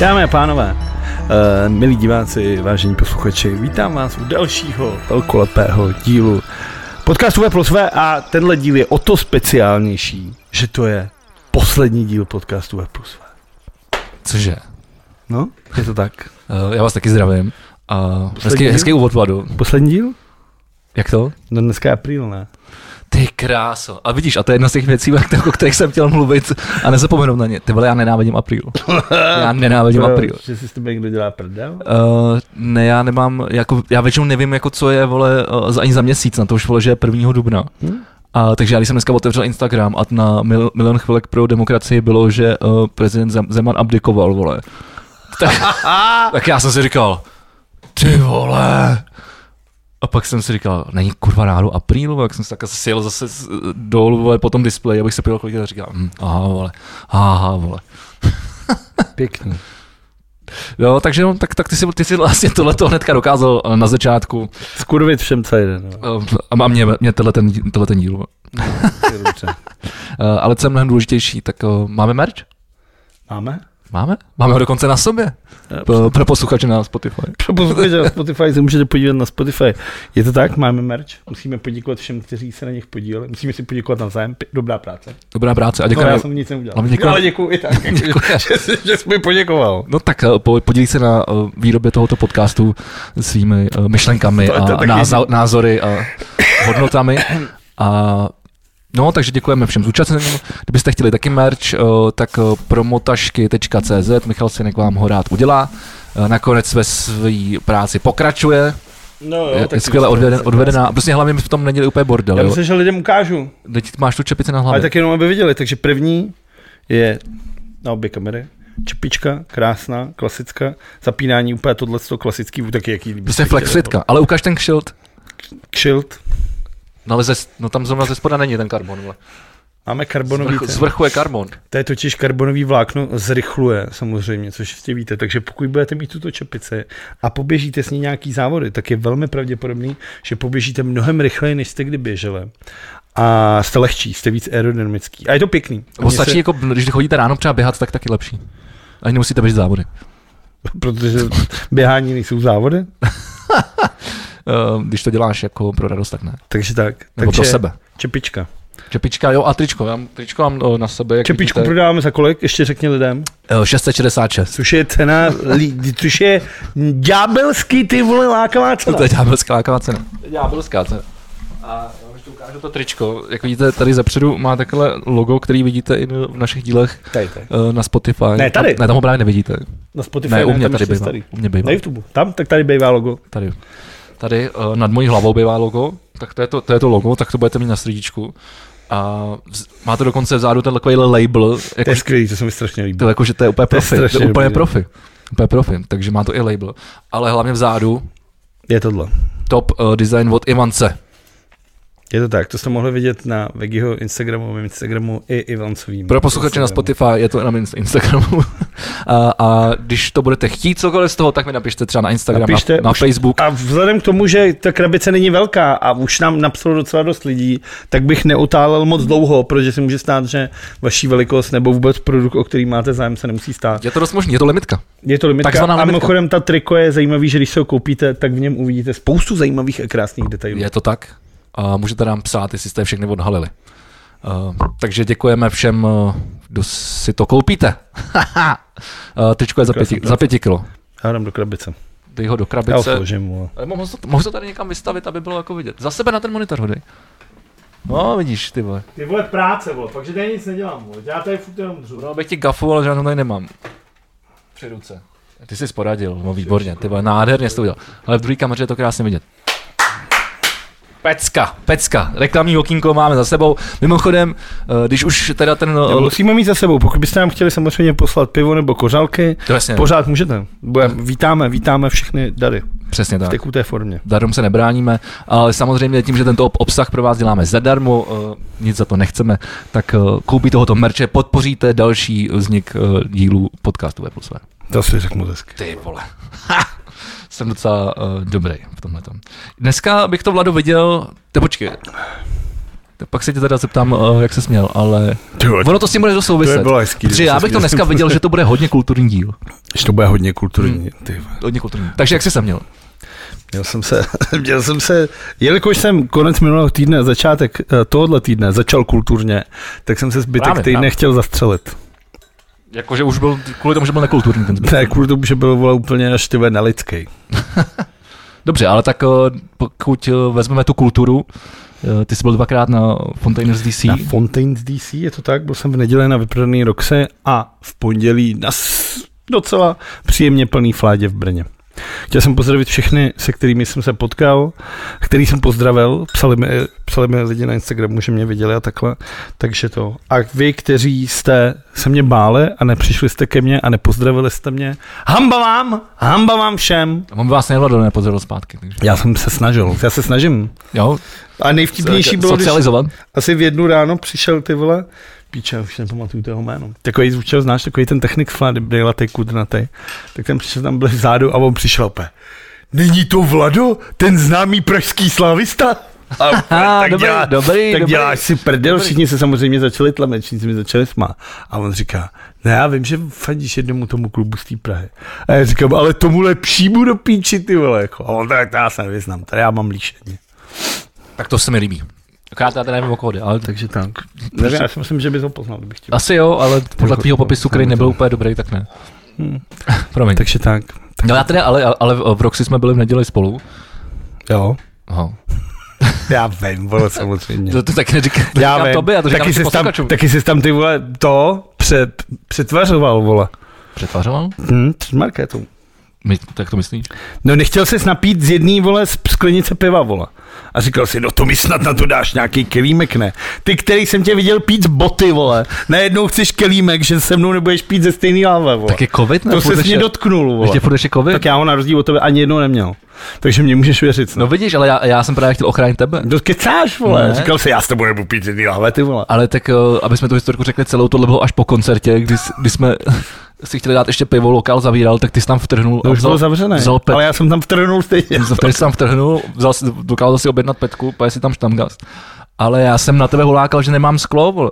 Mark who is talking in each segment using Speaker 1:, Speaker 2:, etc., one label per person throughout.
Speaker 1: Dámy a pánové, eh, milí diváci, vážení posluchači, vítám vás u dalšího velkolepého dílu podcastu V plus V a tenhle díl je o to speciálnější, že to je poslední díl podcastu V plus V.
Speaker 2: Cože?
Speaker 1: No, je to tak.
Speaker 2: Eh, Já vás taky zdravím. A hezký,
Speaker 1: díl?
Speaker 2: hezký úvod, Vladu.
Speaker 1: Poslední díl?
Speaker 2: Jak to?
Speaker 1: No dneska je apríl, ne?
Speaker 2: Ty kráso. A vidíš, a to je jedna z těch věcí, jak to- o kterých jsem chtěl mluvit a nezapomenout na ně. Ty vole, já nenávidím apríl. Já nenávidím
Speaker 1: Proč?
Speaker 2: apríl.
Speaker 1: Že si s tebe někdo dělá prdel?
Speaker 2: Uh, ne, já nemám, jako, já většinou nevím, jako co je, vole, uh, ani za měsíc, na to už, vole, že je 1. dubna.
Speaker 1: Hm?
Speaker 2: A, takže já když jsem dneska otevřel Instagram a na mil, milion chvilek pro demokracii bylo, že uh, prezident Zem, Zeman abdikoval, vole. Tak, tak já jsem si říkal, ty vole. A pak jsem si říkal, není kurva náhodou apríl, vole? jak jsem si takhle sjel zase s- dolů vole, po tom displeji, abych se podíval kolik je, a říkal, hm, aha vole, aha vole.
Speaker 1: Pěkný.
Speaker 2: Jo, takže no, tak, tak ty, si, ty si vlastně tohleto hnedka dokázal eh, na začátku
Speaker 1: Skurvit všem, co jde. No.
Speaker 2: Eh, a mě, mě tenhle ten, tenhle ten díl.
Speaker 1: To je dobře.
Speaker 2: Eh, Ale co je mnohem důležitější, tak eh, máme merch?
Speaker 1: Máme?
Speaker 2: Máme? Máme ho dokonce na sobě.
Speaker 1: Eh,
Speaker 2: Pro, pro posluchače na Spotify.
Speaker 1: Poslouchejte na Spotify, se můžete podívat na Spotify. Je to tak, máme merch, musíme poděkovat všem, kteří se na nich podíleli, musíme si poděkovat navzájem, P- dobrá práce.
Speaker 2: Dobrá práce. A
Speaker 1: No, já
Speaker 2: děkujeme.
Speaker 1: jsem nic neudělal,
Speaker 2: ale děkujem-
Speaker 1: ale děkuji i tak, jako,
Speaker 2: Děkujem.
Speaker 1: že, jsi- že jsi mi poděkoval.
Speaker 2: No tak eh, po- podílí se na eh, výrobě tohoto podcastu svými eh, myšlenkami
Speaker 1: To- to
Speaker 2: a
Speaker 1: taky-
Speaker 2: názo- názory a hodnotami. A No, takže děkujeme všem zúčastněným. Kdybyste chtěli taky merch, eh, tak eh, promotašky.cz, Michal Sinek vám ho rád udělá. Eh, Nakonec ve své práci pokračuje,
Speaker 1: No, jo,
Speaker 2: je, je skvěle odveden, odvedená. Prostě hlavně my v tom neděli úplně bordel.
Speaker 1: Já
Speaker 2: Jo.
Speaker 1: myslím, že lidem ukážu,
Speaker 2: Teď máš tu čepici na
Speaker 1: ale
Speaker 2: hlavě.
Speaker 1: tak jenom, aby viděli. Takže první je na obě kamery, čepička, krásná, klasická, zapínání úplně tohle klasický, taky jaký líbí.
Speaker 2: Prostě flexlitka, ale ukáž ten kšilt.
Speaker 1: Kshilt,
Speaker 2: No, ale ze, no tam zrovna ze spoda není ten karbon. Vole.
Speaker 1: máme
Speaker 2: Z,
Speaker 1: karbonový.
Speaker 2: vrchu,
Speaker 1: ten.
Speaker 2: z vrchu je karbon.
Speaker 1: To je totiž karbonový vlákno zrychluje samozřejmě, což jistě víte. Takže pokud budete mít tuto čepici a poběžíte s ní nějaký závody, tak je velmi pravděpodobný, že poběžíte mnohem rychleji, než jste kdy běželi. A jste lehčí, jste víc aerodynamický. A je to pěkný. A
Speaker 2: Bo
Speaker 1: mně
Speaker 2: stačí, jako, když chodíte ráno třeba běhat, tak taky lepší. Ani nemusíte běžet závody.
Speaker 1: protože běhání nejsou závody,
Speaker 2: Uh, když to děláš jako pro radost, tak ne.
Speaker 1: takže tak.
Speaker 2: Nebo
Speaker 1: takže
Speaker 2: pro sebe.
Speaker 1: Čepička.
Speaker 2: Čepička, jo, a tričko. Já, mám- tričko mám o, na sebe. Jak
Speaker 1: Čepičku
Speaker 2: vidíte,
Speaker 1: prodáváme za kolik, ještě řekni lidem.
Speaker 2: Eh, 666.
Speaker 1: Což je cena, lí- což je ďábelský ty vole lákavá cena.
Speaker 2: To je ďábelská lákavá cena. To je ďábelská cena. A já vám ještě ukážu to tričko. Jak vidíte, tady zepředu má takhle logo, který vidíte i v našich dílech
Speaker 1: Tady, tady.
Speaker 2: eh, na Spotify.
Speaker 1: Ne, tady.
Speaker 2: Ne, tam ho právě nevidíte.
Speaker 1: Na Spotify
Speaker 2: Ne, u mě
Speaker 1: tam
Speaker 2: tady
Speaker 1: ještě
Speaker 2: bývá.
Speaker 1: starý.
Speaker 2: U mě bývá.
Speaker 1: Na YouTube. Tam, tak tady bývá logo.
Speaker 2: Tady. Tady uh, nad mojí hlavou bývá logo, tak to je to, to je to logo, tak to budete mít na srdíčku. A vz, má to dokonce vzadu ten takový label,
Speaker 1: To
Speaker 2: jako,
Speaker 1: je skvělý, to se mi strašně líbí.
Speaker 2: to, jako, že to je úplně
Speaker 1: To je
Speaker 2: profi, to je,
Speaker 1: strašně
Speaker 2: úplně
Speaker 1: dobrý,
Speaker 2: profi. Úplně profi, takže má to i label. Ale hlavně vzadu
Speaker 1: Je tohle.
Speaker 2: top uh, design od Ivance.
Speaker 1: Je to tak, to jste mohli vidět na Vegiho Instagramu, mém Instagramu i Ivancovým.
Speaker 2: Pro posluchače na
Speaker 1: Instagramu.
Speaker 2: Spotify je to na mém Instagramu. a, a když to budete chtít cokoliv z toho, tak mi napište třeba na Instagram,
Speaker 1: Napište,
Speaker 2: napište, na, na
Speaker 1: už-
Speaker 2: Facebook.
Speaker 1: A vzhledem k tomu, že ta krabice není velká a už nám napsalo docela dost lidí, tak bych neotálel moc dlouho, protože se může stát, že vaší velikost nebo vůbec produkt, o který máte zájem, se nemusí stát.
Speaker 2: Je to dost možný, je to limitka.
Speaker 1: Je to limitka.
Speaker 2: Takzvaná
Speaker 1: A
Speaker 2: limitka.
Speaker 1: mimochodem ta triko je zajímavý, že když se ho koupíte, tak v něm uvidíte spoustu zajímavých a krásných detailů.
Speaker 2: Je to tak. A můžete nám psát, jestli jste je všechny odhalili. Uh, takže děkujeme všem, eh, kdo si to koupíte. uh, tričko je za
Speaker 1: Krásný
Speaker 2: pěti,
Speaker 1: práce.
Speaker 2: za pěti kilo.
Speaker 1: Já dám do krabice.
Speaker 2: Dej ho do
Speaker 1: Já ho
Speaker 2: krabice.
Speaker 1: složím. vole.
Speaker 2: Ale mohu to, mohu to tady někam vystavit, aby bylo jako vidět. Za sebe na ten monitor ho dej. No, vidíš, ty vole.
Speaker 3: Ty vole práce, vole, fakt, že tady nic nedělám, vole. Já tady furt jenom dřu.
Speaker 2: No, bych ti gafoval, že já to tady nemám. Při ruce. Ty jsi poradil, no výborně, ty vole, nádherně jsi to udělal. Ale v druhé kameře je to krásně vidět. Pecka, pecka. Reklamní okýnko máme za sebou. Mimochodem, eh, když už teda ten...
Speaker 1: No, Musíme mít za sebou, pokud byste nám chtěli samozřejmě poslat pivo nebo kořálky,
Speaker 2: To jasně,
Speaker 1: pořád můžete. Budem, vítáme, vítáme všechny dary
Speaker 2: přesně
Speaker 1: v
Speaker 2: tak.
Speaker 1: tekuté formě.
Speaker 2: Darům se nebráníme, ale samozřejmě tím, že tento ob- obsah pro vás děláme zadarmo, eh, nic za to nechceme, tak eh, koupí tohoto merče, podpoříte další vznik eh, dílů podcastu V plus V.
Speaker 1: To si řeknu hezky.
Speaker 2: Ty vole. Ha! Jsem eh, docela uh, dobrý v tomhle. Dneska bych to Vlado viděl. Te počkej. pak se tě teda zeptám, eh, jak se směl, ale
Speaker 1: Tyjo,
Speaker 2: ono to s tím bude dost souviset.
Speaker 1: bylo hezký.
Speaker 2: Protože
Speaker 1: že
Speaker 2: já
Speaker 1: se
Speaker 2: bych to
Speaker 1: směl.
Speaker 2: dneska viděl, že to bude hodně kulturní díl.
Speaker 1: Že to bude hodně kulturní.
Speaker 2: Hmm.
Speaker 1: Ty. vole.
Speaker 2: Hodně kulturní. Takže jak jsi se měl?
Speaker 1: Měl jsem se, měl jsem se, jelikož jsem konec minulého týdne, začátek eh, tohohle týdne začal kulturně, tak jsem se zbytek
Speaker 2: Právě,
Speaker 1: právě, týdne
Speaker 2: právě.
Speaker 1: právě. chtěl zastřelit.
Speaker 2: Jakože už byl, kvůli tomu, že byl nekulturní ten zbytek.
Speaker 1: Ne, kvůli tomu, že byl vole, úplně až ty vole, nelidský.
Speaker 2: Dobře, ale tak eh, pokud eh, vezmeme tu kulturu, eh, ty jsi byl dvakrát na Fontainers DC.
Speaker 1: Na Fontaine's DC, je to tak, byl jsem v neděli na vyprodaný Roxe a v pondělí na s- docela příjemně plný fládě v Brně. Chtěl jsem pozdravit všechny, se kterými jsem se potkal, který jsem pozdravil, psali mi, psali mi lidi na Instagramu, že mě viděli a takhle, takže to. A vy, kteří jste se mě báli a nepřišli jste ke mně a nepozdravili jste mě, hamba vám, hamba vám všem.
Speaker 2: Mám vás nejhledat, nepozdravil zpátky. Takže.
Speaker 1: Já jsem se snažil, já se snažím.
Speaker 2: Jo, eh,
Speaker 1: A nejvtipnější bylo, když
Speaker 2: socializovat.
Speaker 1: asi v jednu ráno přišel ty vole, píče, už nepamatuju toho jméno. Takový zvučel, znáš, takový ten technik s brýlatej, kudnatej. Tak ten přišel, tam byl vzadu a on přišel opět. Není to Vlado, ten známý pražský slavista? A úplně,
Speaker 2: Ah, dobrý, dobrý,
Speaker 1: tak
Speaker 2: dobrý.
Speaker 1: děláš si prdel, všichni se samozřejmě začali tlamet, všichni se mi začali smát. A on říká, ne, já vím, že fandíš jednomu tomu klubu z té Prahy. A já říkám, ale tomu lepšímu do píči, ty vole. Jako. A on tak, to já se nevyznám, tady já mám líšení.
Speaker 2: Tak to se mi líbí. Akorát já teda nevím o kódy, ale tak...
Speaker 1: Takže tak. Prostě- Nevím, já si myslím, že by to poznal, kdybych chtěl.
Speaker 2: Asi jo, ale podle tvýho popisu, který nebyl úplně dobrý, tak ne.
Speaker 1: jako- Hmm.
Speaker 2: Promiň.
Speaker 1: Takže tak.
Speaker 2: No já teda, ale, ale v Roxy jsme byli v neděli spolu.
Speaker 1: Jo.
Speaker 2: Aha.
Speaker 1: Já vím, vole, samozřejmě.
Speaker 2: To, to taky neříkám, to
Speaker 1: Já
Speaker 2: říkám tobě, já to říkám
Speaker 1: taky,
Speaker 2: taky
Speaker 1: jsi tam,
Speaker 2: posluchačům.
Speaker 1: taky jsi tam ty vole to před, přetvařoval, vole.
Speaker 2: Přetvařoval?
Speaker 1: Hm, před marketu.
Speaker 2: My, tak to myslíš?
Speaker 1: No nechtěl ses napít z jedné vole z sklenice piva, vole. A říkal si, no to mi snad na to dáš nějaký kelímek, ne? Ty, který jsem tě viděl pít z boty, vole. Najednou chceš kelímek, že se mnou nebudeš pít ze stejný láve, vole.
Speaker 2: Tak je covid?
Speaker 1: to
Speaker 2: Furt
Speaker 1: se mě
Speaker 2: ještě-
Speaker 1: dotknul, vole.
Speaker 2: Ještě furt ještě covid?
Speaker 1: Tak já ho na rozdíl od tebe ani jednou neměl. Takže mě můžeš věřit. No.
Speaker 2: No vidíš, ale já, já jsem právě chtěl ochránit tebe.
Speaker 1: No kecáš, vole.
Speaker 2: Ne.
Speaker 1: Říkal si, já s tebou nebudu pít z jedný láve, ty vole.
Speaker 2: Ale tak, eh, aby jsme tu historiku řekli celou, tohle bylo až po koncertě, kdy, s- kdy jsme si chtěli dát ještě pivo, lokál zavíral, tak ty jsi tam vtrhnul.
Speaker 1: To
Speaker 2: a
Speaker 1: už bylo zavřené,
Speaker 2: Vzal pet,
Speaker 1: ale já jsem tam vtrhnul stejně.
Speaker 2: Za který jsi tam vtrhnul, vzal, si- dokázal si objednat petku, pojď si tam štamgast. Ale já jsem na tebe hulákal, že nemám sklo, vole.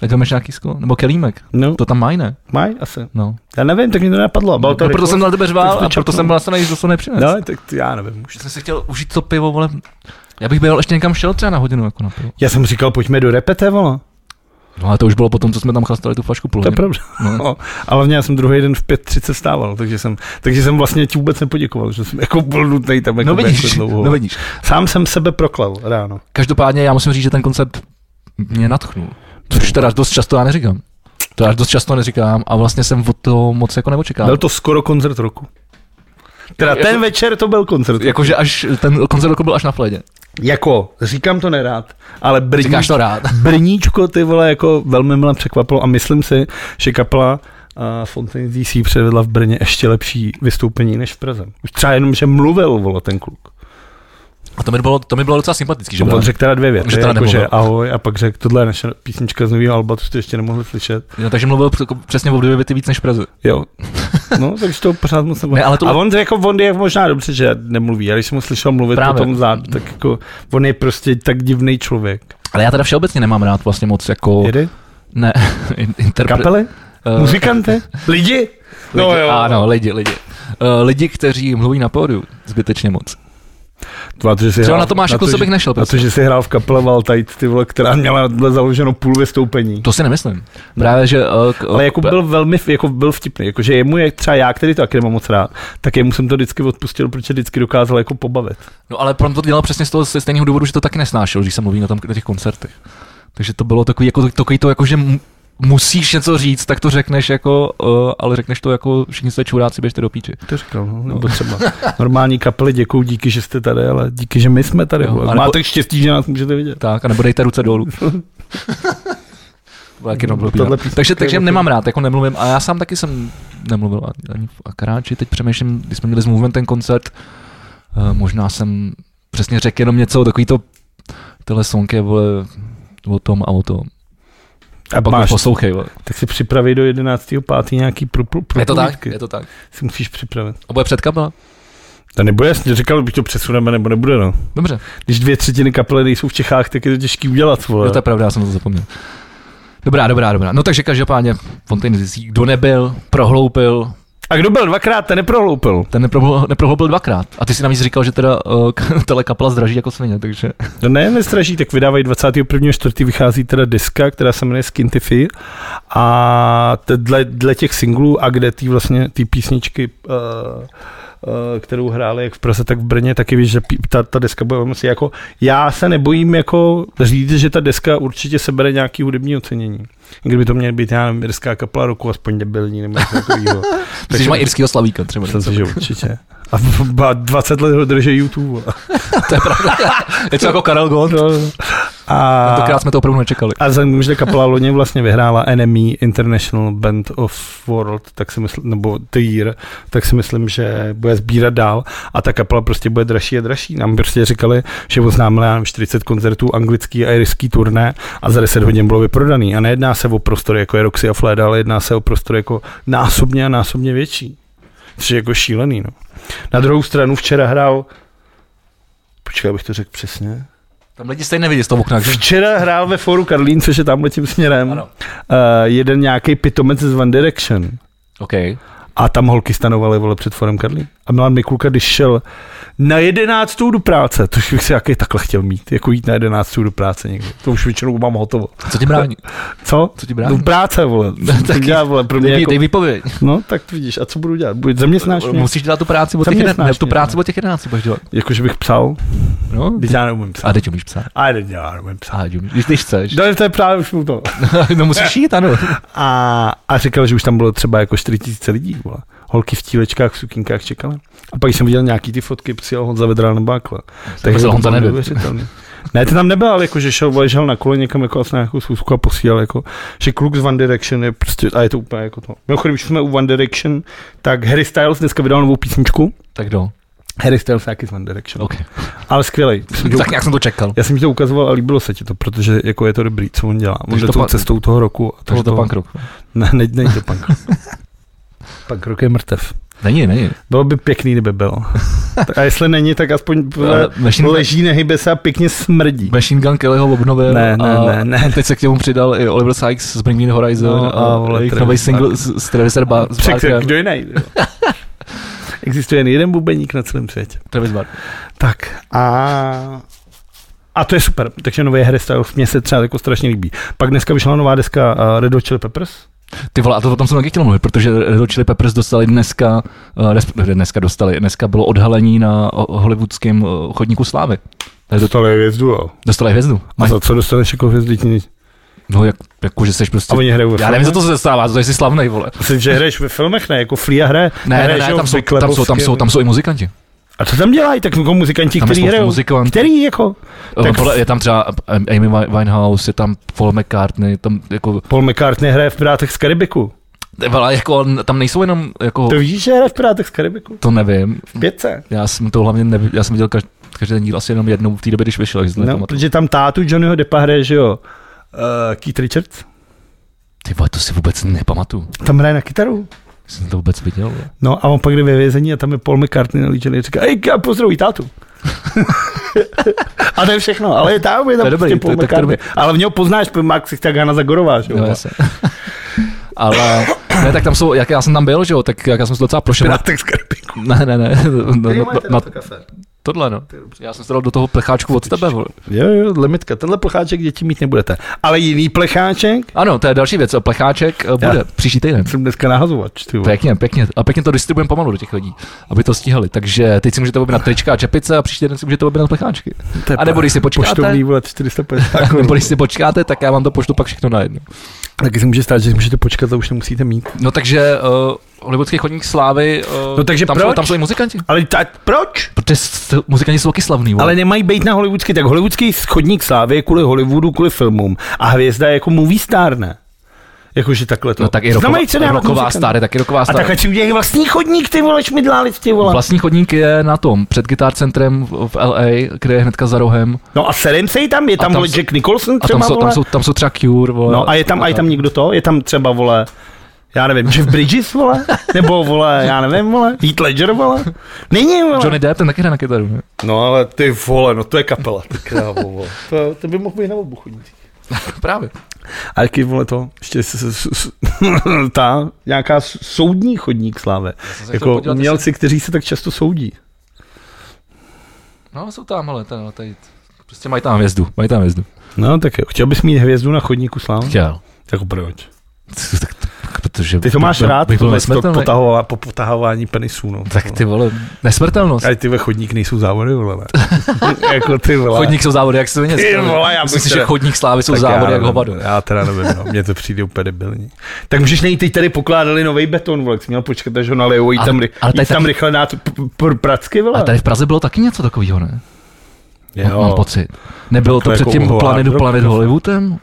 Speaker 2: Tak máš nějaký sklo? Nebo kelímek?
Speaker 1: No,
Speaker 2: To tam mají, ne?
Speaker 1: mají asi.
Speaker 2: No.
Speaker 1: Já nevím, tak mi to nenapadlo. Bylo to
Speaker 2: no proto
Speaker 1: rychlost.
Speaker 2: jsem na tebe řval
Speaker 1: Tak jsi
Speaker 2: a
Speaker 1: to
Speaker 2: proto
Speaker 1: čapnul.
Speaker 2: jsem byl nastavený, že to jsou nepřines.
Speaker 1: No, tak to já nevím už.
Speaker 2: Já jsem si chtěl užít to pivo, vole. Já bych byl ještě někam šel třeba na hodinu jako na pivo.
Speaker 1: Já jsem říkal, pojďme do repete, vole.
Speaker 2: No ale to už bylo potom, co jsme tam chlastali tu flašku půl.
Speaker 1: To je pravda.
Speaker 2: No.
Speaker 1: No. A hlavně já jsem druhý den v 5.30 stával, takže jsem, takže jsem vlastně ti vůbec nepoděkoval, že jsem jako byl nutný tam jako
Speaker 2: No
Speaker 1: jako
Speaker 2: vidíš,
Speaker 1: dlouho.
Speaker 2: no vidíš.
Speaker 1: Sám jsem sebe proklal ráno.
Speaker 2: Každopádně já musím říct, že ten koncert mě natchnul. Což teda dost často já neříkám. To já dost často neříkám a vlastně jsem od toho moc jako neočekával.
Speaker 1: Byl to skoro koncert roku. Teda
Speaker 2: Jako-
Speaker 1: ten večer to byl koncert. Jako,
Speaker 2: Jakože až ten koncert roku byl až na fledě.
Speaker 1: jako říkám to nerád, ale brní,
Speaker 2: Říkáš to rád.
Speaker 1: Brníčko ty vole jako velmi mile překvapilo a myslím si, že kapela a Fontaine DC předvedla v Brně ještě lepší vystoupení než v Praze. Už třeba jenom, že mluvil vole ten kluk.
Speaker 2: A to mi bylo, to mi bylo docela sympatický, že
Speaker 1: Že on
Speaker 2: bylo.
Speaker 1: řekl teda dvě věci,
Speaker 2: Že teda
Speaker 1: jako, že
Speaker 2: nemluvil.
Speaker 1: ahoj a pak řekl, tohle je naše písnička z nového alba, což jste ještě nemohli slyšet.
Speaker 2: No, takže mluvil př- jako přesně o dvě věty víc než v Praze.
Speaker 1: Jo. No, takže to pořád moc nebylo.
Speaker 2: Ne, ale to-
Speaker 1: A on, jako, on je možná dobře, že nemluví, ale když jsem ho slyšel mluvit Právě.
Speaker 2: Právě.
Speaker 1: potom zádu, tak jako, on je prostě tak divný člověk.
Speaker 2: Ale já teda všeobecně nemám rád vlastně moc jako...
Speaker 1: Jedy?
Speaker 2: Ne, in- interpre...
Speaker 1: Kapely?
Speaker 2: eh,
Speaker 1: Muzikanty? Lidi? No
Speaker 2: lidi, Ano, lidi, lidi. Uh, lidi, kteří mluví na pódiu zbytečně moc.
Speaker 1: Dva, to, že jsi
Speaker 2: Třeba
Speaker 1: hrál-
Speaker 2: na Tomáše Klose
Speaker 1: že-
Speaker 2: bych nešel,
Speaker 1: Na to,
Speaker 2: prostě.
Speaker 1: že jsi hrál v kapele Valtajt, ty vole, která měla dle založeno půl vystoupení.
Speaker 2: To si nemyslím. Právě, že... Uh, k,
Speaker 1: Ale jako byl velmi jako byl vtipný, jakože jemu je třeba já, který to taky nemám moc rád, tak jemu jsem to vždycky odpustil, protože vždycky dokázal jako pobavit.
Speaker 2: No ale on to dělal přesně z toho ze stejného důvodu, že to taky nesnášel, když se mluví na, tom, na těch koncertech. Takže to bylo takový, jako, takový to, jako, že mu- musíš něco říct, tak to řekneš jako, uh, ale řekneš to jako všichni jste čuráci, běžte do píči.
Speaker 1: To říkal, no, nebo třeba. Normální kapely děkuju, díky, že jste tady, ale díky, že my jsme tady.
Speaker 2: Jo,
Speaker 1: Jo,
Speaker 2: a
Speaker 1: ale
Speaker 2: nebo-
Speaker 1: Máte štěstí, že nás můžete vidět.
Speaker 2: Tak, a nebo dejte ruce dolů. To bylo taky jedno blbý,
Speaker 1: Tohle
Speaker 2: no.
Speaker 1: písnička
Speaker 2: takže,
Speaker 1: je
Speaker 2: takže
Speaker 1: o tom.
Speaker 2: nemám rád, jako nemluvím. A já sám taky jsem nemluvil ani- ani v Akaráči. Teď přemýšlím, když jsme měli s Movement ten koncert, eh, možná jsem přesně řekl jenom něco, takový to, tyhle song je vole, o tom a o tom.
Speaker 1: A
Speaker 2: Pak Máš.
Speaker 1: máš,
Speaker 2: poslouchej, vole.
Speaker 1: tak si připraví do 11.5. nějaký pro, pro, pro
Speaker 2: Je to tak? Je to tak.
Speaker 1: Si musíš připravit.
Speaker 2: A bude předkapela?
Speaker 1: To nebude jasně, říkal bych to přesuneme nebo nebude, no.
Speaker 2: Dobře,
Speaker 1: Když dvě třetiny kapely nejsou v Čechách, tak je to těžký udělat, vole.
Speaker 2: jo, to je pravda, já jsem na to zapomněl. Dobrá, dobrá, dobrá. No takže každopádně Fontaine zjistí, kdo nebyl, prohloupil,
Speaker 1: A kdo byl dvakrát, ten neprohloupil.
Speaker 2: ten neprohl- neprohloubil dvakrát. A ty si navíc říkal, že teda uh, tahle kapela zdraží jako svině, takže...
Speaker 1: No ne, nestraží, tak vydávají 21. čtvrtý vychází teda deska, která se jmenuje Skintify a t- dle, dle těch singlů a kde ty vlastně ty písničky uh, uh, kterou hráli jak v Praze, tak v Brně, taky víš, že pí- ta, ta deska bude moc jako, já se nebojím jako říct, že ta deska určitě sebere nějaký hudební ocenění. I Kdyby to měly být, já nevím, irská kapla roku, aspoň debilní nebo něco takového.
Speaker 2: Myslíš, že má irskýho slavíka třeba.
Speaker 1: Myslím si, že určě. A b- b- 20 let ho drží YouTube. No.
Speaker 2: To je pravda. Je to jako Karel Gond.
Speaker 1: A...
Speaker 2: Tentokrát jsme to opravdu nečekali.
Speaker 1: A vzhledem, že kapela loni vlastně vyhrála Enemy International Band of World, tak si myslím, nebo The Year, tak si myslím, že bude sbírat dál a ta kapela prostě bude dražší a dražší. Nám prostě říkali, že oznámila já nevím, 40 koncertů anglický a irský turné a za 10 hodin bylo vyprodaný. A nejedná se o prostory jako je Roxy a Fleda, ale jedná se o prostory jako násobně a násobně větší. Což je jako šílený. No. Na druhou stranu včera hrál Počkej, abych to řekl přesně.
Speaker 2: Tam lidi stejně nevidí z toho okna, že?
Speaker 1: Včera hrál ve foru Karlín, což je tamhle tím směrem, uh,
Speaker 2: Ano.
Speaker 1: jeden nějaký pitomec z One Direction.
Speaker 2: OK.
Speaker 1: A tam holky stanovaly vole před forem Karlín. A Milan Mikulka, když šel na jedenáctou do práce, což bych si jaký takhle chtěl mít, jako jít na jedenáctou do práce někde. To už většinou mám hotovo.
Speaker 2: Co ti brání?
Speaker 1: Co?
Speaker 2: Co ti
Speaker 1: Do
Speaker 2: brání?
Speaker 1: práce, vole.
Speaker 2: Taky.
Speaker 1: Tak já, vole, pro mě
Speaker 2: Dej, No, jako...
Speaker 1: jako,
Speaker 2: dej výpověď.
Speaker 1: No, tak to vidíš. A co budu dělat? Budu zaměstnáš mě?
Speaker 2: Musíš dělat tu práci od těch
Speaker 1: Zaměstnáš
Speaker 2: 11. Ne, tu
Speaker 1: mě,
Speaker 2: práci
Speaker 1: no.
Speaker 2: od těch 11 budeš dělat.
Speaker 1: Jakože bych psal?
Speaker 2: No,
Speaker 1: Teď já neumím psát.
Speaker 2: a teď umíš psát.
Speaker 1: A teď já neumím psát.
Speaker 2: A teď umíš, když ty chceš.
Speaker 1: No, to je právě už mu to.
Speaker 2: no musíš jít, ano.
Speaker 1: A, a říkal, že už tam bylo třeba jako 4000 lidí. Vole. Holky v tílečkách, v sukinkách čekaly. A pak jsem viděl nějaký ty fotky, přijel Honza Vedral na bákle.
Speaker 2: Tak
Speaker 1: to
Speaker 2: Honza
Speaker 1: bylo
Speaker 2: nebyl.
Speaker 1: neuvěřitelný. Ne, ty tam nebyl, ale jako, že šel, vole, šel na kole někam jako asi na nějakou schůzku a posílal jako, že kluk z One Direction je prostě, a je to úplně jako to. Mimochodem, když jsme u One Direction, tak Harry Styles dneska vydal novou písničku.
Speaker 2: Tak do.
Speaker 1: Harry Styles je taky z One Direction.
Speaker 2: OK.
Speaker 1: Ale skvělej.
Speaker 2: tak nějak jsem to čekal.
Speaker 1: Já jsem ti to ukazoval a líbilo se ti to, protože jako je to dobrý, co on dělá. On
Speaker 2: Takže
Speaker 1: jde
Speaker 2: to
Speaker 1: tou
Speaker 2: pa-
Speaker 1: cestou toho roku. A
Speaker 2: Takže to
Speaker 1: toho-
Speaker 2: punk rock.
Speaker 1: ne, ne, není to punk rock. punk rock je mrtev.
Speaker 2: Není, není.
Speaker 1: Bylo by pěkný, kdyby byl. A jestli není, tak aspoň
Speaker 2: Ale
Speaker 1: vole,
Speaker 2: Machine Gun-
Speaker 1: leží, nehybe se a pěkně smrdí.
Speaker 2: Machine Gun Kellyho obnovil.
Speaker 1: Ne, ne,
Speaker 2: a
Speaker 1: ne, ne.
Speaker 2: Teď se k němu přidal i Oliver Sykes z Bring Me the Horizon
Speaker 1: No a
Speaker 2: a,
Speaker 1: vole,
Speaker 2: a jejich
Speaker 1: Travis
Speaker 2: nový single s, s Travisem Bar- s
Speaker 1: Překře,
Speaker 2: Barkerem.
Speaker 1: kdo jiný? jo? Existuje jen jeden bubeník na celém světě.
Speaker 2: Travis Barker.
Speaker 1: Tak a... A to je super, takže nové hry Styles mě se třeba jako strašně líbí. Pak dneska vyšla nová deska uh, Red Hot Chili Peppers.
Speaker 2: Ty vole, a to o tom jsem taky chtěl mluvit, protože Red Hot Chili Peppers dostali dneska, eh, resp- ne, dneska dostali, dneska bylo odhalení na o- hollywoodském eh, chodníku slávy. Red Hot-
Speaker 1: Dostali hvězdu, jo.
Speaker 2: Dostali hvězdu.
Speaker 1: A za co dostaneš jako hvězdu? Ti nic.
Speaker 2: No jak, jako, že seš prostě...
Speaker 1: A oni hrajou ve
Speaker 2: Já nevím,
Speaker 1: filmech?
Speaker 2: co to se stává, to jsi slavnej, vole.
Speaker 1: Myslím, že hraješ ve filmech, ne? Jako Flea hraje.
Speaker 2: Ne, ne,
Speaker 1: hraješ,
Speaker 2: ne,
Speaker 1: jo,
Speaker 2: tam
Speaker 1: v
Speaker 2: jsou,
Speaker 1: Big
Speaker 2: tam jsou, tam
Speaker 1: Lebowski.
Speaker 2: jsou, tam jsou i muzikanti.
Speaker 1: A co tam dělají? Tak jako muzikanti,
Speaker 2: Tam je
Speaker 1: kteří
Speaker 2: spousta
Speaker 1: hrajou.
Speaker 2: muzikantů.
Speaker 1: Který jako?
Speaker 2: Tak
Speaker 1: Tak-
Speaker 2: vole, je tam třeba eh, Amy Wi- Winehouse, je tam Paul McCartney, tam jako,
Speaker 1: Paul McCartney hraje v Pirátech z Karibiku.
Speaker 2: ty vole, jako tam nejsou jenom, jako,
Speaker 1: To víš, že hraje v Pirátech z Karibiku?
Speaker 2: to nevím.
Speaker 1: V pětce.
Speaker 2: Já jsem to hlavně neviděl, já jsem viděl každý, každý ten díl asi jenom jednou v té době, když vyšel, takže no,
Speaker 1: No, protože tam tátu Johnnyho Deppa hraje, že jo? Uh, Keith Richards.
Speaker 2: Ty vole, to si vůbec nepamatuju.
Speaker 1: Tam hraje na kytaru.
Speaker 2: Jsem to vůbec viděl. vole.
Speaker 1: No a on pak jde ve vězení a tam je Paul McCartney na líčený a říká, ej, a pozdravuj tátu. a to je všechno, ale je tam, je tam
Speaker 2: To je dobrý,
Speaker 1: prostě
Speaker 2: to-
Speaker 1: Paul
Speaker 2: tak to je
Speaker 1: McCartney. Ale v něho poznáš, protože Max Tagana Zagorová, že
Speaker 2: No,
Speaker 1: jo?
Speaker 2: jasně. Ale ne, tak tam jsou, jak já jsem tam byl, že jo, tak jak já jsem se docela prošel.
Speaker 1: Pirátech z Karibiku.
Speaker 2: Ne, ne, ne, no, no, na,
Speaker 1: kafe?
Speaker 2: tohle no. Já jsem se dal do toho plecháčku od tebe, vole.
Speaker 1: Jo, jo, limitka. Tenhle plecháček děti mít nebudete. Ale jiný plecháček
Speaker 2: Ano, to je další věc, plecháček eh, bude
Speaker 1: Já.
Speaker 2: příští týden.
Speaker 1: jsem dneska nahazovač, ty vole.
Speaker 2: Pěkně, pěkně. A pěkně to distribuujeme pomalu do těch lidí, aby to stíhali. Takže teď si můžete objednat trička a čepice a příští den si můžete objednat plecháčky.
Speaker 1: To je
Speaker 2: A nebo když si počkáte,
Speaker 1: Poštovní, vole, 450 korun.
Speaker 2: nebo když si počkáte, tak já vám to pošlu pak všechno najednou.
Speaker 1: Taky se může stát, že můžete počkat a už nemusíte mít.
Speaker 2: No takže uh, Hollywoodský chodník slávy, uh,
Speaker 1: No, takže
Speaker 2: tam, Jsou,
Speaker 1: proč?
Speaker 2: tam jsou i muzikanti.
Speaker 1: Ale ta, proč?
Speaker 2: Protože s- muzikanti jsou taky slavný, vole.
Speaker 1: Ale nemají být na hollywoodský, tak hollywoodský schodník slávy je kvůli Hollywoodu, kvůli filmům. A hvězda je jako movie star, ne? Jakože takhle to.
Speaker 2: No tak i
Speaker 1: Znamená,
Speaker 2: roková,
Speaker 1: že se dá
Speaker 2: roková
Speaker 1: muzikant.
Speaker 2: star, je taky roková
Speaker 1: A
Speaker 2: star. No
Speaker 1: tak ať si udělají vlastní chodník, ty vole, šmidlálic, ty vole.
Speaker 2: Vlastní chodník je na tom, před gitarcentrem v v LA, kde je hnedka za rohem.
Speaker 1: No a serem se jí tam, je tam,
Speaker 2: tam
Speaker 1: vole,
Speaker 2: jsou-
Speaker 1: Jack Nicholson
Speaker 2: A
Speaker 1: třeba,
Speaker 2: tam jsou, tam
Speaker 1: vole.
Speaker 2: jsou, tam jsou třeba Cure, vole.
Speaker 1: No a je tam, a je tam někdo to? Je tam třeba, vole, já nevím, Jeff Bridges, vole? Nebo, vole, já nevím, vole, Heath Ledger, vole? Není, vole.
Speaker 2: Johnny Depp, ten taky hraje na kytaru, ne?
Speaker 1: No ale ty vole, no to je kapela, ty krávo, vole. To, to by mohl být na obuchodník.
Speaker 2: Právě.
Speaker 1: A jaký vole to? Ještě s, s, s, ta nějaká s- soudní chodník sláve. Jako umělci, kteří se tak často soudí.
Speaker 2: No, jsou tam, hele, ten, tady, prostě mají tam hvězdu, mají tam hvězdu.
Speaker 1: No tak jo. Chtěl bys mít hvězdu na chodníku slávy?
Speaker 2: Chtěl.
Speaker 1: Tak proč?
Speaker 2: Tak, tak, protože
Speaker 1: Ty to máš
Speaker 2: bych, byl-
Speaker 1: rád,
Speaker 2: bych byl
Speaker 1: tohle to
Speaker 2: nesmrtelný.
Speaker 1: potahová, po potahování penisů, no.
Speaker 2: Tak ty vole, nesmrtelnost.
Speaker 1: Ale ty ve chodník nejsou závody, vole. ne? jako ty vole.
Speaker 2: Chodník jsou závody, jak se to
Speaker 1: Ty vole, já
Speaker 2: Myslím
Speaker 1: bych
Speaker 2: si, že
Speaker 1: teda-
Speaker 2: chodník slávy jsou
Speaker 1: Tak já
Speaker 2: závody jak
Speaker 1: nevím,
Speaker 2: hovado.
Speaker 1: Já teda nevím, no. mně to přijde úplně debilní. Tak můžeš nejít, teď tady pokládali nový beton, vole, jsi měl počkat, až ho nalijou, jít
Speaker 2: Ale-
Speaker 1: tam, ry-
Speaker 2: ale
Speaker 1: jít
Speaker 2: tady
Speaker 1: tam
Speaker 2: taky-
Speaker 1: rychle dát p- p- pracky, vole.
Speaker 2: A tady v Praze bylo taky něco takového, ne? Jo. Mám
Speaker 1: jo,
Speaker 2: pocit. Nebylo to
Speaker 1: Takhle jako
Speaker 2: předtím
Speaker 1: uhlá,
Speaker 2: Planet,
Speaker 1: drobka.
Speaker 2: Planet Hollywoodem?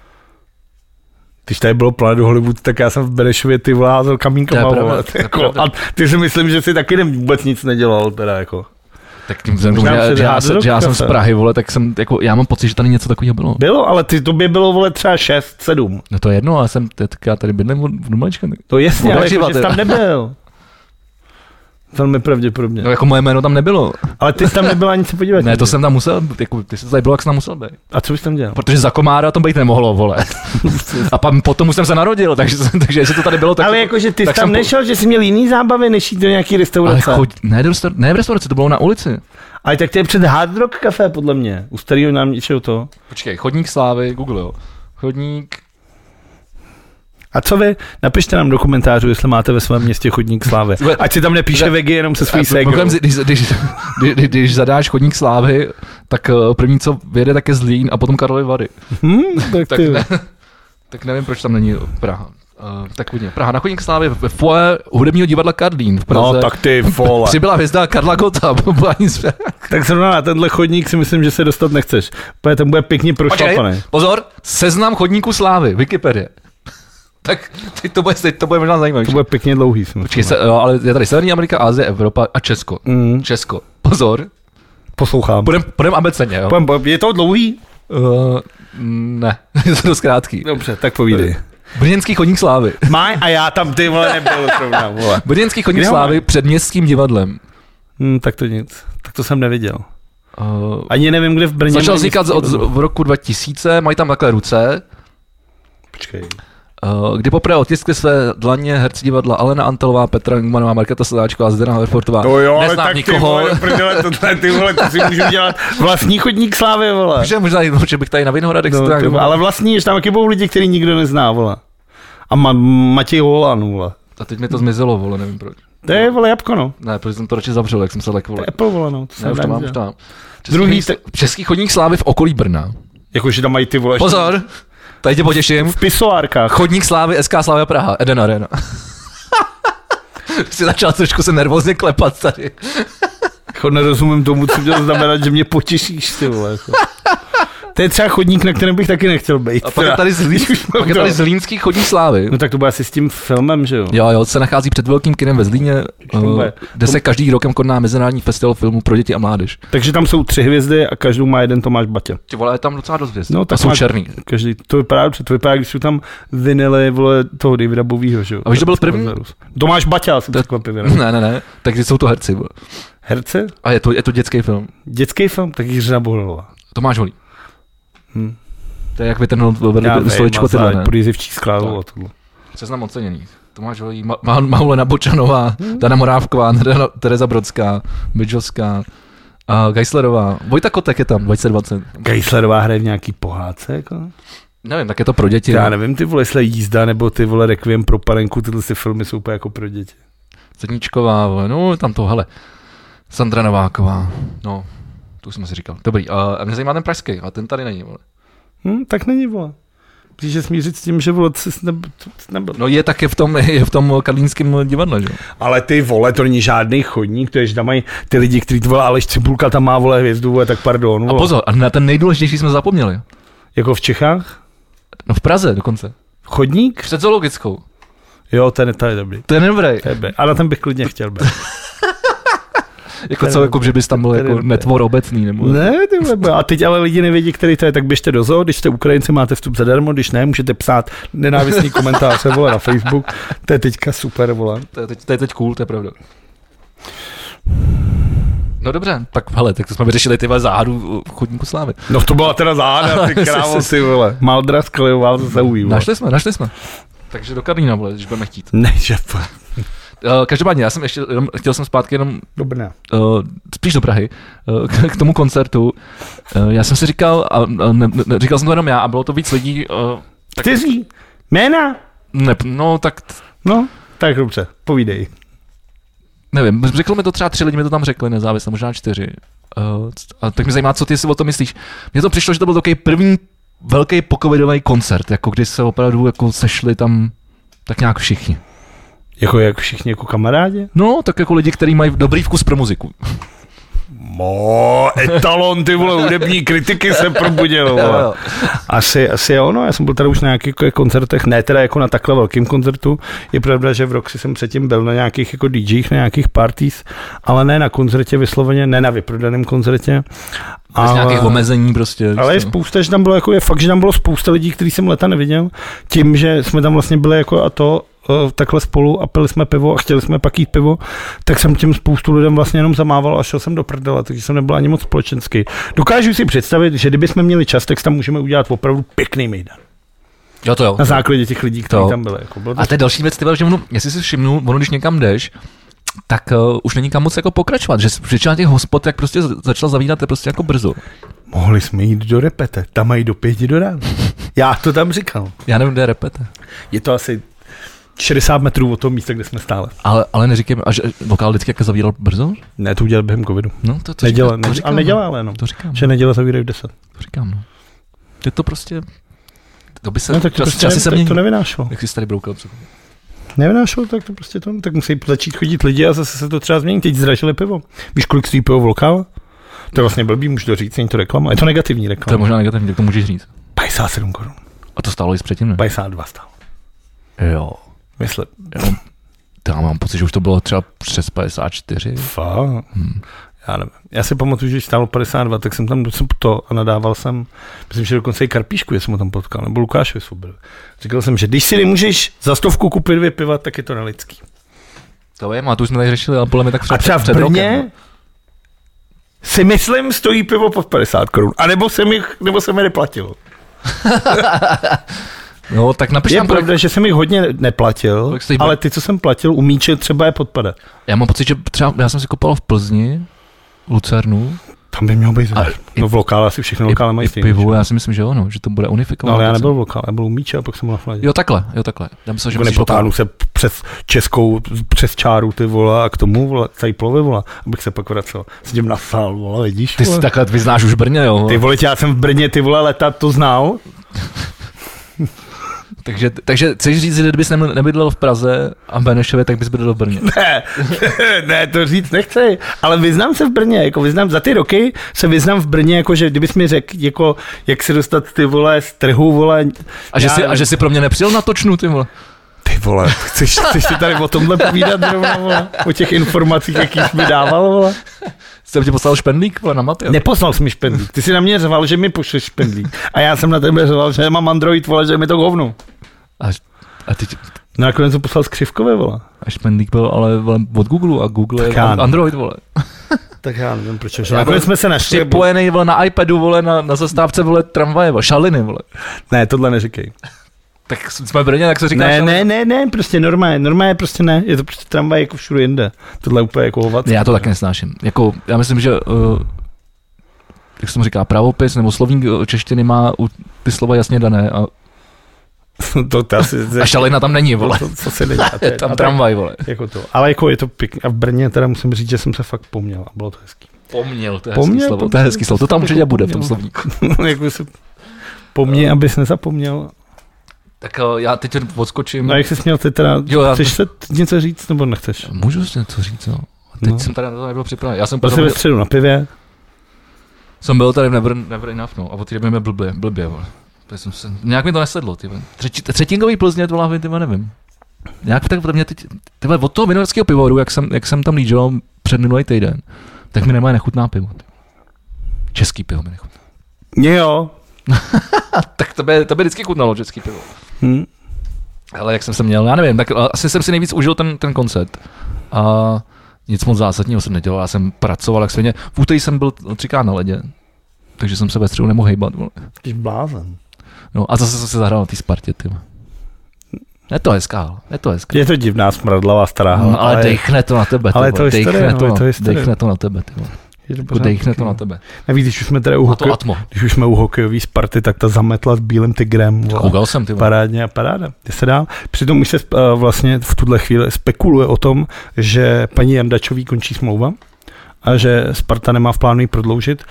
Speaker 1: když tady bylo Planet Hollywood, tak já jsem v Benešově ty vole házel kamínkama,
Speaker 2: To je
Speaker 1: vole.
Speaker 2: pravda, to je
Speaker 1: jako,
Speaker 2: pravda.
Speaker 1: a ty si myslím, že si taky ne, vůbec nic nedělal, teda jako.
Speaker 2: Tak tím vzhledem k
Speaker 1: Možná
Speaker 2: tomu, že,
Speaker 1: před
Speaker 2: že, já,
Speaker 1: hádou
Speaker 2: se- že já jsem
Speaker 1: kafe.
Speaker 2: z Prahy, vole, tak jsem, jako, já mám pocit, že tady něco takového bylo.
Speaker 1: Bylo, ale ty tobě bylo, vole, třeba 6, 7.
Speaker 2: No to je jedno, ale jsem teďka tady bydlím v Dumalička.
Speaker 1: To jasně,
Speaker 2: Vůbec
Speaker 1: ale jako,
Speaker 2: život,
Speaker 1: že jsi
Speaker 2: jo.
Speaker 1: tam nebyl. Velmi pravděpodobně.
Speaker 2: No jako moje jméno tam nebylo.
Speaker 1: Ale ty jsi tam nebyl ani se podívat.
Speaker 2: Ne, to jsem tam musel, jako, ty jsi tady byl, jak jsi tam musel být.
Speaker 1: A co bys tam dělal?
Speaker 2: Protože za komára to být nemohlo, vole. A pan, potom už jsem se narodil, takže, takže jestli to tady bylo, tak...
Speaker 1: ale jako jakože ty jsi
Speaker 2: tak
Speaker 1: tam
Speaker 2: jsem po-
Speaker 1: nešel, že jsi měl jiný zábavy, než jít do nějaký
Speaker 2: Ale
Speaker 1: restaurace. Ale,
Speaker 2: choď, ne, do restaur- ne v restauraci, to bylo na ulici.
Speaker 1: tak to je před Hard Rock Café, podle mě. U starého nám něčeho to.
Speaker 2: Počkej, chodník slávy, Google, jo. Chodník,
Speaker 1: A co vy? Napište nám do komentářů, jestli máte ve svém městě chodník slávy.
Speaker 2: Vole,
Speaker 1: Ať si tam nepíše
Speaker 2: za-
Speaker 1: vegi jenom se svým
Speaker 2: A
Speaker 1: ségrou.
Speaker 2: problém, Eh, když, když, když, když zadáš chodník slávy, tak eh, první, co vyjede, tak je Zlín a potom Karlovy Vary.
Speaker 1: Hm, tak
Speaker 2: Tak,
Speaker 1: ty.
Speaker 2: ne, tak nevím, proč tam není Praha. Uh, tak hodně. Praha na chodník slávy ve foje hudebního divadla Karlín v Praze.
Speaker 1: No tak ty vole.
Speaker 2: Přibyla hvězda Karla Gota. byla ani z-
Speaker 1: Tak zrovna na tenhle chodník si myslím, že se dostat nechceš. Protože ten bude pěkně
Speaker 2: Počkej,
Speaker 1: prošlapaný.
Speaker 2: pozor, seznam chodníků slávy, Wikipedie. Tak teď to bude, teď to bude možná
Speaker 1: To
Speaker 2: zajímavé.
Speaker 1: bude pěkně dlouhý. si myslím.
Speaker 2: Počkej, se, jo, ale je tady Severní Amerika, Asie, Evropa a Česko.
Speaker 1: Mm,
Speaker 2: Česko. Pozor,
Speaker 1: poslouchám.
Speaker 2: půjdem, půjdem abeceně, jo.
Speaker 1: Půjdem- půjdem- Je to dlouhý?
Speaker 2: Uh, ne, je to dost krátký.
Speaker 1: Dobře, tak povídej.
Speaker 2: Eh, Brněnský chodník slávy.
Speaker 1: Maj a já tam ty vole nebyl zrovna, vole.
Speaker 2: Brněnský chodník
Speaker 1: Kde ho
Speaker 2: slávy
Speaker 1: mají?
Speaker 2: před městským divadlem.
Speaker 1: Hmm, tak to nic. Tak to jsem neviděl.
Speaker 2: Uh,
Speaker 1: Ani nevím, kde v Brně.
Speaker 2: začal
Speaker 1: mají
Speaker 2: vznikat
Speaker 1: městský
Speaker 2: od,
Speaker 1: divadlo.
Speaker 2: v roku 2000, mají tam takhle ruce,
Speaker 1: Počkej.
Speaker 2: uh, kdy poprvé otiskli své dlaně herci divadla Alena Antelová, Petra Jungmanová, Markéta Sadáčková, Zdena Herfortová.
Speaker 1: No jo, ale
Speaker 2: Neznám
Speaker 1: tak ty
Speaker 2: nikoho.
Speaker 1: vole, prdele, tohle, ty vole, to si můžu dělat vlastní chodník slávy, vole.
Speaker 2: Takže možná, že bych tady na Vinohradech
Speaker 1: No,
Speaker 2: no,
Speaker 1: ty, vole, ale vlastní, že tam taky budou lidi, který nikdo nezná, vole. A ma, Matěj Holan, vole.
Speaker 2: A teď mi to zmizelo, vole, nevím proč.
Speaker 1: To je, vole, jabko, no.
Speaker 2: Ne, protože jsem to radši zavřel, jak jsem se lek,
Speaker 1: To
Speaker 2: vole.
Speaker 1: je Apple, vole, no. To se
Speaker 2: Ne, už
Speaker 1: nedá
Speaker 2: to
Speaker 1: nic
Speaker 2: mám, už
Speaker 1: dělat.
Speaker 2: to mám. Český,
Speaker 1: Druhý
Speaker 2: Druhý
Speaker 1: te-
Speaker 2: Český chodník slávy v okolí Brna.
Speaker 1: Jakože Jako, tam mají ty, vole,
Speaker 2: Pozor, tady tě potěším.
Speaker 1: v pisoárkách.
Speaker 2: Chodník slávy, SK Slávy Praha, Eden Arena. si začal trošku se nervózně klepat tady.
Speaker 1: Jako nerozumím tomu, co měl znamenat, že mě potěšíš, ty vole. Jako. To je třeba chodník, na kterém bych taky nechtěl být.
Speaker 2: A pak je
Speaker 1: teda.
Speaker 2: tady, zlín,
Speaker 1: Když už mám
Speaker 2: pak je
Speaker 1: to.
Speaker 2: tady Zlínský chodník slávy.
Speaker 1: No tak to bude asi s tím filmem, že jo?
Speaker 2: No. Jo, jo, se nachází před velkým kinem ve Zlíně,
Speaker 1: tomu
Speaker 2: eh,
Speaker 1: bude-
Speaker 2: kde se každý rokem koná Mezinárodní festival filmu pro děti a mládež.
Speaker 1: Takže tam jsou tři hvězdy a každou má jeden Tomáš Batě.
Speaker 2: Ty vole, je tam docela dost hvězd.
Speaker 1: No,
Speaker 2: No,
Speaker 1: tak
Speaker 2: tak jsou
Speaker 1: máš-
Speaker 2: černý.
Speaker 1: Každý, to vypadá dobře, to vypadá, když jsou tam vinily, vole, toho Davida Bovího, že jo?
Speaker 2: A víš, kdo byl první?
Speaker 1: Tomáš Baťa, jsem
Speaker 2: To-
Speaker 1: překvapivě. ne?
Speaker 2: Ne, ne, ne, takže jsou to herci. vole.
Speaker 1: Herce?
Speaker 2: A je to, je to dětský film.
Speaker 1: Dětský film? Tak Jiřina Bohdalová.
Speaker 2: Tomáš Holý.
Speaker 1: Hm.
Speaker 2: To je jak vytrhnout vedle stoličko ty
Speaker 1: mazá,
Speaker 2: ne?
Speaker 1: průjezivčí sklálo a tohle.
Speaker 2: Seznam oceněných. Tomáš Holý, Ma- Ma- Maulena Bočanová, Dana Morávková, Dana- Tereza Brodská, Bidžovská, a Geislerová. Vojta Kotek je tam, 2020.
Speaker 1: Geislerová hraje v nějaký pohádce, jako?
Speaker 2: Nevím, tak je to pro děti.
Speaker 1: Já
Speaker 2: no.
Speaker 1: nevím, ty vole, jestli jízda nebo ty vole Requiem pro panenku, tyhle si filmy jsou úplně jako pro děti.
Speaker 2: Sedničková, vole, no tam to, hele. Sandra Nováková, no, tu jsem si říkal. Dobrý, a a mě zajímá ten pražský, a ten tady není, vole.
Speaker 1: Hm, tak není, vole. Musíš se smířit s tím, že vole, jsi neb- jsi nebyl.
Speaker 2: No je taky v tom, je v tom Karlínském divadle, že? jo?
Speaker 1: Ale ty vole, to není žádný chodník, to je, že tam mají ty lidi, kteří to vole, Aleš Cibulka tam má vole hvězdu, vole, tak pardon.
Speaker 2: A
Speaker 1: Vole.
Speaker 2: pozor, a na ten nejdůležitější jsme zapomněli.
Speaker 1: Jako v Čechách?
Speaker 2: No v Praze dokonce.
Speaker 1: Chodník?
Speaker 2: Před zoologickou.
Speaker 1: Jo, ten je, to je dobrý.
Speaker 2: To je dobrý.
Speaker 1: To je be- A na ten bych klidně chtěl být.
Speaker 2: jako co, jako, že bys tam byl jako
Speaker 1: Terence.
Speaker 2: netvor obecný, nebo...
Speaker 1: Ne, ty vole, a teď ale lidi nevědí, který to je, tak běžte do zoo, když jste Ukrajinci, máte vstup zadarmo, když ne, můžete psát nenávistný komentář, vole, na Facebook, to je teďka super, vole.
Speaker 2: To je, teď, to je teď cool, to je pravda. No dobře, tak hele, tak to jsme vyřešili ty vole, záhadu uh, chodníku slávy.
Speaker 1: No to byla teda záhada, ty krávo, ty vole. Maldra sklejoval zase ují, vole.
Speaker 2: Našli jsme, našli jsme. Takže do Karlína, vole, když budeme chtít.
Speaker 1: Ne, že vole.
Speaker 2: Uh, každopádně, já jsem ještě, jenom, chtěl jsem zpátky jenom
Speaker 1: Dobrná.
Speaker 2: uh, spíš do Prahy, uh, k, k tomu koncertu. Uh, já jsem si říkal, a, a ne, ne, říkal jsem to jenom já, a bylo to víc lidí, uh,
Speaker 1: Kteří? Jména?
Speaker 2: ne, no tak t-
Speaker 1: No, tak dobře, povídej.
Speaker 2: nevím, řekl mi to třeba tři lidi, mi to tam řekli nezávisle, možná čtyři. Uh, c- a tak mě zajímá, co ty si o tom myslíš. Mně to přišlo, že to byl takový první velký pokovidový koncert, jako kdy se opravdu jako sešli tam tak nějak všichni.
Speaker 1: Jako jak všichni jako kamarádi?
Speaker 2: No, tak jako lidi, kteří mají dobrý vkus pro muziku.
Speaker 1: Mo, etalon, ty vole, hudební kritiky se probudil, vole. Asi, asi jo, no, já jsem byl tady už na nějakých jako koncertech, ne teda jako na takhle velkým koncertu. Je pravda, že v Roxy jsem předtím byl na nějakých jako DJích, na nějakých parties, ale ne na koncertě vysloveně, ne na vyprodaném koncertě.
Speaker 2: Bez nějakých omezení prostě.
Speaker 1: Ale je
Speaker 2: víš co.
Speaker 1: spousta, že tam bylo, jako je fakt, že tam bylo spousta lidí, který jsem leta neviděl, tím, že jsme tam vlastně byli jako a to eh, takhle spolu a pili jsme pivo a chtěli jsme pak jít pivo, tak jsem těm spoustu lidem vlastně jenom zamával a šel jsem do prdela, takže jsem nebyl ani moc společenský. Dokážu si představit, že kdybychom měli čas, tak tam můžeme udělat opravdu pěkný mejdan.
Speaker 2: Jo, to jo.
Speaker 1: Na základě těch lidí, kteří
Speaker 2: To.
Speaker 1: tam byli. Jako bylo to
Speaker 2: A to je další věc, ty vole, že ono, jestli si všimnu, ono když někam jdeš, tak uh, už není kam moc jako pokračovat, že s- většina těch hospod jak prostě za- začala zavídat je prostě jako brzo.
Speaker 1: Mohli jsme jít do repete, tam mají do pěti do rána. Já to tam říkal.
Speaker 2: Já nevím, kde je repete.
Speaker 1: Je to asi 60 metrů od toho místa, kde jsme stále.
Speaker 2: Ale, ale neříkejme, a že lokál vždycky jako zavíral brzo?
Speaker 1: Ne, to udělal během covidu.
Speaker 2: No to, to
Speaker 1: Neděle,
Speaker 2: říkám, to
Speaker 1: ne,
Speaker 2: říkám,
Speaker 1: ale
Speaker 2: no.
Speaker 1: nedělá ale jenom.
Speaker 2: To říkám,
Speaker 1: Že neděle zavírají v 10.
Speaker 2: to říkám, no. Je to prostě, to by se,
Speaker 1: No tak to,
Speaker 2: čas,
Speaker 1: prostě
Speaker 2: časy
Speaker 1: ne,
Speaker 2: se
Speaker 1: tak
Speaker 2: mění.
Speaker 1: to nevynášelo.
Speaker 2: Jak jsi tady broukal před
Speaker 1: Nevynášelo, tak to prostě to, tak musí začít chodit lidi a zase se to třeba změní. Teď zdražili pivo. Víš, kolik stojí pivo v lokále? To je vlastně blbý, můžu to říct, není to reklama. Je to negativní
Speaker 2: To je
Speaker 1: reklama.
Speaker 2: možná negativní, tak to můžeš říct.
Speaker 1: 57 korun.
Speaker 2: A to stálo i předtím, ne?
Speaker 1: 52 stálo.
Speaker 2: Jo.
Speaker 1: Myslím.
Speaker 2: Já mám pocit, že už to bylo třeba přes 54.
Speaker 1: Fakt.
Speaker 2: Hmm.
Speaker 1: Já nevím. Já si pamatuju, že když stálo 52, tak jsem tam docela to a nadával jsem, myslím, že dokonce i Karpíšku, že jsem ho tam potkal, nebo Lukášovi jsou byl. Říkal jsem, že když si nemůžeš za stovku koupit dvě piva, tak je to nelidský.
Speaker 2: To je, a to už jsme tady řešili, ale podle mě tak před,
Speaker 1: A třeba v
Speaker 2: před rokem, no.
Speaker 1: Brně si myslím, stojí pivo pod 50 korun. A nebo jsem jich, nebo jsem je neplatil.
Speaker 2: No, tak napiš
Speaker 1: Je
Speaker 2: tam, kolik,
Speaker 1: pravda, že jsem jich hodně neplatil,
Speaker 2: Kolik stojí Brno?
Speaker 1: ale ty, co jsem platil, u míče třeba je podpada.
Speaker 2: Já mám pocit, že třeba já jsem si kopal v Plzni, Lucernu,
Speaker 1: Tam by mělo být.
Speaker 2: A i-
Speaker 1: No v lokále asi všechny lokále
Speaker 2: i,
Speaker 1: mají
Speaker 2: i
Speaker 1: stejný.
Speaker 2: pivu, já si myslím, že jo, no, že to bude
Speaker 1: No,
Speaker 2: unifikované.
Speaker 1: ale já nebyl v lokále, já byl u míče a pak jsem byl na fladě.
Speaker 2: Jo, takhle, jo, takhle. Já myslím, že
Speaker 1: Že
Speaker 2: myslíš
Speaker 1: nepotáhnu se přes českou, přes čáru ty vola a k tomu vola, tady plovy vola, abych se pak vracel. Sedím na sál, vola, vidíš?
Speaker 2: Ty jsi
Speaker 1: vole?
Speaker 2: takhle vyznáš už Brně, jo.
Speaker 1: Ty vole, já jsem v Brně ty vole leta to znal.
Speaker 2: Takže, takže chceš říct, že kdybys nem- nebydlel v Praze a Benešově, tak bys bydlel v Brně.
Speaker 1: Ne, ne, to říct nechci, ale vyznám se v Brně, jako vyznám za ty roky se vyznám v Brně, jako že kdybys mi řekl, jako, jak se dostat ty vole z trhu, vole.
Speaker 2: A že,
Speaker 1: já
Speaker 2: si, a
Speaker 1: nevím.
Speaker 2: že si pro mě nepřijel na točnu, ty vole.
Speaker 1: Ty vole, chceš, chceš si tady o tomhle povídat zrovna, vole? O těch informacích, jaký jsi mi dával, vole?
Speaker 2: Jsem ti poslal špendlík, vole, na maty.
Speaker 1: Neposlal jsi mi špendlík. Ty jsi na mě řval, že mi pošleš špendlík. A já jsem na tebe řval, že mám Android, vole, že mi to hovnu.
Speaker 2: A, a, ty,
Speaker 1: No nakonec to poslal z křivkové, vole.
Speaker 2: a špendlík byl ale vole, od Google a Google
Speaker 1: Tak
Speaker 2: je
Speaker 1: já ne.
Speaker 2: Android, vole.
Speaker 1: Tak já nevím, proč.
Speaker 2: Já
Speaker 1: Nakonec
Speaker 2: byl
Speaker 1: jsme se našli.
Speaker 2: Připojený, vole, na iPadu, vole, na, na zastávce, vole, tramvaje, vole, šaliny, vole.
Speaker 1: Ne, tohle neříkej.
Speaker 2: Tak jsme v Brně, tak se říká
Speaker 1: Ne,
Speaker 2: šaliny.
Speaker 1: ne, ne, ne, prostě normálně, normálně prostě ne, je to prostě tramvaj jako všude jinde. Tohle je úplně jako hovat.
Speaker 2: Ne, já to taky nesnáším. Jako, já myslím, že uh, jak jsem říká, pravopis nebo slovník eh, češtiny má u, ty slova jasně dané a,
Speaker 1: to, to asi,
Speaker 2: a šalina tam není, vole.
Speaker 1: to, co se nedá. to
Speaker 2: Je tam
Speaker 1: a tak-
Speaker 2: tramvaj, vole.
Speaker 1: Jako to. Ale jako je to pěkný. A v Brně teda musím říct, že jsem se fakt poměl a bylo to hezký.
Speaker 2: Poměl, to je
Speaker 1: Poměl,
Speaker 2: hezký slovo. Jako
Speaker 1: poměl.
Speaker 2: To je hezký slovo, to tam určitě bude v tom
Speaker 1: Poměl.
Speaker 2: slovníku.
Speaker 1: jako se po
Speaker 2: Eh.
Speaker 1: mně, abys nezapomněl.
Speaker 2: Tak eh, já teď odskočím.
Speaker 1: No a jak jsi měl ty teda,
Speaker 2: Jo, já-
Speaker 1: chceš se t- něco říct nebo nechceš?
Speaker 2: Můžu si něco říct, no. A Teď
Speaker 1: No.
Speaker 2: jsem tady na to nebyl připraven. Já jsem,
Speaker 1: Byl jsi
Speaker 2: potom,
Speaker 1: ve středu na pivě,
Speaker 2: jsem byl tady v Never, Never Enough, no. A od té doby mi blbě, blbě, vole. To jsem se, nějak mi to nesedlo, ty vole. Třetí, třetinkový Plzně, to vole, ty vole, nevím. nějak tak podle mě teď, tyhle, od toho vinovarského pivoru, jak jsem, jak jsem tam lížel před minulý týden, tak mi nemá nechutná pivo. ty. Český pivo mi nechutná.
Speaker 1: Mě jo.
Speaker 2: Tak tebe, tebe vždycky chutnalo český pivo.
Speaker 1: Hm.
Speaker 2: Ale jak jsem se měl, já nevím, tak a, asi jsem si nejvíc užil ten, ten koncert. A nic moc zásadního jsem nedělal, já jsem pracoval jak svině. V úterý jsem byl třikrát na ledě, takže jsem se ve středu nemohl hejbat. vole.
Speaker 1: Jsi blázen.
Speaker 2: No a zase jsem se zahrál na té Spartě, ty. vole. Je to hezká, ale je to hezká.
Speaker 1: Je to divná smradlavá stará hala,
Speaker 2: No, ale, ale dechne to na tebe, ty
Speaker 1: ale
Speaker 2: vole,
Speaker 1: je to historie,
Speaker 2: dechne,
Speaker 1: no, je
Speaker 2: to,
Speaker 1: to
Speaker 2: to
Speaker 1: historie.
Speaker 2: dechne to na tebe, ty. vole.
Speaker 1: je to
Speaker 2: Jako
Speaker 1: pořád
Speaker 2: dejchne to
Speaker 1: pěkný.
Speaker 2: na tebe.
Speaker 1: Navíc, když už jsme tady u
Speaker 2: Má to
Speaker 1: hokeje,
Speaker 2: atmo.
Speaker 1: když už jsme u hokejový Sparty, tak ta zametla s bílým tigrem. vole.
Speaker 2: Koukal jsem, ty vole.
Speaker 1: Parádně a paráda. Jde se dál. Přitom už se eh, vlastně v tuhle chvíli spekuluje o tom, že paní Jandačový končí smlouva a že Sparta nemá v plánu ji prodloužit.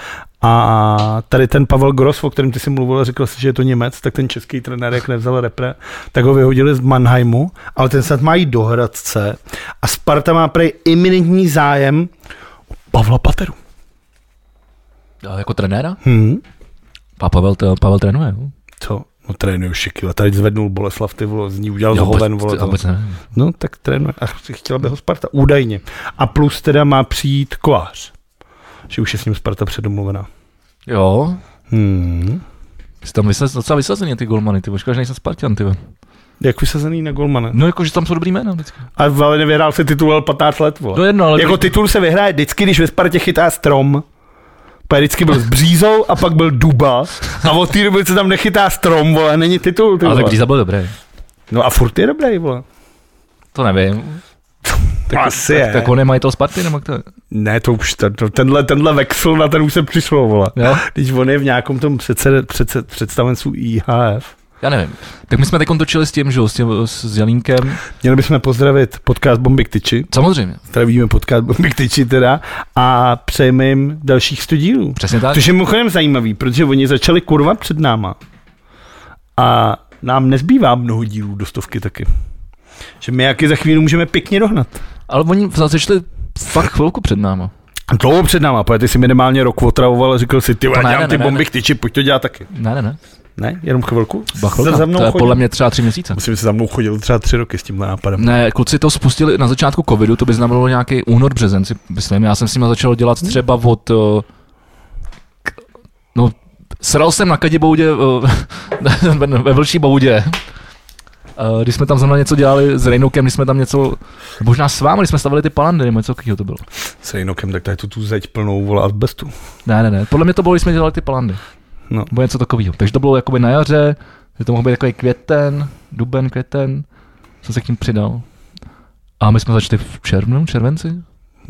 Speaker 1: A tady ten Pavel Gross, o kterém ty si mluvil, řekl si, že je to Němec, tak ten český trenér, jak nevzal repre, tak ho vyhodili z Mannheimu, ale ten snad má jít do Hradce a Sparta má prej iminentní zájem o Pavla Pateru.
Speaker 2: A jako trenéra?
Speaker 1: Hm?
Speaker 2: A Pavel, to, Pavel trénuje. jo?
Speaker 1: Co? No trénuje šiky, a tady zvednul Boleslav, ty vole, z ní udělal
Speaker 2: Já
Speaker 1: zhoven,
Speaker 2: vůbec-
Speaker 1: vole.
Speaker 2: já
Speaker 1: to-
Speaker 2: vůbec nevím.
Speaker 1: No, tak trénuje. A chtěla by ho Sparta, údajně. A plus teda má přijít kolář. Že už je s ním Sparta předomluvená.
Speaker 2: Jo,
Speaker 1: Hmm.
Speaker 2: jsi tam vysaz, docela vysazený ty golmany, ty škoda, že nejsem Spartan, ty. vole.
Speaker 1: Jak vysazený na golmana.
Speaker 2: No jako, že tam jsou dobrý jména vždycky.
Speaker 1: A ale nevyhrál se titul ale 15 let, vole.
Speaker 2: No jedno, ale
Speaker 1: Jako titul se vyhraje vždycky, když ve Spartě chytá strom. Pak vždycky byl s břízou a pak byl duba. A od té doby se tam nechytá strom, vole, není titul, ty
Speaker 2: ale
Speaker 1: vole.
Speaker 2: tak Bříza byl dobrý.
Speaker 1: No a furt je dobrý, vole.
Speaker 2: To nevím.
Speaker 1: Tak, Asi je.
Speaker 2: Tak, tak on je majitel Sparty, nebo jak to je?
Speaker 1: Ne, to už, to, to, tenhle, tenhle vexel na ten už se přišlo, vole.
Speaker 2: Jo?
Speaker 1: Když on je v nějakém tom předsed, předsed, představenstvu IHF.
Speaker 2: Já nevím. Tak my jsme teď točili s tím, že jo, s, tím, s, s Janínkem.
Speaker 1: Měli bychom pozdravit podcast Bombik Tyči.
Speaker 2: Samozřejmě,
Speaker 1: Zdravíme podcast Bombik Tyči teda. A přejeme jim dalších 100 dílů.
Speaker 2: přesně tak.
Speaker 1: Což je mimochodem zajímavý, protože oni začali kurva před náma. A nám nezbývá mnoho dílů do stovky taky. Že my jak je za chvíli můžeme pěkně dohnat.
Speaker 2: Ale oni začali fakt chvilku před náma.
Speaker 1: Dlouho před náma, protože ty si minimálně rok otravoval a říkal si, ty, já
Speaker 2: ne,
Speaker 1: dělám
Speaker 2: ne,
Speaker 1: ty
Speaker 2: ne,
Speaker 1: bombik tyči, pojď to dělat taky.
Speaker 2: Ne, ne, ne.
Speaker 1: Ne, jenom chvilku.
Speaker 2: Bacholka.
Speaker 1: Za mnou
Speaker 2: To je
Speaker 1: chodil.
Speaker 2: podle mě třeba tři měsíce.
Speaker 1: Musím se za mnou chodil třeba tři roky s tímhle nápadem.
Speaker 2: Ne, kluci to spustili na začátku covidu, to by znamenalo nějaký únor, březen, si myslím. Já jsem s nimi začal dělat
Speaker 1: Hmm.
Speaker 2: třeba od... eh, k- No, sral jsem na Kadiboudě, eh, ve- ve Vlčí boudě. Eh, Když jsme tam zrovna něco dělali s Rejnokem, když jsme tam něco, možná s vámi, když jsme stavili ty palandy, nebo něco takového to bylo.
Speaker 1: S Rejnokem, tak tady tu tu zeď plnou vole asbestu.
Speaker 2: Ne, ne, ne, podle mě to bylo, když jsme dělali ty palandy.
Speaker 1: No.
Speaker 2: Nebo něco takového. Takže to bylo jakoby na jaře, že to mohl být takový květen, duben, květen, jsem se k tím přidal. A my jsme začali v červnu, červenci,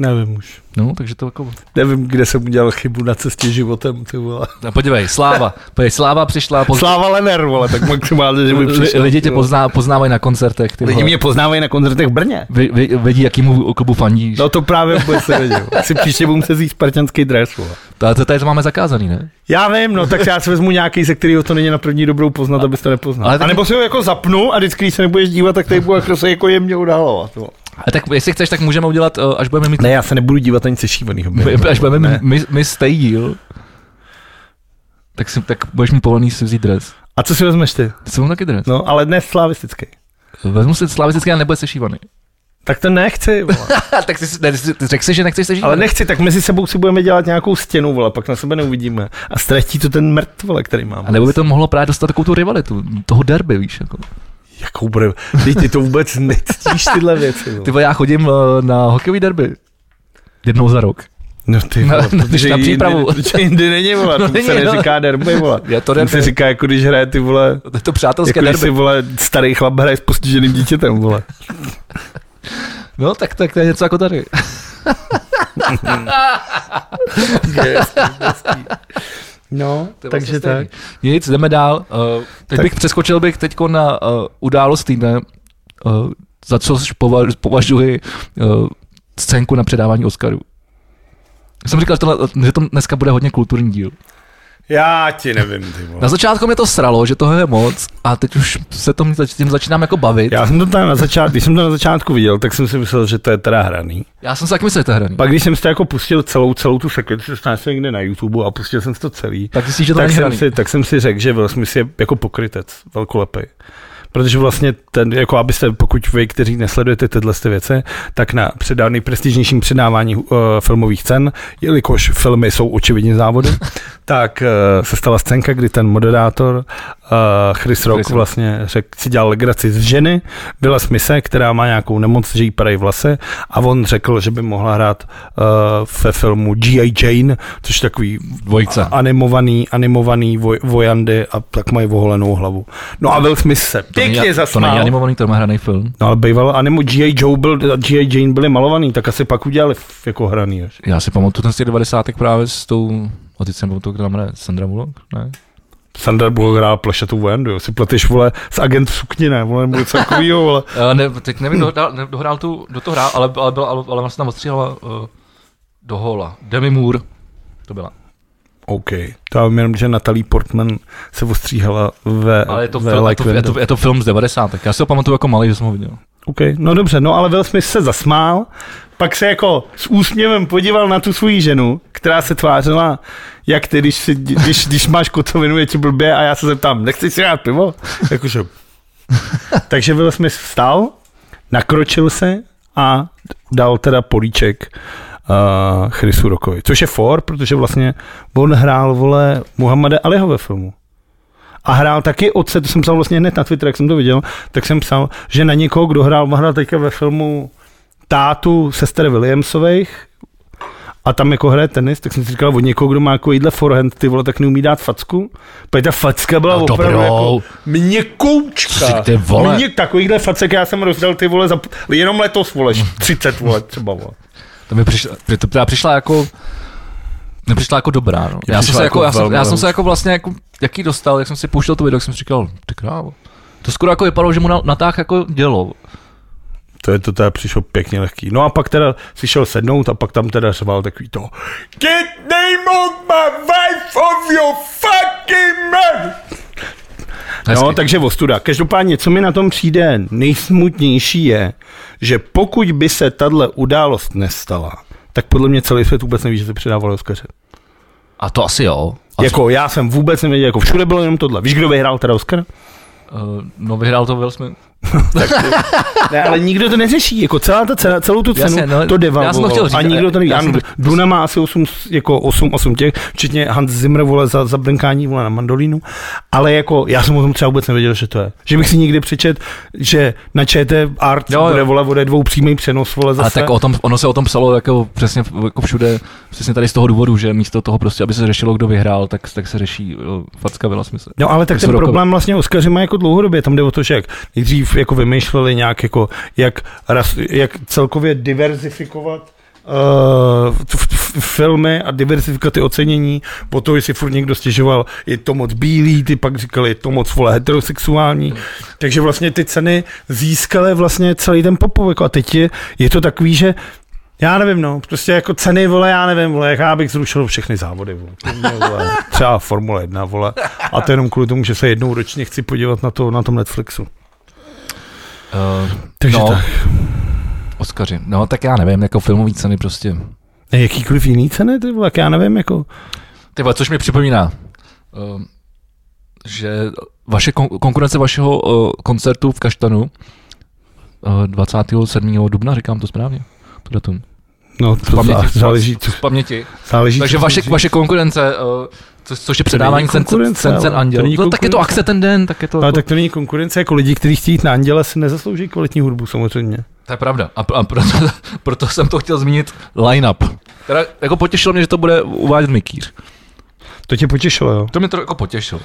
Speaker 1: Nevím už.
Speaker 2: No, takže to jako...
Speaker 1: Nevím, kde jsem udělal chybu na cestě životem, ty vole.
Speaker 2: No, podívej, Sláva. Podívej, Sláva přišla, poz...
Speaker 1: Sláva Lener, vole, tak maximálně, že mi
Speaker 2: Li-
Speaker 1: přišel.
Speaker 2: lidi tě
Speaker 1: ty vole.
Speaker 2: pozná, poznávají na koncertech, ty
Speaker 1: Lidi
Speaker 2: vole.
Speaker 1: mě poznávají na koncertech v Brně.
Speaker 2: Vy, vy, vědí, jakýmu klubu fandíš. No.
Speaker 1: No to právě vůbec se věděl. Asi příště budu muset zjít spartanský dres, vole.
Speaker 2: To, to, tady to máme zakázaný, ne?
Speaker 1: Já vím, no tak já si vezmu nějaký, ze kterého to není na první dobrou poznat, abyste to nepoznal.
Speaker 2: Ale
Speaker 1: Ale
Speaker 2: tak-
Speaker 1: a nebo si ho jako zapnu a vždycky, když se nebudeš dívat, tak tady budu jako se jako jemně událovat. vole.
Speaker 2: A tak jestli chceš, tak můžeme udělat, eh, až budeme mít...
Speaker 1: Ne, já se nebudu dívat ani sešívanýho.
Speaker 2: my- až budeme
Speaker 1: Ne.
Speaker 2: mít my, my stay díl, tak, si, tak budeš mi povolený si vzít dres.
Speaker 1: A co si vezmeš ty?
Speaker 2: Ty si mám taky dres.
Speaker 1: No, ale ne slavistický.
Speaker 2: Vezmu si slavistický a nebude sešívaný.
Speaker 1: Tak to nechci, vole.
Speaker 2: tak ty, si- ne, ty, si- ty řekl jsi, že nechceš sešívaný.
Speaker 1: ale nechci, tak mezi sebou si budeme dělat nějakou stěnu, vole, pak na sebe neuvidíme. A ztratí to ten mrt, vole, který mám.
Speaker 2: A nebo by to mohlo právě dostat takovou tu rivalitu, toho derby, víš, jako.
Speaker 1: Jakou bude... Ty, ty to vůbec nectíš tyhle věci, vole.
Speaker 2: Ty vole, já chodím eh, na hokejový derby. Jednou za rok.
Speaker 1: No ty,
Speaker 2: Na-
Speaker 1: vole,
Speaker 2: na-
Speaker 1: protože
Speaker 2: na
Speaker 1: jindy-
Speaker 2: přípravu.
Speaker 1: protože Jindy není, vole,
Speaker 2: No,
Speaker 1: no,
Speaker 2: není,
Speaker 1: se
Speaker 2: no.
Speaker 1: neříká derby, vole.
Speaker 2: Je to
Speaker 1: To se
Speaker 2: derby.
Speaker 1: říká, jako když hraje ty, vole,
Speaker 2: To je to přátelské
Speaker 1: jako
Speaker 2: derby.
Speaker 1: když si, vole, starý chlap hraje s postiženým dítětem, vole.
Speaker 2: No tak, tak to je něco jako tady.
Speaker 1: No,
Speaker 2: To je
Speaker 1: takže
Speaker 2: vlastně
Speaker 1: tak.
Speaker 2: stejný. Nic, jdeme dál. Uh, teď
Speaker 1: Tak.
Speaker 2: tak. bych přeskočil bych teď na uh, událost týdne, uh, za co pova- považuji uh, scénku na předávání Oscaru. Já jsem říkal, že, tohle, že to dneska bude hodně kulturní díl.
Speaker 1: Já ti nevím, ty, vole.
Speaker 2: No. Na začátku mě to sralo, že toho je moc a teď už se tom, zač- tím začínám jako bavit. Já,
Speaker 1: Já jsem to tam na začátku, když jsem to na začátku viděl, tak jsem si myslel, že to je teda hraný.
Speaker 2: Já jsem si taky myslel, že to je hraný.
Speaker 1: Pak když jsem si to jako pustil celou, celou tu sekvenci, jsem se někde na YouTube a pustil jsem si to celý,
Speaker 2: Tak myslíš, že to
Speaker 1: tak
Speaker 2: není
Speaker 1: jsem,
Speaker 2: hraný.
Speaker 1: vlastně si, tak jsem si řekl, že Will Smith je jako pokrytec, velkolepej. Protože vlastně, ten, jako abyste, pokud vy, kteří nesledujete tyhle ty věci, tak na předá, nejprestižnějším předávání uh, filmových cen, jelikož filmy jsou očividně závody, tak uh, se stala scénka, kdy ten moderátor uh, Chris Rock
Speaker 2: Rock.
Speaker 1: vlastně řekl, si dělal legraci z ženy, byla smise, která má nějakou nemoc, že jí padají vlasy a on řekl, že by mohla hrát uh, ve filmu G.I. Jane, což je takový
Speaker 2: Dvojce.
Speaker 1: a- animovaný, animovaný voj, vojandy a tak mají oholenou hlavu. No a Will Smith se
Speaker 2: to
Speaker 1: pěkně
Speaker 2: není, to není
Speaker 1: zasmál.
Speaker 2: animovaný, to má hraný film.
Speaker 1: No ale býval animo G.I. Joe byl, a G.I. Jane byly malovaný, tak asi pak udělali f- jako hraný. Až.
Speaker 2: Já si pamatuju ten z těch 90. právě s tou, a teď jsem pamatuju, kdo tam hraje, Sandra Bullock, ne?
Speaker 1: Sandra Bullock hrál plešatou vojandu, jo. si pleteš, vole, s agent v sukni, ne, vole, nebo něco takovýho, vole.
Speaker 2: Uh, ne, teď nevím, kdo, hrál- ne, kdo hrál tu, kdo to hrál, ale, ale, byla, ale, ale vlastně tam ostříhala uh, do hola. Demi Moore to byla.
Speaker 1: OK. To já vím jenom, že Natalie Portman se ostříhala ve,
Speaker 2: Ale je to,
Speaker 1: ve
Speaker 2: film,
Speaker 1: like
Speaker 2: je, to,
Speaker 1: Window.
Speaker 2: je, to, je to film z 90. Já si ho pamatuju jako malý, že jsem ho viděl.
Speaker 1: OK, no dobře, no ale Will Smith se zasmál, pak se jako s úsměvem podíval na tu svoji ženu, která se tvářila, jak ty, když, si, když, když máš kotovinu, je ti blbě a já se zeptám, nechceš si dát pivo? Jakože. Takže Will Smith vstal, nakročil se a dal teda políček uh, Chrisu Rokovi, což je for, protože vlastně on hrál, vole, Muhammada Aliho ve filmu. A hrál taky otce, to jsem psal vlastně hned na Twitter, jak jsem to viděl, tak jsem psal, že na někoho, kdo hrál, hrál teďka ve filmu tátu sester Williamsových, a tam jako hraje tenis, tak jsem si říkal od někoho, kdo má jako jídle forehand, ty vole, tak neumí dát facku. Protože ta facka byla
Speaker 2: No
Speaker 1: opravdu
Speaker 2: dobrou.
Speaker 1: jako měkoučka.
Speaker 2: Co si ty vole?
Speaker 1: Mě, takovýchhle facek já jsem rozdal ty vole za, jenom letos, vole,
Speaker 2: Mhm.
Speaker 1: 30 vole třeba, vole.
Speaker 2: To mi přišla, to teda přišla jako nepřišla jako dobrá. No.
Speaker 1: Mně
Speaker 2: Já, jsem
Speaker 1: přišla
Speaker 2: se jako,
Speaker 1: jako
Speaker 2: já, jsem,
Speaker 1: velmi
Speaker 2: já jsem
Speaker 1: dobrá.
Speaker 2: se jako vlastně jako, jaký dostal, jak jsem si pouštěl to video, jak jsem si říkal, ty krávo. To skoro jako vypadalo, že mu na- natáh jako
Speaker 1: No,
Speaker 2: dělo.
Speaker 1: To je to teda přišlo pěkně lehký. No a pak teda si šel sednout a pak tam teda řval takový to Get name of my wife of your fucking man!
Speaker 2: Hezky.
Speaker 1: No, takže ostuda. Každopádně, co mi na tom přijde nejsmutnější je, že pokud by se tahle událost nestala, tak podle mě celý svět vůbec neví, že se předávali Oscaře.
Speaker 2: A to asi jo. A jako,
Speaker 1: Jako já jsem vůbec nevěděl, jako všude bylo jenom tohle. Víš, kdo vyhrál teda Oscar?
Speaker 2: uh, no vyhrál to Will Smith.
Speaker 1: Ne, ale nikdo to neřeší, jako celá ta cena, celou tu cenu,
Speaker 2: Jasně,
Speaker 1: to
Speaker 2: no, já jsem to
Speaker 1: devalvovalo
Speaker 2: chtěl říct,
Speaker 1: a nikdo to neví.
Speaker 2: já
Speaker 1: Ano,
Speaker 2: jsem to-
Speaker 1: Duna má asi 8, jako 8, 8 těch, včetně Hans Zimmer, vole, za, za brnkání, vole, na mandolínu, ale jako já jsem o tom třeba vůbec nevěděl, že to je. Že bych si nikdy přečet, že na ČT Art
Speaker 2: Jo,
Speaker 1: jo,
Speaker 2: jo.
Speaker 1: bude, vole, bude dvou přímý přenos, vole,
Speaker 2: Ale
Speaker 1: zase.
Speaker 2: tak o tom, ono se o tom psalo jako přesně jako všude, přesně tady z toho důvodu, že místo toho prostě, aby se řešilo, kdo vyhrál, tak, tak se řeší uh, facka Will Smith.
Speaker 1: No ale tak
Speaker 2: Chris
Speaker 1: ten
Speaker 2: Rockovi.
Speaker 1: problém vlastně Oscaři má jako dlouhodobě, tam jde o to, že jak nejdřív jako vymýšleli nějak jako, jak, ras, jak celkově diverzifikovat Uh, f- f- filmy a diversifika ty ocenění, po to, jestli furt někdo stěžoval, je to moc bílý, ty pak říkali, je to moc vole heterosexuální, takže vlastně ty ceny získaly vlastně celý ten popov, jako a teď je, je to takový, že já nevím, no, prostě jako ceny, vole, já nevím, vole, jak já bych zrušil všechny závody, vole. To mě, vole. Třeba Formule 1, vole. A to jenom kvůli tomu, že se jednou ročně chci podívat na to, na tom Netflixu.
Speaker 2: Uh,
Speaker 1: Takže
Speaker 2: no,
Speaker 1: tak.
Speaker 2: Oscaři. No tak já nevím, jako filmový ceny prostě.
Speaker 1: Ne, Jakýkoliv jiný ceny, ty vole, jak já nevím, jako.
Speaker 2: Ty vole, což mi připomíná, uh, že vaše kon- konkurence vašeho uh, koncertu v Kaštanu uh, 27. dubna, říkám to správně, to datum.
Speaker 1: No, to
Speaker 2: Paměti,
Speaker 1: zá,
Speaker 2: z-
Speaker 1: záleží, co,
Speaker 2: Z paměti.
Speaker 1: záleží.
Speaker 2: Takže
Speaker 1: co
Speaker 2: vaše,
Speaker 1: říct.
Speaker 2: vaše konkurence, uh, co, což je předávání
Speaker 1: není
Speaker 2: cen, cen,
Speaker 1: konkurence,
Speaker 2: cen,
Speaker 1: ale
Speaker 2: cen
Speaker 1: to
Speaker 2: anděl.
Speaker 1: není
Speaker 2: No, tak je to
Speaker 1: konkurence.
Speaker 2: akce ten den, tak je to...
Speaker 1: Ale
Speaker 2: jako-
Speaker 1: tak to není konkurence, jako lidi, kteří chtějí jít na anděla, si nezaslouží kvalitní hudbu, samozřejmě.
Speaker 2: To je pravda. A, pr- a proto, proto, jsem to chtěl zmínit line-up. Teda jako potěšilo mě, že to bude uvádět Mikýř.
Speaker 1: To tě potěšilo, jo?
Speaker 2: To mě to jako potěšilo.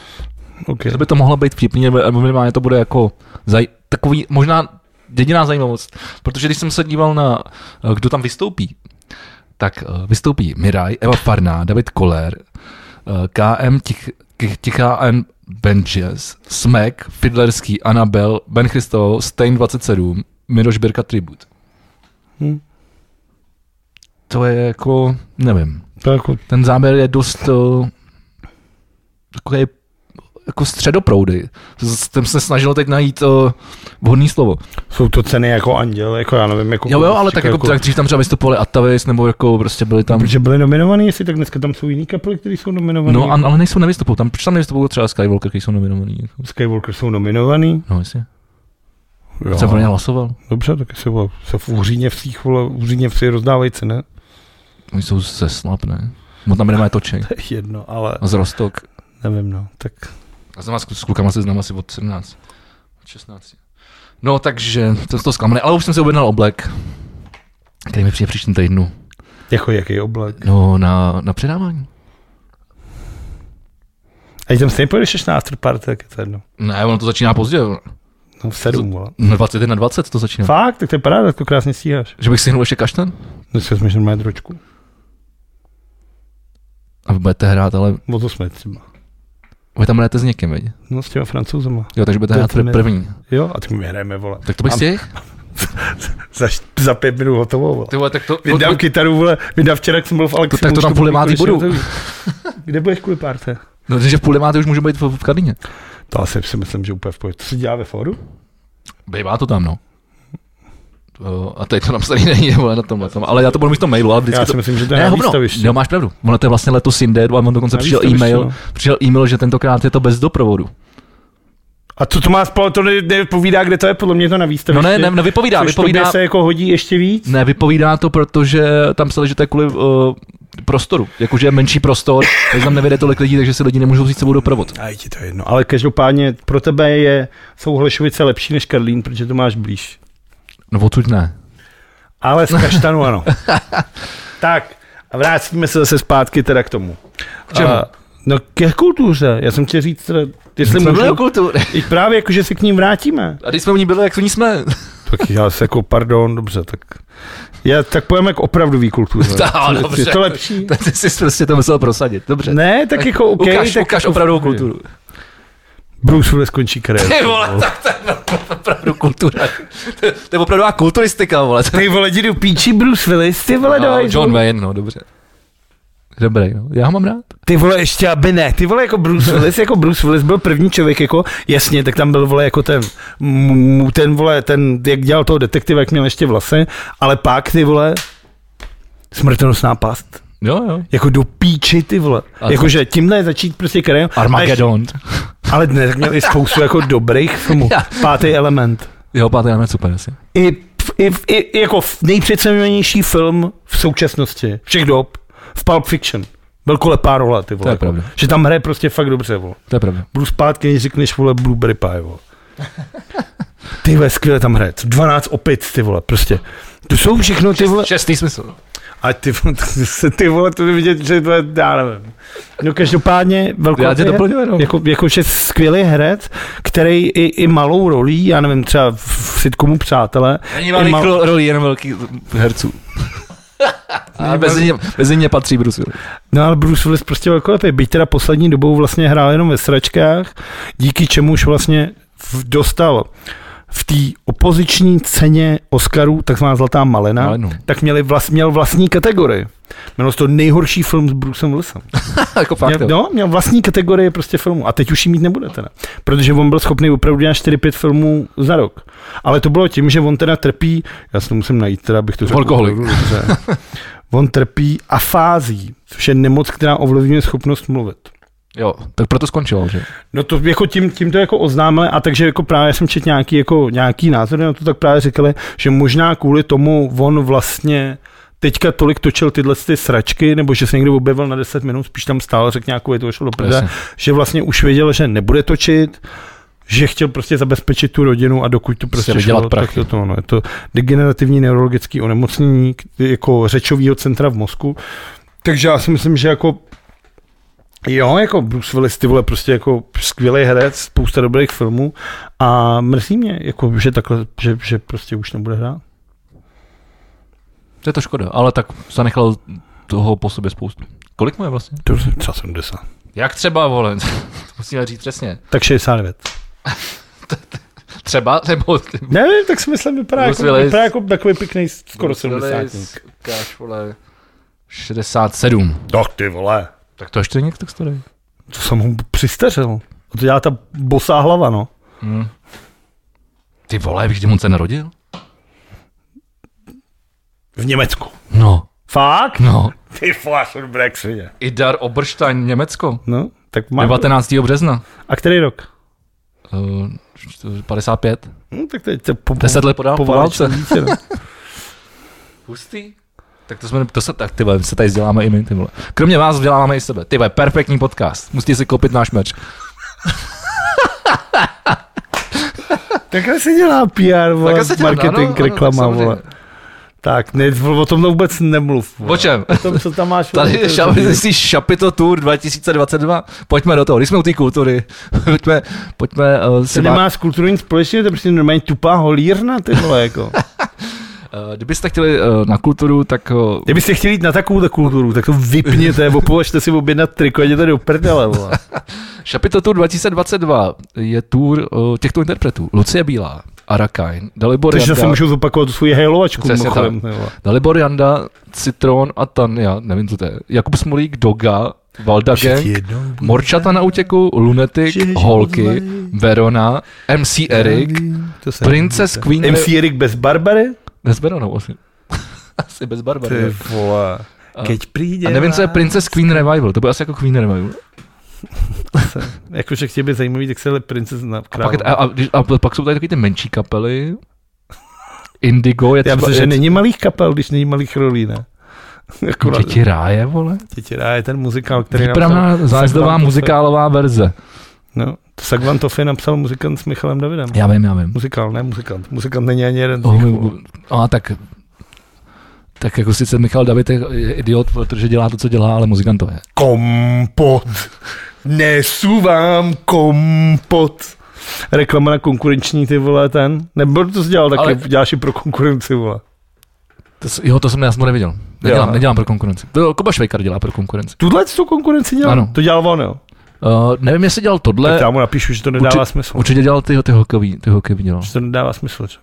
Speaker 1: OK.
Speaker 2: Že by to mohlo být vtipný, nebo nebo minimálně to bude jako zaj- takový, možná jediná zajímavost. Protože když jsem se díval na, eh, kdo tam vystoupí, tak eh, vystoupí Miraj, Eva Farná, David Koller, eh, KM Tich, Tich, Tichá N. Benches, Smek, Fidlerský, Anabel, Ben Christo, Stein 27, Miroš Birka Tribut.
Speaker 1: Hm.
Speaker 2: To je jako, nevím,
Speaker 1: To je jako,
Speaker 2: ten záběr je dost uh, takový jako středoproudy. S tím se snažil teď najít uh, vhodný slovo.
Speaker 1: jsou to ceny jako anděl, jako já nevím, jako.
Speaker 2: Jo, jo, ale tak, jako,
Speaker 1: jako-
Speaker 2: tak dřív tam třeba vystupovali Atavis, nebo jako prostě byli tam...
Speaker 1: Protože byly nominovaný, jestli tak dneska tam jsou jiný kapely, které jsou nominovaný.
Speaker 2: No, an, ale nejsou nevystupují. Tam, proč tam nevystupují třeba Skywalker, který jsou nominovaný? Jako.
Speaker 1: Skywalker jsou nominovaný.
Speaker 2: No, jasně.
Speaker 1: Jo.
Speaker 2: Jsem pro ně hlasoval.
Speaker 1: Dobře, tak se, vole, se v Úříněvcích, vole, Úříněvci rozdávají ceny.
Speaker 2: Oni jsou ze Slap, ne? Moc tam nemají toček.
Speaker 1: To je jedno, ale
Speaker 2: A z Rostok.
Speaker 1: nevím, no. Tak
Speaker 2: Já jsem vás s s klukama se znám asi od 17. Od 16. No, takže to to zklamané. Ale už jsem si objednal oblek, který mi přijde příštím týdnu.
Speaker 1: jako jaký oblak.
Speaker 2: No, na, na předávání.
Speaker 1: A když tam stejně pojedeš 16 party, tak je to jedno.
Speaker 2: Ne, ono to začíná pozdě.
Speaker 1: No v 7, vole.
Speaker 2: Na 21 na 20 to začíná.
Speaker 1: Fakt, tak to je paráda, to krásně stíháš.
Speaker 2: Že bych si hnul ještě kaštan?
Speaker 1: No si vezmeš normálně dročku.
Speaker 2: A vy budete hrát, ale
Speaker 1: O to jsme třeba.
Speaker 2: vy tam hrajete s někým, veď?
Speaker 1: No s těma francouzama.
Speaker 2: Jo, takže budete
Speaker 1: To je
Speaker 2: hrát
Speaker 1: ten
Speaker 2: pr- první.
Speaker 1: Jo, a ty my hrajeme, vole.
Speaker 2: Tak to bych
Speaker 1: A
Speaker 2: si
Speaker 1: Za, št- za pět minut hotovo, vole.
Speaker 2: Ty vole, tak to...
Speaker 1: Vydám kytaru, vole, vydám včera, jak jsem byl v Alexi.
Speaker 2: tak to tam půl devátý budu.
Speaker 1: Kde budeš kvůli párce?
Speaker 2: No, takže v půl demáté už můžu být v, v Kardině.
Speaker 1: To asi si myslím, že úplně v pohodě. To se dělá ve fóru?
Speaker 2: Bývá to tam, no. To- A teď to napsaný není, vole, na tomhle tom. Ale já to budu mít v tom mailu, ale vždycky
Speaker 1: Já
Speaker 2: to...
Speaker 1: si myslím, že to je
Speaker 2: Ne,
Speaker 1: na
Speaker 2: hovno,
Speaker 1: výstavišti.
Speaker 2: no, máš pravdu. Ono to je vlastně letos jinde, a on dokonce
Speaker 1: Na
Speaker 2: přišel
Speaker 1: výstavišti,
Speaker 2: e-mail,
Speaker 1: no.
Speaker 2: přišel e-mail, že tentokrát je to bez doprovodu.
Speaker 1: A co to má spolu, to ne- nepovídá, kde to je, podle mě je to na
Speaker 2: No
Speaker 1: výstavišti.
Speaker 2: ne, ne, ne vypovídá,
Speaker 1: Což
Speaker 2: vypovídá,
Speaker 1: tobě se jako hodí ještě víc.
Speaker 2: ne, vypovídá to, protože tam psali, že to je kvůli uh, prostoru. Jakože je menší prostor, takže tam nevede tolik lidí, takže si lidi nemůžou vzít s sebou doprovod.
Speaker 1: A je ti to jedno. Ale každopádně pro tebe je, jsou Holešovice lepší než Karlín, protože to máš blíž.
Speaker 2: No odsud ne.
Speaker 1: Ale z kaštanu ano. tak, a vrátíme se zase zpátky teda k tomu. K
Speaker 2: čemu?
Speaker 1: no ke kultuře. Já jsem chtěl říct, teda, jestli můžu,
Speaker 2: kultury.
Speaker 1: i právě jako, že se k ním vrátíme.
Speaker 2: A když jsme u ní byli, jak to ní jsme.
Speaker 1: Tak já se jako, pardon, dobře, tak No, já tak pojeme k opravdový kultuře.
Speaker 2: Tá,
Speaker 1: Je-
Speaker 2: dobře.
Speaker 1: Je to lepší?
Speaker 2: Tak ty jsi prostě to musel prosadit. Dobře.
Speaker 1: Ne, tak jako OK.
Speaker 2: ukáž,
Speaker 1: tak
Speaker 2: ukáž
Speaker 1: jako-
Speaker 2: opravdu kulturu.
Speaker 1: Bruce Willis No. končí kariéru.
Speaker 2: Ty vole, tak to je no, opravdu kultura. To, je- to je opravdu kulturistika, vole.
Speaker 1: Ty vole, jdi do píči Bruce Willis, ty vole,
Speaker 2: No,
Speaker 1: daj,
Speaker 2: John Wayne, no, dobře. Dobrý, no. Já ho mám rád.
Speaker 1: Ty vole, ještě aby ne. Ty vole, jako Bruce Willis, jako Bruce Willis byl první člověk, jako, jasně, tak tam byl, vole, jako ten, mu ten, vole, ten, jak dělal toho detektiva, jak měl ještě vlasy, ale pak, ty vole, smrtonosná past.
Speaker 2: Jo, jo.
Speaker 1: Jako do píči, ty vole.
Speaker 2: A co?
Speaker 1: Jakože tímhle začít prostě kariéru.
Speaker 2: Armageddon.
Speaker 1: Ale dnes tak měl i spoustu jako dobrých filmů.
Speaker 2: Já.
Speaker 1: Pátý element.
Speaker 2: Jo, pátý element super asi.
Speaker 1: I, i, i jako f- nejpřeceňovanější film v současnosti, všech dob, v Pulp Fiction. Velkolepá rola, ty vole.
Speaker 2: To je
Speaker 1: jako.
Speaker 2: pravda.
Speaker 1: Že tam hraje prostě fakt dobře, vole.
Speaker 2: To je pravda.
Speaker 1: Budu zpátky, než řekneš, vole, Blueberry Pie, vole. Ty vole, skvěle tam hraje. 12 opic, ty vole, prostě. To jsou všechno ty vole.
Speaker 2: Šestý smysl.
Speaker 1: A ty, vole, to se ty vole, to je vidět, že to je, já nevím. No každopádně,
Speaker 2: Já tě
Speaker 1: velkolepě,
Speaker 2: to plně no.
Speaker 1: jako, jakože skvělý herec, který i, i malou rolí, já nevím, třeba v sitcomu Přátelé,
Speaker 2: Není
Speaker 1: malý
Speaker 2: malý mal... roli, jenom velký herců. A mezi ně, mezi ně patří Bruce Willis.
Speaker 1: No ale Bruce Willis prostě velkolepý. Byť teda poslední dobou vlastně hrál jenom ve sračkách, díky čemuž vlastně v- dostal v té opoziční ceně Oscarů, takzvaná Zlatá malena,
Speaker 2: Malenu.
Speaker 1: tak měli vlast, měl vlastní kategorii. Měl to nejhorší film s Brucem Willisem.
Speaker 2: jako fakt,
Speaker 1: měl,
Speaker 2: jo.
Speaker 1: no, měl vlastní kategorii prostě filmu. A teď už ji mít nebude teda. Protože on byl schopný opravdu dělat 4-5 filmů za rok. Ale to bylo tím, že on teda trpí, já si to musím najít, teda bych to řekl.
Speaker 2: Alkoholik.
Speaker 1: opravdu dobře. On trpí afází, což je nemoc, která ovlivňuje schopnost mluvit.
Speaker 2: jo. Tak proto skončilo, že?
Speaker 1: No to jako tím, tím to jako oznámili a takže jako právě jsem četl nějaký, jako, nějaký názor na to, tak právě říkali, že možná kvůli tomu on vlastně teďka tolik točil tyhle ty sračky, nebo že se někdy objevil na 10 minut, spíš tam stál, řekl nějakou větu, šlo do prde,
Speaker 2: Jasně.
Speaker 1: že vlastně už věděl, že nebude točit, že chtěl prostě zabezpečit tu rodinu a dokud to prostě
Speaker 2: vydělat
Speaker 1: šlo, tak
Speaker 2: prachy.
Speaker 1: to, to no, je to degenerativní neurologický onemocnění k- jako řečového centra v mozku. Takže já si myslím, že jako Jo, jako Bruce Willis, ty vole, prostě jako skvělý herec, spousta dobrých filmů a mrzí mě, jako, že takhle, že, že prostě už nebude hrát.
Speaker 2: To je to škoda, ale tak zanechal toho po sobě spoustu. Kolik mu je vlastně?
Speaker 1: To je třeba 70.
Speaker 2: Jak třeba, vole? to musíme říct přesně.
Speaker 1: Tak 69.
Speaker 2: Třeba, nebo... ty-
Speaker 1: Nevím, tak si myslím, vypadá,
Speaker 2: Bruce
Speaker 1: jako,
Speaker 2: Willis.
Speaker 1: vypadá jako takový pěkný skoro
Speaker 2: Bruce Willis,
Speaker 1: 70.
Speaker 2: Ukáž, vole, 67.
Speaker 1: Tak ty vole.
Speaker 2: Tak to ještě někdo tak starý.
Speaker 1: To jsem ho přistařil. A to dělá ta bosá hlava, no.
Speaker 2: Hmm. Ty vole, víš, kdy on se narodil?
Speaker 1: V Německu.
Speaker 2: No.
Speaker 1: Fakt?
Speaker 2: No.
Speaker 1: Ty flash on Black svině.
Speaker 2: Idar Oberstein, Německo.
Speaker 1: No, tak má.
Speaker 2: 19. března.
Speaker 1: A který rok?
Speaker 2: uh, 55,
Speaker 1: No, tak to je to po,
Speaker 2: 10 let podal, po válce.
Speaker 1: více, no.
Speaker 2: Hustý. Tak to jsme, to se, tak ty vole, se tady vzděláme i my, ty vole. Kromě vás vzděláváme i sebe. Ty vole, perfektní podcast. Musíte si koupit náš meč.
Speaker 1: Takhle se dělá PR, vole,
Speaker 2: Takhle se dělá,
Speaker 1: marketing,
Speaker 2: ano, ano,
Speaker 1: reklama,
Speaker 2: samozřejmě.
Speaker 1: vole. Tak, ne, o tom vůbec nemluv.
Speaker 2: O čem?
Speaker 1: O tom, co tam máš.
Speaker 2: Tady je
Speaker 1: vole, to-
Speaker 2: šapi, jsi Šapito Tour 2022. Pojďme do toho, když jsme u té kultury. pojďme, pojďme uh,
Speaker 1: To
Speaker 2: si má,
Speaker 1: nemá s kulturou nic společného, to je prostě normálně tupá holírna, ty vole, jako.
Speaker 2: uh, kdybyste chtěli uh, na kulturu, tak uh,
Speaker 1: Kdybyste chtěli jít na takovou kulturu, tak to vypněte, opovažte si objednat triko, a jděte do prdele, vole.
Speaker 2: Šapito Tour 2022 je tour uh, těchto interpretů. Lucie Bílá, Arakain, Dalibor
Speaker 1: Takže zase
Speaker 2: Janda,
Speaker 1: můžu zopakovat tu svoji hejlovačku,
Speaker 2: Přesně
Speaker 1: mimochodem, ty vole.
Speaker 2: Dalibor Janda, Citron a Tanja, nevím, co to je, Jakub Smolík, Doga, Valda Gang, Morčata na útěku, Lunetik,
Speaker 1: Že- že
Speaker 2: Holky,
Speaker 1: odlejí.
Speaker 2: Verona, MC Erik,
Speaker 1: To se
Speaker 2: Princess Queen...
Speaker 1: MC Erik bez Barbary?
Speaker 2: Ne s Veronou asi. asi bez Barbary.
Speaker 1: Ty vole.
Speaker 2: A-
Speaker 1: Keď přijde.
Speaker 2: A nevím, co je Princess Queen Revival, to bude asi jako Queen Revival.
Speaker 1: Jakože chtěl být zajímavý, tak se ale princes na
Speaker 2: A pak, a, a, když- a pak jsou tady taky ty menší kapely. Indigo je třeba...
Speaker 1: Já myslím, že
Speaker 2: je-
Speaker 1: není malých kapel, když není malých rolí, ne? Akorát,
Speaker 2: Děti ráje, vole.
Speaker 1: Dětěra je ten muzikál, který napsal,
Speaker 2: Výpravná zájezdová
Speaker 1: Tofe.
Speaker 2: muzikálová verze.
Speaker 1: no, Sagvan Tofe napsal muzikant s Michalem Davidem.
Speaker 2: Já vím, já vím.
Speaker 1: Muzikál, ne muzikant. Muzikant není ani jeden. z
Speaker 2: Oh,
Speaker 1: nich,
Speaker 2: my-
Speaker 1: vole.
Speaker 2: a tak tak jako sice Michal David je je idiot, protože dělá to, co dělá, ale muzikant to je.
Speaker 1: Kompot. Nesu vám kompot. Reklama na konkurenční, ty vole, ten. Nebyl to jsi dělal taky,
Speaker 2: Ale-
Speaker 1: ale... děláš i pro konkurenci, vole.
Speaker 2: To, s- jo, to jsem, já jsem to neviděl. Nedělám,
Speaker 1: Jo.
Speaker 2: nedělám pro konkurenci. To Kuba Švejkar dělá pro konkurenci.
Speaker 1: Tuhle tu konkurenci dělal?
Speaker 2: Ano.
Speaker 1: To dělal on, jo.
Speaker 2: Uh, nevím, jestli dělal tohle.
Speaker 1: Tak já mu napíšu, že to nedává
Speaker 2: Určitě-
Speaker 1: smysl.
Speaker 2: Určitě dělal ty, ty hokejový, ty hokejový dělal.
Speaker 1: Že to nedává smysl. Že?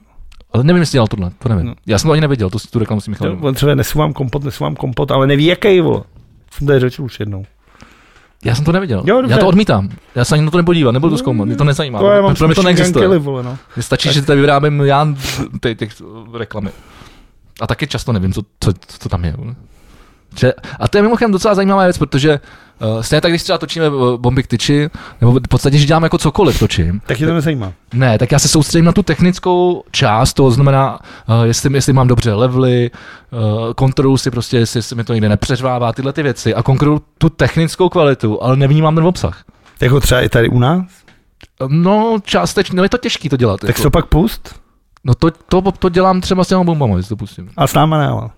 Speaker 2: Ale nevím, jestli dělal tohle, to nevím.
Speaker 1: No.
Speaker 2: Já jsem to ani nevěděl, to si tu reklamu si
Speaker 1: To,
Speaker 2: Michal.
Speaker 1: on třeba nesu vám kompot, nesu vám kompot, ale neví jaký, vole. Jsem tady řečil už jednou.
Speaker 2: Já jsem to nevěděl.
Speaker 1: Jo,
Speaker 2: já
Speaker 1: dobře. No,
Speaker 2: to odmítám. Já se ani na to nepodívám, nebudu to zkoumat, mě to nezajímá.
Speaker 1: To já mám
Speaker 2: pro mě to
Speaker 1: Machine Gun
Speaker 2: neexistuje.
Speaker 1: Kelly, vole, no.
Speaker 2: Mně stačí, že tady vyrábím já ty, ty reklamy. A taky často nevím, co, co, co tam je. Že, a to je mimochodem docela zajímavá věc, protože uh, stejně tak, když třeba točíme eh, bomby k tyči, nebo v podstatě, že dělám jako cokoliv točím,
Speaker 1: Tak je to nezajímá.
Speaker 2: Ne, tak já se soustředím na tu technickou část, to znamená, uh, jestli, jestli mám dobře levely, uh, kontrolu si prostě, jestli, jestli mi to někde nepřeřvává, tyhle ty věci a kontrolu tu technickou kvalitu, ale nevnímám ten obsah.
Speaker 1: Jako třeba i tady u nás.
Speaker 2: No, částečně, no je to těžký to dělat.
Speaker 1: Tak
Speaker 2: jako.
Speaker 1: co pak pust?
Speaker 2: No to, to, to, dělám třeba s těma bombama, jestli to pustím.
Speaker 1: A s náma ne, ale.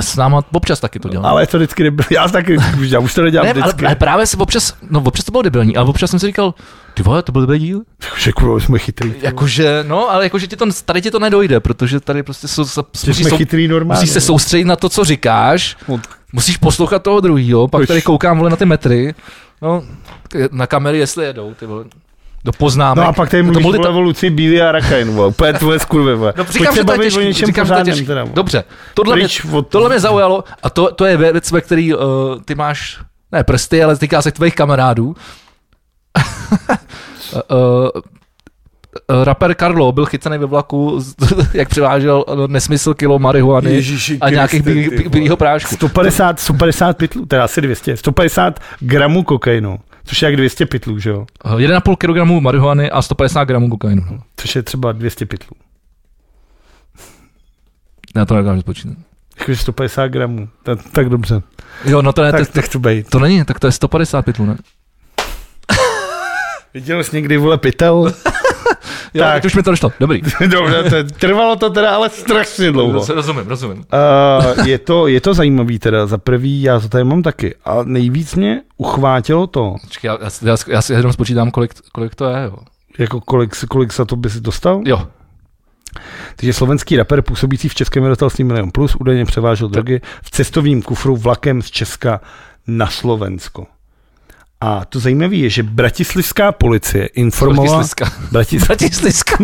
Speaker 2: S náma občas taky to dělám.
Speaker 1: Ale to vždycky nebyl. Já to taky vždycky už dělám, už to nedělám
Speaker 2: ne, ale,
Speaker 1: vždycky.
Speaker 2: ale, právě si občas, no občas to bylo debilní, ale občas jsem si říkal, ty vole, to byl debilní díl.
Speaker 1: Že kurva, jako, jsme chytrý.
Speaker 2: Jakože, no, ale jakože ti to, tady ti to nedojde, protože tady prostě jsou, jsou,
Speaker 1: Že jsme chytrý normálně.
Speaker 2: Musíš se soustředit na to, co říkáš,
Speaker 1: No.
Speaker 2: musíš poslouchat toho druhého, pak
Speaker 1: Proč?
Speaker 2: tady koukám vole na ty metry, no, ty- na kamery, jestli jedou, ty vole, do poznámek.
Speaker 1: No a pak tady
Speaker 2: to
Speaker 1: mluvíš
Speaker 2: multi-
Speaker 1: vole o Luci Bílý a Rakajn, vole. Úplně tvoje skurvy, vole.
Speaker 2: No,
Speaker 1: Pojď
Speaker 2: říkám,
Speaker 1: se
Speaker 2: že to je
Speaker 1: bavit o
Speaker 2: těžký,
Speaker 1: něčem
Speaker 2: říkám, že to je
Speaker 1: pořádném,
Speaker 2: těžký.
Speaker 1: teda, vole.
Speaker 2: Dobře, tohle mě,
Speaker 1: Pryč od-
Speaker 2: tohle mě zaujalo a to, to je věc, ve který uh, ty máš, ne prsty, ale týká se tvých kamarádů. uh, uh, Rapper Carlo byl chycený ve vlaku, z- jak převážel eh, nesmysl kilo marihuany
Speaker 1: Ježíši
Speaker 2: a nějakých
Speaker 1: Kriste, ty
Speaker 2: bílý-
Speaker 1: vole.
Speaker 2: bílýho prášku.
Speaker 1: 150, 150 pitlů, teda asi 200, 150 gramů kokainu, což je jak 200 pitlů, že jo?
Speaker 2: Eh, 1,5 kg marihuany a 150 gramů kokainu. no.
Speaker 1: Což je třeba 200 pitlů.
Speaker 2: Já to nedokážu spočítat.
Speaker 1: Jakože 150 gramů, tak, tak dobře.
Speaker 2: Jo, no to, ne, to,
Speaker 1: Tak, tak to bejt.
Speaker 2: to není, tak to je 150 pitlů, ne?
Speaker 1: Viděl jsi někdy, vole, pytel?
Speaker 2: Jo,
Speaker 1: Tak.
Speaker 2: tak. už mi to došlo. Dobrý.
Speaker 1: dobře, to je, trvalo to teda ale strašně dlouho.
Speaker 2: Rozumím, rozumím.
Speaker 1: Uh, je, to, je to zajímavý teda, za prvý, já to tady mám taky, a nejvíc mě uchvátilo to,
Speaker 2: Počkej, já, já, si- já, si- já, si jenom spočítám, kolik, kolik to je, jo.
Speaker 1: jako kolik, kolik za to by si dostal.
Speaker 2: Jo,
Speaker 1: Takže slovenský rapper působící v Českém dostal s ním milion plus, údajně převážel drogy v cestovním kufru vlakem z Česka na Slovensko. A to zajímavé je, že bratislavská policie informovala...
Speaker 2: Bratisliska.
Speaker 1: Bratis...
Speaker 2: Bratisliska.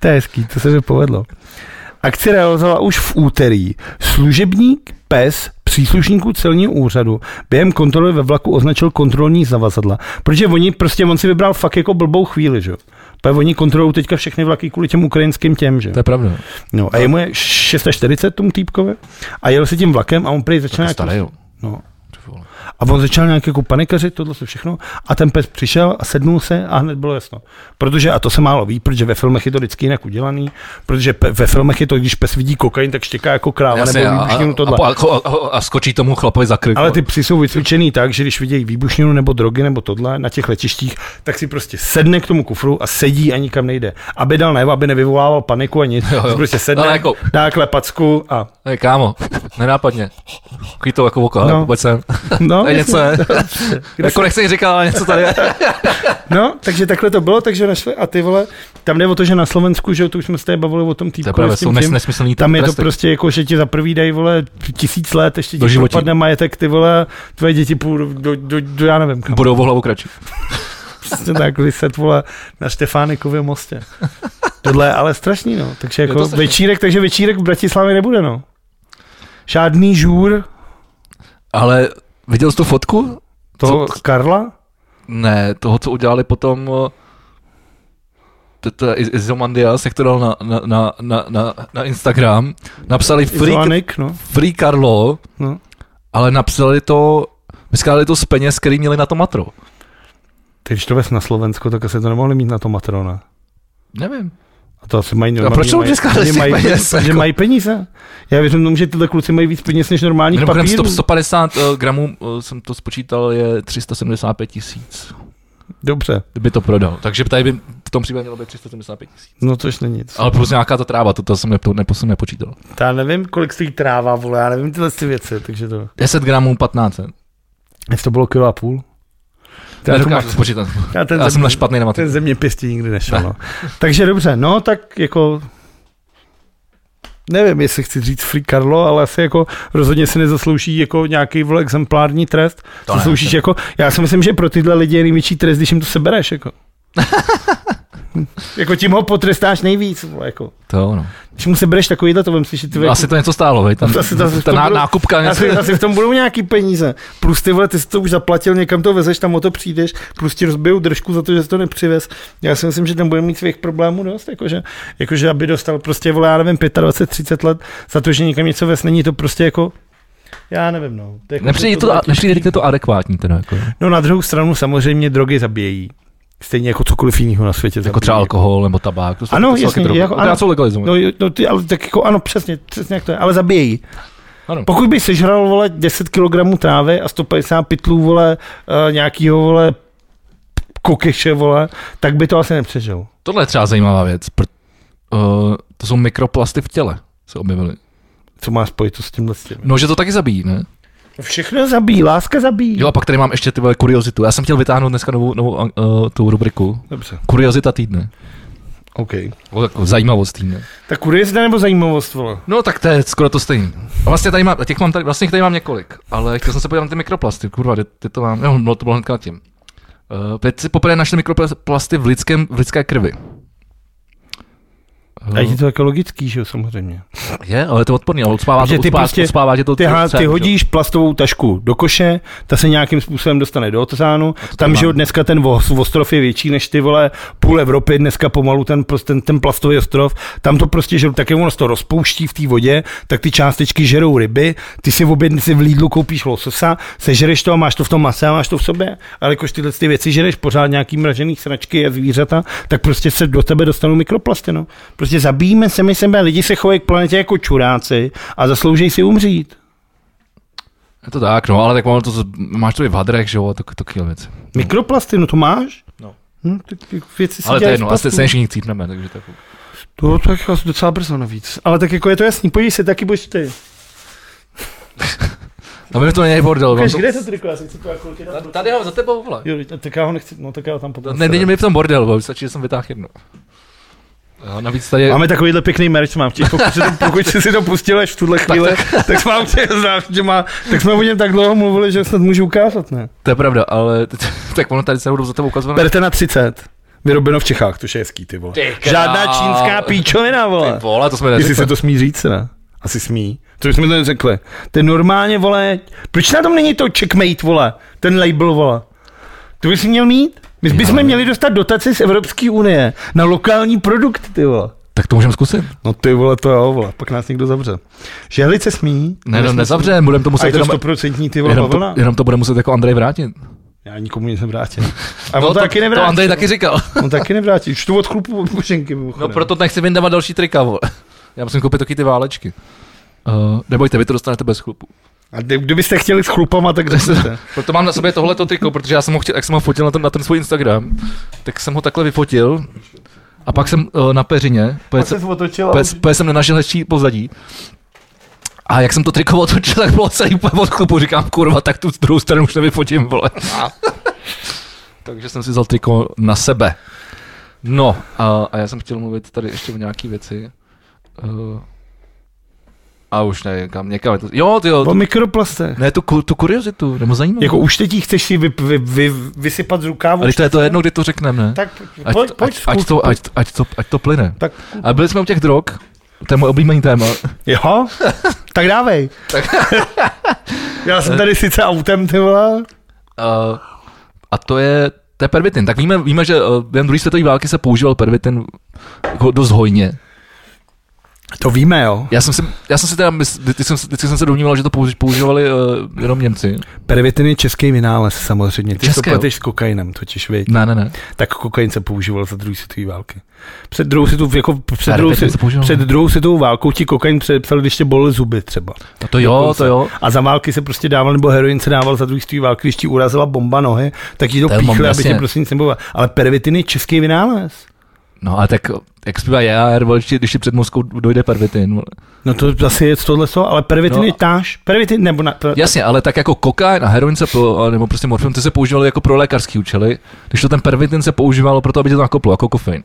Speaker 1: To je hezký, to se mi povedlo. Akci realizovala už v úterý. Služebník PES příslušníků celního úřadu během kontroly ve vlaku označil kontrolní zavazadla, protože oni prostě, on si vybral fakt jako blbou chvíli, že jo. Protože oni kontrolují teďka všechny vlaky kvůli těm ukrajinským těm, že jo.
Speaker 2: To je pravda.
Speaker 1: No a jemu je 640 tomu týpkovi a jel si tím vlakem a on prý začal
Speaker 2: To je
Speaker 1: nějak...
Speaker 2: Jako starý, jo.
Speaker 1: No.
Speaker 2: vole.
Speaker 1: A on začal nějak jako panikařit, tohle se všechno. A ten pes přišel a sednul se a hned bylo jasno. Protože, a to se málo ví, protože ve filmech je to vždycky jinak udělaný, protože pe- ve filmech je to, když pes vidí kokain, tak štěká jako kráva
Speaker 2: Jasně,
Speaker 1: nebo
Speaker 2: a,
Speaker 1: výbušninu tohle.
Speaker 2: a, a, a, a, skočí tomu chlapovi za krk.
Speaker 1: Ale
Speaker 2: vole.
Speaker 1: ty psi jsou vycvičený tak, že když vidějí výbušninu nebo drogy nebo tohle na těch letištích, tak si prostě sedne k tomu kufru a sedí a nikam nejde. Aby dal najevo, aby nevyvolával paniku a nic.
Speaker 2: Jo, jo.
Speaker 1: Prostě sedne,
Speaker 2: Ale jako-
Speaker 1: dá klepacku a
Speaker 2: Hej, kámo, nenápadně. Takový to jako oka,
Speaker 1: No.
Speaker 2: no. vůbec ne.
Speaker 1: no,
Speaker 2: To je něco, ne?
Speaker 1: kde
Speaker 2: Jako nechci říkat, ale něco tady je.
Speaker 1: No, takže takhle to bylo, takže našli a ty vole, tam jde o to, že na Slovensku, že jo, to už jsme se tady bavili o tom
Speaker 2: To je
Speaker 1: týpku,
Speaker 2: právě,
Speaker 1: s tím
Speaker 2: jsou nes,
Speaker 1: tím,
Speaker 2: nesmyslný
Speaker 1: tam je to
Speaker 2: tresty.
Speaker 1: prostě jako, že ti za prvý dají, vole, tisíc let, ještě ti
Speaker 2: Doživotí.
Speaker 1: propadne majetek, ty vole, tvoje děti půjdou do, do, do, já nevím kam,
Speaker 2: Budou o hlavu kratší.
Speaker 1: prostě tak vyset, vole, na Štefánikově mostě. Tohle je ale strašný, no, takže
Speaker 2: to
Speaker 1: jako
Speaker 2: strašný.
Speaker 1: večírek, takže večírek v Bratislavě nebude, no. Žádný žůr
Speaker 2: Ale viděl jsi tu fotku?
Speaker 1: toho
Speaker 2: Co-
Speaker 1: Karla?
Speaker 2: Ne, toho, co udělali potom... o, to- to Iz- Izomandias, jak to dal na, na, na, na, na, na Instagram, napsali free,
Speaker 1: Izoanik, no.
Speaker 2: free Carlo,
Speaker 1: no.
Speaker 2: ale napsali to, vyskali to z peněz, který měli na to matro.
Speaker 1: Ty, když to ves na Slovensko, tak asi to nemohli mít na to Matrona.
Speaker 2: Nevím.
Speaker 1: A to asi mají normální.
Speaker 2: proč jsou
Speaker 1: mají,
Speaker 2: dneska
Speaker 1: že
Speaker 2: listy
Speaker 1: mají,
Speaker 2: peněz,
Speaker 1: že
Speaker 2: jako?
Speaker 1: mají peníze. Já věřím tomu, že tyhle kluci mají víc peněz než normálních
Speaker 2: Mimochodem
Speaker 1: papírů.
Speaker 2: 100, 150 eh, gramů eh, jsem to spočítal, je 375 tisíc,
Speaker 1: Dobře,
Speaker 2: kdyby to prodal. Takže tady by v tom případě mělo být 375 tisíc.
Speaker 1: no což není nic.
Speaker 2: Ale plus nějaká ta tráva, to, to jsem, nepo, nepo, jsem nepočítal.
Speaker 1: Já nevím, kolik stojí tráva, vole, já nevím tyhle ty věci, takže to...
Speaker 2: 10 gramů 15. cent.
Speaker 1: Jestli to bylo kilo a půl? Já, to
Speaker 2: Nedokážu
Speaker 1: mám-
Speaker 2: to spočítat.
Speaker 1: já ten,
Speaker 2: Já jsem
Speaker 1: země,
Speaker 2: na špatný nematiku.
Speaker 1: ten země pěstí nikdy nešel. No. Takže dobře, no tak jako... Nevím, jestli chci říct Free Carlo, ale asi jako rozhodně si nezaslouží jako nějaký vole exemplární trest.
Speaker 2: To
Speaker 1: To
Speaker 2: ne,
Speaker 1: zasloužíš
Speaker 2: to-
Speaker 1: jako, já si myslím, že pro tyhle lidi je největší trest, když jim to sebereš. Jako. jako tím ho potrestáš nejvíc. Vole, jako.
Speaker 2: To ono.
Speaker 1: Když mu sebereš takovýhle, to vem si, že ty vole,
Speaker 2: Asi to něco stálo, vej? Tam,
Speaker 1: Asi to- asi
Speaker 2: ta
Speaker 1: to
Speaker 2: ná,
Speaker 1: bylo-
Speaker 2: nákupka něco.
Speaker 1: asi, asi, v tom budou nějaký peníze. Plus ty vole, ty jsi to už zaplatil, někam to vezeš, tam o to přijdeš, plus ti rozbijou držku za to, že jsi to nepřivez. Já si myslím, že ten bude mít svých problémů dost, jakože, jakože aby dostal prostě, vole, já nevím, 25-30 let za to, že někam něco vez, není to prostě jako, já nevím, no. To je jako-
Speaker 2: Nepřijde
Speaker 1: bylo
Speaker 2: to,
Speaker 1: těžký.
Speaker 2: nepřijde ti to adekvátní teda, jako,
Speaker 1: No na druhou stranu samozřejmě drogy zabíjejí. Stejně jako cokoliv jiného na světě.
Speaker 2: jako
Speaker 1: zabíjí.
Speaker 2: třeba alkohol nebo tabák. To jsou,
Speaker 1: Ano,
Speaker 2: to jsou
Speaker 1: jasně,
Speaker 2: taky drogy.
Speaker 1: jako
Speaker 2: To
Speaker 1: ano.
Speaker 2: Já jsou legalizované.
Speaker 1: No, jo, no ty, ale tak jako ano, přesně, přesně jak to je, ale zabíjejí.
Speaker 2: Ano.
Speaker 1: Pokud by sežral, vole, 10 kg trávy a 150 pytlů, vole, uh, nějakýho, vole, kokeše, vole, tak by to asi nepřežil.
Speaker 2: Tohle je třeba zajímavá věc. Pr- uh, to jsou mikroplasty v těle, se objevily.
Speaker 1: Co má spojit to s tímhle s tím?
Speaker 2: No, že to taky zabíjí, ne?
Speaker 1: Všechno zabíjí, láska zabíjí.
Speaker 2: Jo, a pak tady mám ještě ty vole kuriozitu. Já jsem chtěl vytáhnout dneska novou, novou uh, tu rubriku.
Speaker 1: Dobře,
Speaker 2: Kuriozita týdne.
Speaker 1: OK.
Speaker 2: Nebo jako zajímavost týdne.
Speaker 1: Tak kuriozita nebo zajímavost, vole?
Speaker 2: No, tak to je skoro to stejné. A vlastně tady mám, těch mám tady, vlastně jich tady mám několik, ale chtěl jsem se podívat na ty mikroplasty, kurva, ty, ty to mám, jo, no, to bylo hnedka nad tím. Uh, teď si poprvé našli mikroplasty v, lidském, v lidské krvi. Hm.
Speaker 1: A je to jako logický, že jo, samozřejmě.
Speaker 2: je, ale to je odporný, ale uspává, to,
Speaker 1: Že ty
Speaker 2: uspává,
Speaker 1: prostě-
Speaker 2: uspává tě to
Speaker 1: Ty, há,
Speaker 2: třeba,
Speaker 1: ty
Speaker 2: že jo.
Speaker 1: hodíš plastovou tašku do koše, ta se nějakým způsobem dostane do oceánu, tam, že jo, dneska ten os- ostrov je větší než ty vole půl Evropy, dneska pomalu ten, prost- ten, ten plastový ostrov, tam to prostě, že také ono se to rozpouští v té vodě, tak ty částečky žerou ryby, ty si v obědni si v Lidlu koupíš lososa, sežereš to a máš to v tom mase a máš to v sobě, ale jakož tyhle ty věci žereš pořád nějaký mražený sračky a zvířata, tak prostě se do tebe dostanou mikroplasty, no. Prostě zabijíme sami sebe, lidi se chovají k planetě jako čuráci a zaslouží si umřít.
Speaker 2: Je to tak, no, ale tak ono to, z- máš to i v hadrech, že jo, tak to věci.
Speaker 1: Mikroplasty, no to máš?
Speaker 2: No.
Speaker 1: No, tak ty věci se
Speaker 2: Ale to je
Speaker 1: dělají z
Speaker 2: jedno, asi
Speaker 1: plastů.
Speaker 2: se ještě nic cítneme, takže to je fuk.
Speaker 1: To tak jako docela brzo navíc. Ale tak jako je to jasný, podívej se, taky budeš ty.
Speaker 2: No mi to není bordel, vám
Speaker 1: Ukaž,
Speaker 2: to...
Speaker 1: kde je to triko, já si chci to jako kolikrát
Speaker 2: Ta-
Speaker 1: proč-
Speaker 2: Tady ho za tebou, vole.
Speaker 1: Jo, tak já ho nechci, no tak já ho tam potom.
Speaker 2: Ne, není mi v tom bordel, vole, stačí, že jsem vytáhl jedno. A navíc tady je...
Speaker 1: Máme takovýhle pěkný merch, mám tě, pokud, si to, pokud jsi si to pustil až v tuhle chvíli, tak, tak. tak mám tě, znám, že má, tak jsme o něm tak dlouho mluvili, že snad můžu ukázat, ne?
Speaker 2: To je pravda, ale t- tak ono tady se budou za tebou ukazovat.
Speaker 1: Berte na 30. Vyrobeno v Čechách, to je hezký, ty vole.
Speaker 2: Ty krá-
Speaker 1: Žádná čínská píčovina, vole.
Speaker 2: Ty vole, to jsme
Speaker 1: Jestli se
Speaker 2: neřekli.
Speaker 1: to smí říct, ne? Asi smí. Co jsme to neřekli? To je normálně, vole, proč na tom není to checkmate, vole, ten label, vole? To bys měl mít? My bychom měli dostat dotaci z Evropské unie na lokální produkty, ty vole.
Speaker 2: Tak to můžeme zkusit.
Speaker 1: No ty vole, to jo, vole, pak nás někdo zavře. Žehlice smí?
Speaker 2: Ne, no
Speaker 1: nesmí.
Speaker 2: nezavřeme, budeme
Speaker 1: A
Speaker 2: to muset
Speaker 1: je to
Speaker 2: jenom,
Speaker 1: stoprocentní ty vole
Speaker 2: jenom, to,
Speaker 1: bavlna?
Speaker 2: jenom to bude muset jako Andrej vrátit.
Speaker 1: Já nikomu nic nevrátím. A on to, taky
Speaker 2: to
Speaker 1: nevrátí.
Speaker 2: Andrej
Speaker 1: no.
Speaker 2: taky říkal.
Speaker 1: On taky nevrátí. Čtu od chlupu od Boženky,
Speaker 2: No proto nechci vyndávat další trika, vole. Já musím koupit taky ty válečky. Uh, nebojte, vy to dostanete bez chlupu.
Speaker 1: A kdy- kdybyste chtěli s chlupama, tak řekněte.
Speaker 2: Proto mám na sobě tohleto triko, protože já jsem ho chtěl, jak jsem ho fotil na ten, na ten svůj Instagram, tak jsem ho takhle vyfotil a pak jsem uh, na peřině,
Speaker 3: Pak
Speaker 2: pojď,
Speaker 3: se otočil a
Speaker 2: Pes, pes jsem nenašel hezčí pozadí. A jak jsem to triko otočil, tak bylo celý úplně od chlupu. Říkám, kurva, tak tu druhou stranu už nevyfotím, vole. Takže jsem si vzal triko na sebe. No, a, a já jsem chtěl mluvit tady ještě o nějaký věci. Uh, a už ne, kam, někam. je To, jo, ty jo,
Speaker 1: O
Speaker 2: tu,
Speaker 1: mikroplastech.
Speaker 2: ne, tu, ku- tu kuriozitu, nebo zajímavou.
Speaker 1: Jako už teď jí chceš si vy, vy, vy, vysypat z rukávu.
Speaker 2: Ale to je to jedno, kdy to řekneme, ne?
Speaker 1: Tak
Speaker 2: Ať,
Speaker 1: pojď, pojď,
Speaker 2: ať, ať, to, ať, ať, to, ať to plyne.
Speaker 1: Tak,
Speaker 2: A byli jsme u těch drog, to je moje oblíbený téma.
Speaker 1: jo? tak dávej. Já jsem tady sice autem, ty vole.
Speaker 2: Uh, a to je, to je pervitin. Tak víme, víme že eh, během druhé světové války se používal pervitin jako dost hojně.
Speaker 1: To víme, jo.
Speaker 2: Já jsem si, já jsem si teda, mysl, vždycky, jsem, vždycky jsem se domníval, že to použi- používali uh, jenom Němci.
Speaker 1: Pervitin je český vynález samozřejmě. Ty
Speaker 2: České,
Speaker 1: to pleteš s kokainem, totiž věď.
Speaker 2: Ne, ne, ne.
Speaker 1: Tak kokain se používal za druhé světové války. Před druhou světovou, jako před
Speaker 2: Pervitin
Speaker 1: druhou, svět,
Speaker 2: se používal.
Speaker 1: před druhou světovou válkou ti kokain předepsal, když tě bolely zuby třeba.
Speaker 2: A to jo,
Speaker 1: Dokonce.
Speaker 2: to jo.
Speaker 1: A za války se prostě dával, nebo heroin se dával za druhý světové války, když ti urazila bomba nohy, tak ti to, to
Speaker 2: To je
Speaker 1: píchli,
Speaker 2: bomba,
Speaker 1: aby tě
Speaker 2: jasně.
Speaker 1: prostě nic nebylo. Ale pervitin je český vynález.
Speaker 2: No a tak, jak zpívá JR, vole, když ti- když ti před Moskou dojde pervitin. vole.
Speaker 1: No to asi je z tohle so, ale pervitin no,
Speaker 2: No a-
Speaker 1: je táž. Pervitin, nebo na, to,
Speaker 2: Jasně, ale tak jako kokain a heroin se, po, a nebo prostě morfium, ty se používali jako pro lékařský účely, když to ten pervitin se používalo pro to, aby tě to nakoplo, jako kofein.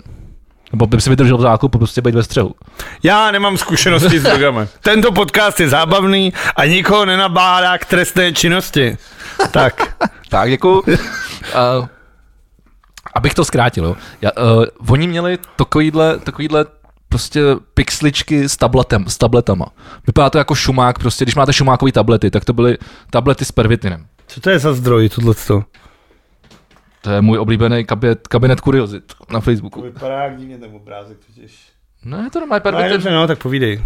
Speaker 2: Nebo by si vydržel v zákupu, prostě být ve střelu.
Speaker 1: Já nemám zkušenosti s drogami. Tento podcast je zábavný a nikoho nenabádá k trestné činnosti. Tak.
Speaker 2: Tak, děkuju. uh, abych to zkrátil, jo. Já, uh, oni měli takovýhle, takovýhle prostě pixličky s, tabletem, s tabletama. Vypadá to jako šumák, prostě když máte šumákový tablety, tak to byly tablety s pervitinem.
Speaker 1: Co to je za zdroj, tohleto?
Speaker 2: To je můj oblíbený kabinet, kabinet kuriozit na Facebooku.
Speaker 1: Vypadá jak divně ten obrázek totiž.
Speaker 2: No je to normálně
Speaker 1: No, dobře,
Speaker 2: pervitin.
Speaker 1: no, tak povídej.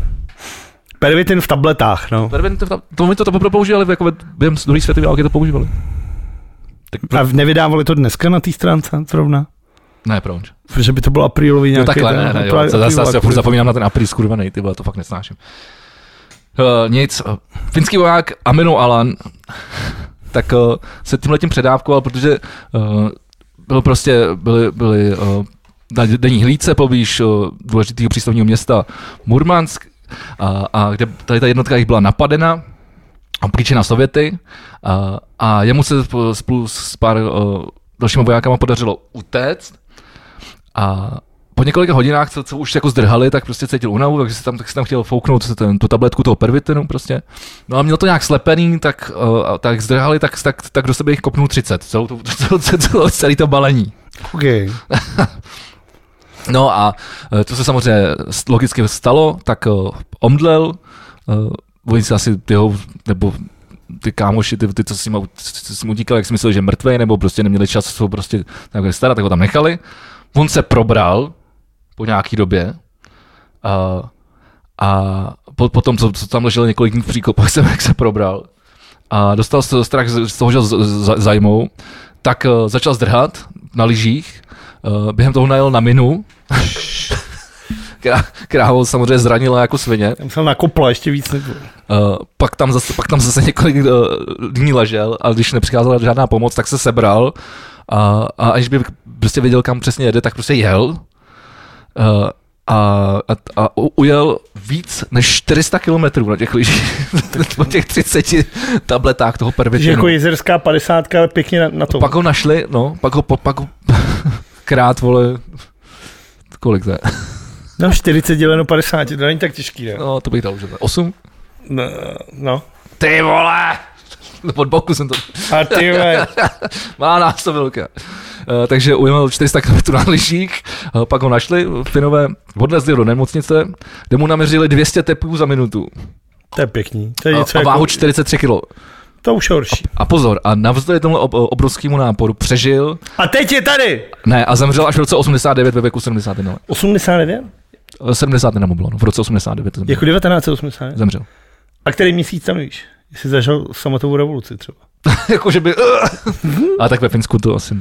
Speaker 1: Pervitin v tabletách, no.
Speaker 2: Pervitin, to, to, to, to, to používali, jako ve- během druhé světové války to používali.
Speaker 1: A nevydávali to dneska na té stránce zrovna?
Speaker 2: Ne, proč?
Speaker 1: Že by to bylo aprílový
Speaker 2: Jo,
Speaker 1: nějaký...
Speaker 2: No takhle, ne, ne, jo,
Speaker 1: apríl-
Speaker 2: to zase, zase
Speaker 1: aprílový.
Speaker 2: furt zapomínám na ten apríl skurvený, ty vole, to fakt nesnáším. Uh, nic, eh, finský voják Amino Alan, tak uh, se tím letím předávkoval, protože uh, byl prostě, byly, byly uh, denní hlídce poblíž uh, důležitého přístavního města Murmansk, a, a kde tady ta jednotka jich byla napadena, obklíčena Sověty a, a jemu se sp- spolu s pár uh, dalšíma vojákama podařilo utéct a po několika hodinách, co, co už jako zdrhali, tak prostě cítil únavu, takže si tam, tak si tam chtěl fouknout ten, tu tabletku toho pervitinu prostě. No a měl to nějak slepený, tak, uh, a tak zdrhali, tak, tak, tak do sebe jich kopnul 30, celou, tu, celou, celou, celý to balení.
Speaker 1: Okay.
Speaker 2: No a eh, to se samozřejmě s- logicky stalo, tak eh, omdlel, eh, oni si asi tyho, nebo ty kámoši, ty, ty co s ním, au- co s ním utíkali, jak si mysleli, že mrtvej, nebo prostě neměli čas se ho prostě nějak starat, tak ho tam nechali. On se probral po nějaký době a, a po, potom, co, co tam ležel několik dní v příkopách, jsem jak se probral a dostal se strach z z toho, že z- z- zajmou, tak eh, začal zdrhat na lyžích, eh, během toho najel na minu, která, která ho samozřejmě zranila jako svině.
Speaker 1: Tam jsem nakopla ještě víc. Než...
Speaker 2: Uh, pak, tam zase, pak tam zase několik uh, dní ležel a když nepřicházela žádná pomoc, tak se sebral a, a aniž by prostě věděl, kam přesně jede, tak prostě jel uh, a, a, a u- ujel víc než 400 kilometrů na těch lyžích, po těch 30 tabletách toho
Speaker 1: Že jako
Speaker 2: pervitinu.
Speaker 1: jezerská padesátka, ale pěkně na, na to.
Speaker 2: Pak ho našli, no, pak ho, po- pak ho krát, vole, kolik to je?
Speaker 1: No 40 děleno 50, to není tak těžký, ne?
Speaker 2: No, to bych dal už 8.
Speaker 1: No, no.
Speaker 2: Ty vole! Od boku jsem to
Speaker 1: A ty vole.
Speaker 2: má násobilka. Eh, Takže ujel 400 km na lyžích, eh, pak ho našli, Finové odlezli do nemocnice, kde mu naměřili 200 tepů za minutu Eh,
Speaker 1: To je pěkný. To je
Speaker 2: No, a,
Speaker 1: něco
Speaker 2: a váhu
Speaker 1: jako,
Speaker 2: 43 kg.
Speaker 1: To už je horší.
Speaker 2: A pozor, a navzdory tomu obrovskému náporu přežil,
Speaker 1: A teď je tady!
Speaker 2: ne, a zemřel až v roce 89 ve věku 71 let.
Speaker 1: 89?
Speaker 2: eh, 70 na bylo, no, v roce 89 zemřel.
Speaker 1: Jako 1980.
Speaker 2: zemřel.
Speaker 1: A který měsíc tam víš? Jestli zažil samotovou revoluci třeba.
Speaker 2: jako, že by... A tak ve Finsku to asi...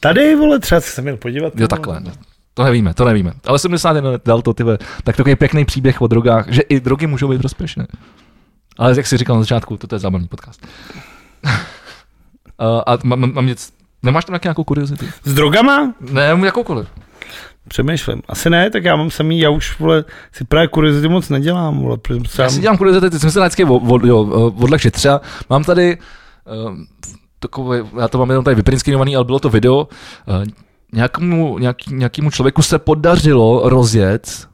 Speaker 1: Tady, vole, třeba se měl podívat.
Speaker 2: Jo, takhle. no. Ne. To nevíme, to nevíme. Ale 71 let dal to, ty vole. Tak takový pěkný příběh o drogách, že i drogy můžou být prospěšné. Ale jak jsi říkal na začátku, toto je zábavný podcast. a, a mám, mám nic, nemáš tam nějakou kuriozitu?
Speaker 1: S drogama?
Speaker 2: Ne, jakoukoliv.
Speaker 1: Přemýšlím. Asi ne, tak já mám samý, já už, vole, si právě kuriozity moc nedělám, vole, protože sám...
Speaker 2: Já si dělám kuriozity, ty jsem se vždycky o- o- jo, eh, odlehčit. Třeba mám tady um, takové, já to mám jenom tady vyprinskrinovaný, ale bylo to video, eh, nějakému, nějaký, nějakému člověku se podařilo rozjet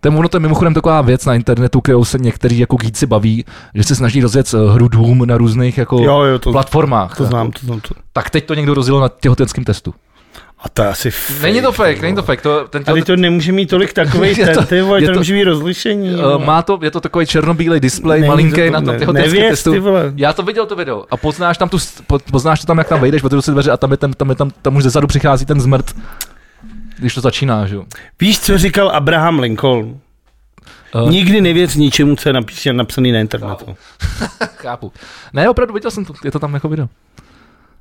Speaker 2: to je, ono to je mimochodem taková věc na internetu, kterou se někteří jako gíci baví, že se snaží rozjet eh, hru Doom na různých jako jo,
Speaker 1: Jo, jo, to,
Speaker 2: platformách.
Speaker 1: to znám, to znám. To.
Speaker 2: Tak teď to někdo rozjel na těhotenském testu.
Speaker 1: A to je asi fake,
Speaker 2: Není to fake, není to fake. To, ten
Speaker 1: Ale to nemůže mít tolik takovej
Speaker 2: Je to-
Speaker 1: ten, ty vole, to,
Speaker 2: je to-
Speaker 1: nemůže mít rozlišení.
Speaker 2: Uh,
Speaker 1: vole.
Speaker 2: má to, je to takový černobílej displej,
Speaker 1: Není
Speaker 2: malinký
Speaker 1: to-
Speaker 2: na tom
Speaker 1: ne-
Speaker 2: těhotenském
Speaker 1: nevěř,
Speaker 2: testu.
Speaker 1: ty vole.
Speaker 2: Já to viděl to video a poznáš tam tu, s- po- poznáš to tam, jak tam vejdeš, otevřu si dveře a tam je ten, tam, je tam, tam už zezadu přichází ten zmrt. Když to začíná, že jo.
Speaker 1: Víš, co říkal Abraham Lincoln?
Speaker 2: Eh. No.
Speaker 1: Nikdy nevěř ničemu, co je napíš- napsaný na internetu.
Speaker 2: Chápu. Ne, opravdu viděl jsem to, je to tam jako video.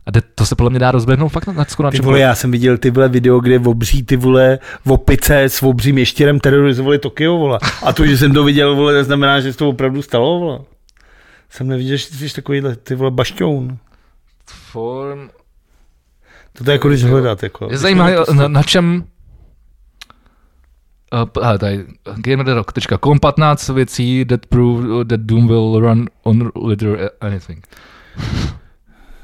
Speaker 2: A jde, to se podle mě dá rozběhnout fakt na, na skoro na
Speaker 1: Ty
Speaker 2: čem.
Speaker 1: vole, já jsem viděl ty vole video, kde obří ty vole opice s obřím ještěrem terorizovali Tokio, vole. A to, že jsem to viděl, vole, neznamená, že se to opravdu stalo, vole. Jsem neviděl, že ty jsi takovýhle, ty vole, bašťoun.
Speaker 2: Form...
Speaker 1: No, To je jako když hledat, jako.
Speaker 2: Je zajímavé, na, na čem... Uh, p- hele, tady, gamerrock.com, 15 věcí that prove that Doom will run on literally anything.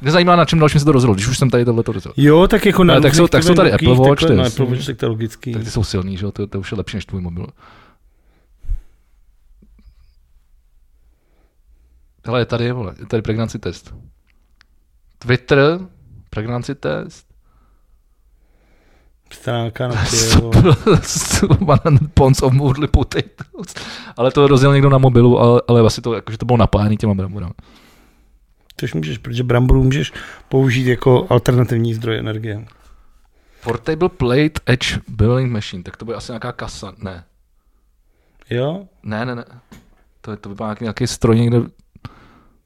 Speaker 2: Mě zajímá, na čem dalším se to rozhodlo, když už jsem tady tohle to rozhodl.
Speaker 1: Jo, tak jako na
Speaker 2: Ale tak jsou-
Speaker 1: různých
Speaker 2: tak jsou
Speaker 1: typech
Speaker 2: tady
Speaker 1: rukých,
Speaker 2: Apple Watch,
Speaker 1: takhle,
Speaker 2: to je
Speaker 1: no,
Speaker 2: jasný.
Speaker 1: Apple Watch, tak to je logický.
Speaker 2: Tak ty jsou silný, že jo, to, to už je lepší než tvůj mobil. Hele, je tady, vole, je tady pregnancy test. Twitter, pregnancy test,
Speaker 1: Stránka na ty, vole.
Speaker 2: Pons of Moodly Potatoes. Ale to rozjel někdo na mobilu, ale, ale asi to, jakože to bylo napájený těma bramborama.
Speaker 1: Což můžeš, protože bramboru můžeš použít jako alternativní zdroj energie.
Speaker 2: Portable Plate Edge Billing Machine, tak to bude asi nějaká kasa. Ne,
Speaker 1: Jo?
Speaker 2: ne, ne, ne. To, je, to by byl nějaký, nějaký stroj někde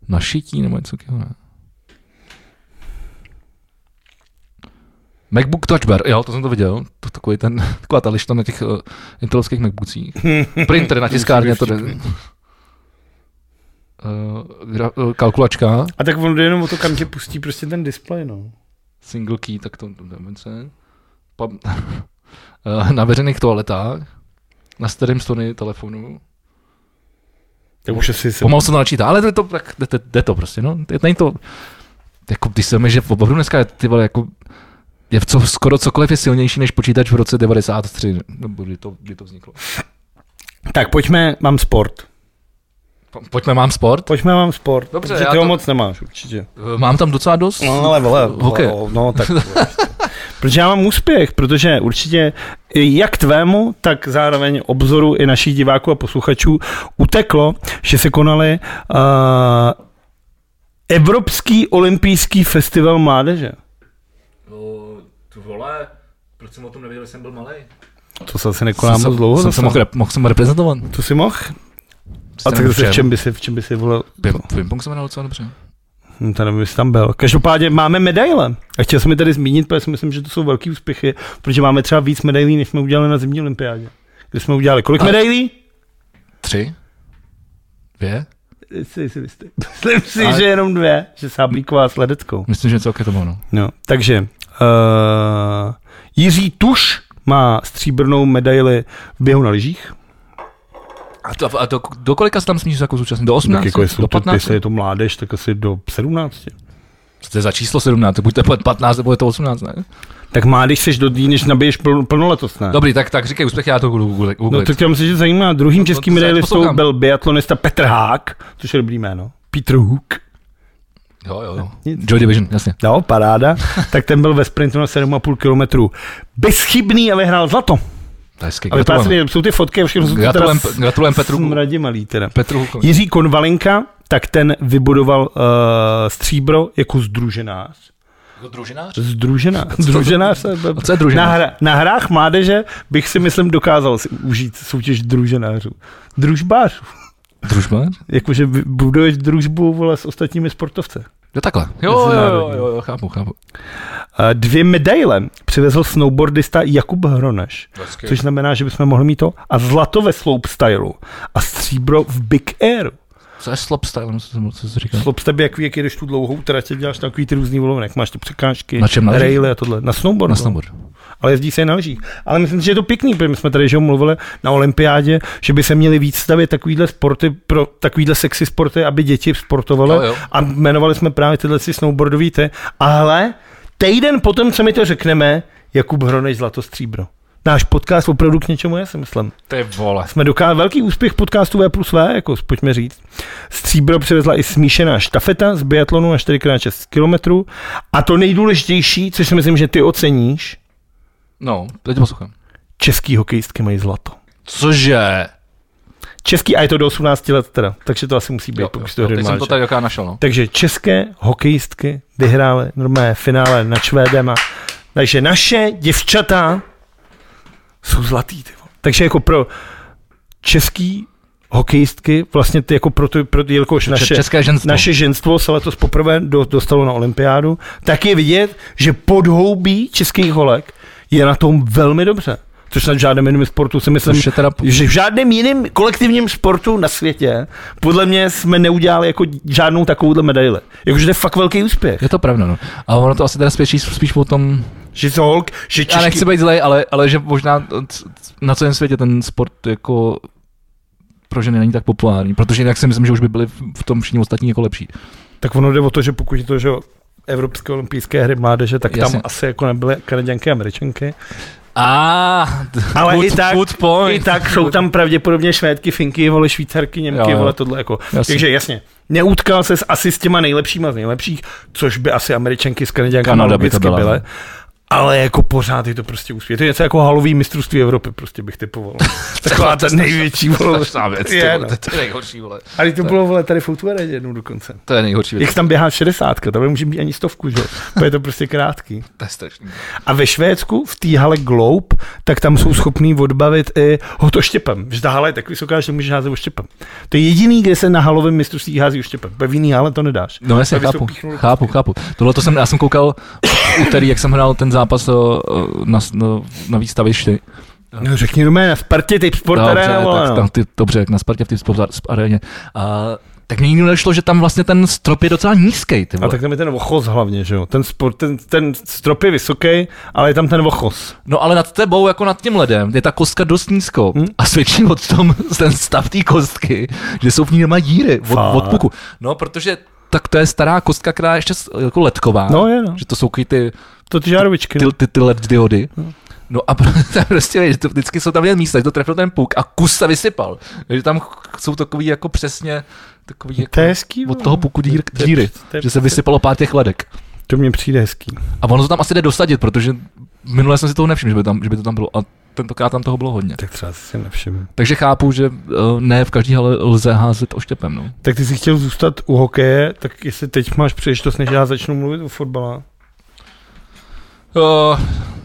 Speaker 2: na šití nebo něco takového, ne? MacBook Touch Bar, jo, to jsem to viděl, to takový ten, taková ta lišta na těch uh, intelovských MacBookcích. Printer na tiskárně, to jde. Uh, gra, uh, kalkulačka.
Speaker 1: A tak ono jde jenom o to, kam tě pustí prostě ten displej, no.
Speaker 2: single key, tak to nevím co. je. Pa, Eh, na veřejných toaletách, na starém stony telefonu.
Speaker 1: Tak už asi se...
Speaker 2: Pomalu se to načítá, ale jde to, tak, jde, jde, jde to prostě, no. Je- Není to, jako když se mi, že v opravdu dneska je, ty vole, jako, je v co, skoro cokoliv je silnější než počítač v roce 93, nebo kdy to, kdy to vzniklo.
Speaker 1: Tak pojďme, mám sport.
Speaker 2: Po, pojďme, mám sport.
Speaker 1: Pojďme, mám sport.
Speaker 2: Dobře,
Speaker 1: protože
Speaker 2: já
Speaker 1: ty ho
Speaker 2: to-
Speaker 1: moc nemáš, určitě.
Speaker 2: Eh, Mám tam docela dost.
Speaker 1: No ale vole,
Speaker 2: Hokej.
Speaker 1: vole, no tak. vole. protože já mám úspěch, protože určitě i jak tvému, tak zároveň obzoru i našich diváků a posluchačů uteklo, že se konaly uh, Evropský olympijský festival mládeže.
Speaker 2: tu Eh, vole, proč jsem o tom nevěděl, jsem byl malý?
Speaker 1: To se asi nekoná moc dlouho.
Speaker 2: Jsem
Speaker 1: zase.
Speaker 2: se mohl, rep- mohl jsem reprezentovat.
Speaker 1: To si mohl? A tak zase v čem by si, v čem by si volal?
Speaker 2: Ping- Ping-pong jsem hrál docela dobře.
Speaker 1: Hm, To nevím, jestli tam byl. Každopádně máme medaile. A chtěl jsem je tady zmínit, protože si myslím, že to jsou velký úspěchy, protože máme třeba víc medailí, než jsme udělali na zimní olympiádě. Kde jsme udělali kolik
Speaker 2: A-
Speaker 1: medailí?
Speaker 2: Tři? Dvě?
Speaker 1: Si, si, jistý. Myslím si,
Speaker 2: Ale-
Speaker 1: že jenom dvě, že Sáblíková s Ledeckou.
Speaker 2: Myslím, že celkem to bylo, no.
Speaker 1: No, takže uh, Jiří Tuš má stříbrnou medaili v běhu na lyžích.
Speaker 2: A, to, a to, do kolika se tam smíš jako zúčastnit? Do 18?
Speaker 1: Tak jako
Speaker 2: do
Speaker 1: jestli to,
Speaker 2: 15?
Speaker 1: jestli je to mládež, tak asi do 17.
Speaker 2: Co to je za číslo 17? Buď to je 15, nebo je to 18, ne?
Speaker 1: Tak mládež seš do dní, než nabiješ plno, plnoletost, ne?
Speaker 2: Dobrý, tak, tak říkej úspěch, já to budu googlit.
Speaker 1: No
Speaker 2: googlit.
Speaker 1: to tě myslím, že zajímá. Druhým
Speaker 2: No, to
Speaker 1: českým
Speaker 2: se jako
Speaker 1: medailistou
Speaker 2: poslouchám.
Speaker 1: byl biatlonista Petr Hák, což je dobrý jméno. Petr Hook.
Speaker 2: Jo, jo, jo.
Speaker 1: Nic.
Speaker 2: Joy Division, jasně.
Speaker 1: No, paráda. tak ten byl ve sprintu na 7,5 km. Bezchybný a vyhrál zlato.
Speaker 2: To je hezky.
Speaker 1: A vypadá se,
Speaker 2: Gratulujeme.
Speaker 1: mi- jsou ty fotky a všechno jsou to teda
Speaker 2: Gratulujem,
Speaker 1: s-
Speaker 2: gratulujem Petru,
Speaker 1: smradě malý teda.
Speaker 2: Petru Hukovi.
Speaker 1: Jiří eh, Konvalinka, tak ten vybudoval uh, stříbro jako združenář.
Speaker 2: Jako družinář?
Speaker 1: Združená. Združená se...
Speaker 2: A co je družinář?
Speaker 1: Na, hra, na hrách mládeže bych si, myslím, dokázal si užít soutěž druženářů. Družbářů.
Speaker 2: Družba?
Speaker 1: Jakože vy- buduješ družbu vole, s ostatními sportovce.
Speaker 2: Jo, takhle. Jo, jo, jo,
Speaker 1: Mezinárodní.
Speaker 2: jo, jo, chápu, chápu.
Speaker 1: A Dvě medaile přivezl snowboardista Jakub Hroneš,
Speaker 2: Hezky.
Speaker 1: což znamená, že bychom mohli mít to a zlato ve slopestylu a stříbro v big airu.
Speaker 2: Co je slopestyle, co jsem co jsi říkal?
Speaker 1: Slopestyle, jak, jak jedeš tu dlouhou trať, děláš takový ty různý volovny, jak máš ty překážky,
Speaker 2: Na čem, na lyžích?
Speaker 1: raily a tohle. Na snowboardu.
Speaker 2: Na snowboard.
Speaker 1: ale jezdí se i na lyžích. Ale myslím si, že je to pěkný, protože my jsme tady že jo, mluvili na olympiádě, že by se měly víc stavět takovýhle sporty pro takovýhle sexy sporty, aby děti sportovaly.
Speaker 2: Jo, jo.
Speaker 1: A jmenovali jsme právě tyhle si snowboardový ty. Ale týden potom, co mi to řekneme, Jakub Hronej Zlato Stříbro. Náš podcast opravdu k něčemu je, si myslím.
Speaker 2: Ty vole.
Speaker 1: Jsme dokázali velký úspěch podcastu V plus V, jako pojďme říct. Stříbro přivezla i smíšená štafeta z biatlonu na 4x6 kilometrů. A to nejdůležitější, což si myslím, že ty oceníš,
Speaker 2: No, teď tě poslouchám.
Speaker 1: český hokejistky mají zlato.
Speaker 2: Cože?
Speaker 1: Český, a je to do 18 let teda, takže to asi musí být,
Speaker 2: Jo, jo,
Speaker 1: pokud si to
Speaker 2: jo, teď
Speaker 1: hry
Speaker 2: jsem
Speaker 1: máš.
Speaker 2: to tady jaká našel, no.
Speaker 1: Takže české hokejistky vyhrály normálně finále nad Švédema. Takže naše děvčata jsou zlatý. Ty. vole. Takže jako pro český hokejistky, vlastně ty jako pro, ty, pro ty, jelikož naše,
Speaker 2: České ženstvo.
Speaker 1: naše ženstvo se letos poprvé do, dostalo na olympiádu, tak je vidět, že podhoubí českých holek je na tom velmi dobře. Což na žádném jiném sportu si myslím,
Speaker 2: Což je teda...
Speaker 1: že v žádném jiném kolektivním sportu na světě podle mě jsme neudělali jako žádnou takovouhle medaili. Jakože to je fakt velký úspěch.
Speaker 2: Je to pravda, no. A ono to asi teda spíš, spíš o tom,
Speaker 1: Že jsou holk, že
Speaker 2: já
Speaker 1: český...
Speaker 2: nechci být zlej, ale, ale že možná t- t- na celém světě ten sport jako pro ženy není tak populární, protože jinak si myslím, že už by byli v- v tom všichni ostatní jako lepší.
Speaker 1: Tak ono jde o to, že pokud je to, že jo, Evropské olympijské hry mládeže, tak
Speaker 2: Jasně.
Speaker 1: tam asi jako nebyly kanaděnky a američanky.
Speaker 2: A,
Speaker 1: Ale
Speaker 2: good,
Speaker 1: i tak-
Speaker 2: good
Speaker 1: I
Speaker 2: point.
Speaker 1: tak jsou tam pravděpodobně švédky, finky, vole švýcarky, němky,
Speaker 2: Jo, jo.
Speaker 1: vole tohle jako.
Speaker 2: Jasně.
Speaker 1: Takže jasně, neutkal se asi s těma nejlepšíma z nejlepších, což by asi američanky s kanaděnkama
Speaker 2: Kanada by to
Speaker 1: logicky
Speaker 2: byla,
Speaker 1: byly.
Speaker 2: no.
Speaker 1: Ale jako pořád je to prostě úspěch. To je něco jako halový mistrovství Evropy, prostě bych typoval. Taková ta největší vole.
Speaker 2: strašná věc,
Speaker 1: Je,
Speaker 2: je,
Speaker 1: no.
Speaker 2: to, to je nejhorší, vole.
Speaker 1: Ale to bylo vole, tady v Outwearadě jednou dokonce.
Speaker 2: To je nejhorší věc,
Speaker 1: Jak tam běhá 60, tam nemůže mít ani stovku, že? jo? To je to prostě krátký.
Speaker 2: to je strašný.
Speaker 1: A ve Švédsku, v té hale Globe, tak tam jsou schopní odbavit i hotoštěpem. Že ta hala je tak vysoká, že můžeš házet oštěpem. To je jediný, kde se na halovém mistrovství hází oštěpem. Ve jiný hale to nedáš.
Speaker 2: No jasně,
Speaker 1: Aby se
Speaker 2: chápu,
Speaker 1: upíchnul do
Speaker 2: chápu, chápu. Tohle to jsem, já jsem koukal v úterý, jak jsem hrál ten zápas o, o, na, na, na výstavišti.
Speaker 1: No, řekni Romé, na Spartě, ty sport
Speaker 2: dobře,
Speaker 1: arena, vole,
Speaker 2: tak,
Speaker 1: no.
Speaker 2: tam, ty, dobře, jak na Spartě v té sport- sp- aréně. A, tak mě nikdy nešlo, že tam vlastně ten strop je docela nízký. Ty
Speaker 1: A
Speaker 2: vole.
Speaker 1: tak tam je ten ochoz hlavně, že jo? Ten, sport, ten, ten strop je vysoký, ale je tam ten ochoz.
Speaker 2: No ale nad tebou, jako nad tím ledem, je ta kostka dost nízko.
Speaker 1: Hm?
Speaker 2: Hmm? A svědčí o tom ten stav té kostky, že jsou v ní doma díry
Speaker 1: Fakt?
Speaker 2: od, od puku. No, protože tak to je stará kostka, která je ještě s- jako ledková.
Speaker 1: No je, no.
Speaker 2: Že to jsou takový ty,
Speaker 1: To ty žárovičky. no.
Speaker 2: ty, ty, ty LED diody.
Speaker 1: Hm.
Speaker 2: No a tam prostě, víš, to vždycky jsou tam jen místa, že to trefil ten puk a kus se vysypal. Takže tam ch- jsou takový jako přesně, takový jako
Speaker 1: To je hezký,
Speaker 2: od
Speaker 1: vole.
Speaker 2: toho puku dír,
Speaker 1: je-
Speaker 2: díry,
Speaker 1: to je-
Speaker 2: že se vysypalo pár těch ledek.
Speaker 1: To mně přijde hezký.
Speaker 2: A ono to tam asi jde dosadit, protože minule jsem si toho nevšiml, že by, tam, že by to tam bylo a tentokrát tam toho bylo hodně.
Speaker 1: Tak třeba si nevšiml.
Speaker 2: Takže chápu, že eh, ne v každý hale lze házet oštěpem. No.
Speaker 1: Tak ty jsi chtěl zůstat u hokeje, tak jestli teď máš příležitost, než já začnu mluvit o fotbale.
Speaker 2: Uh,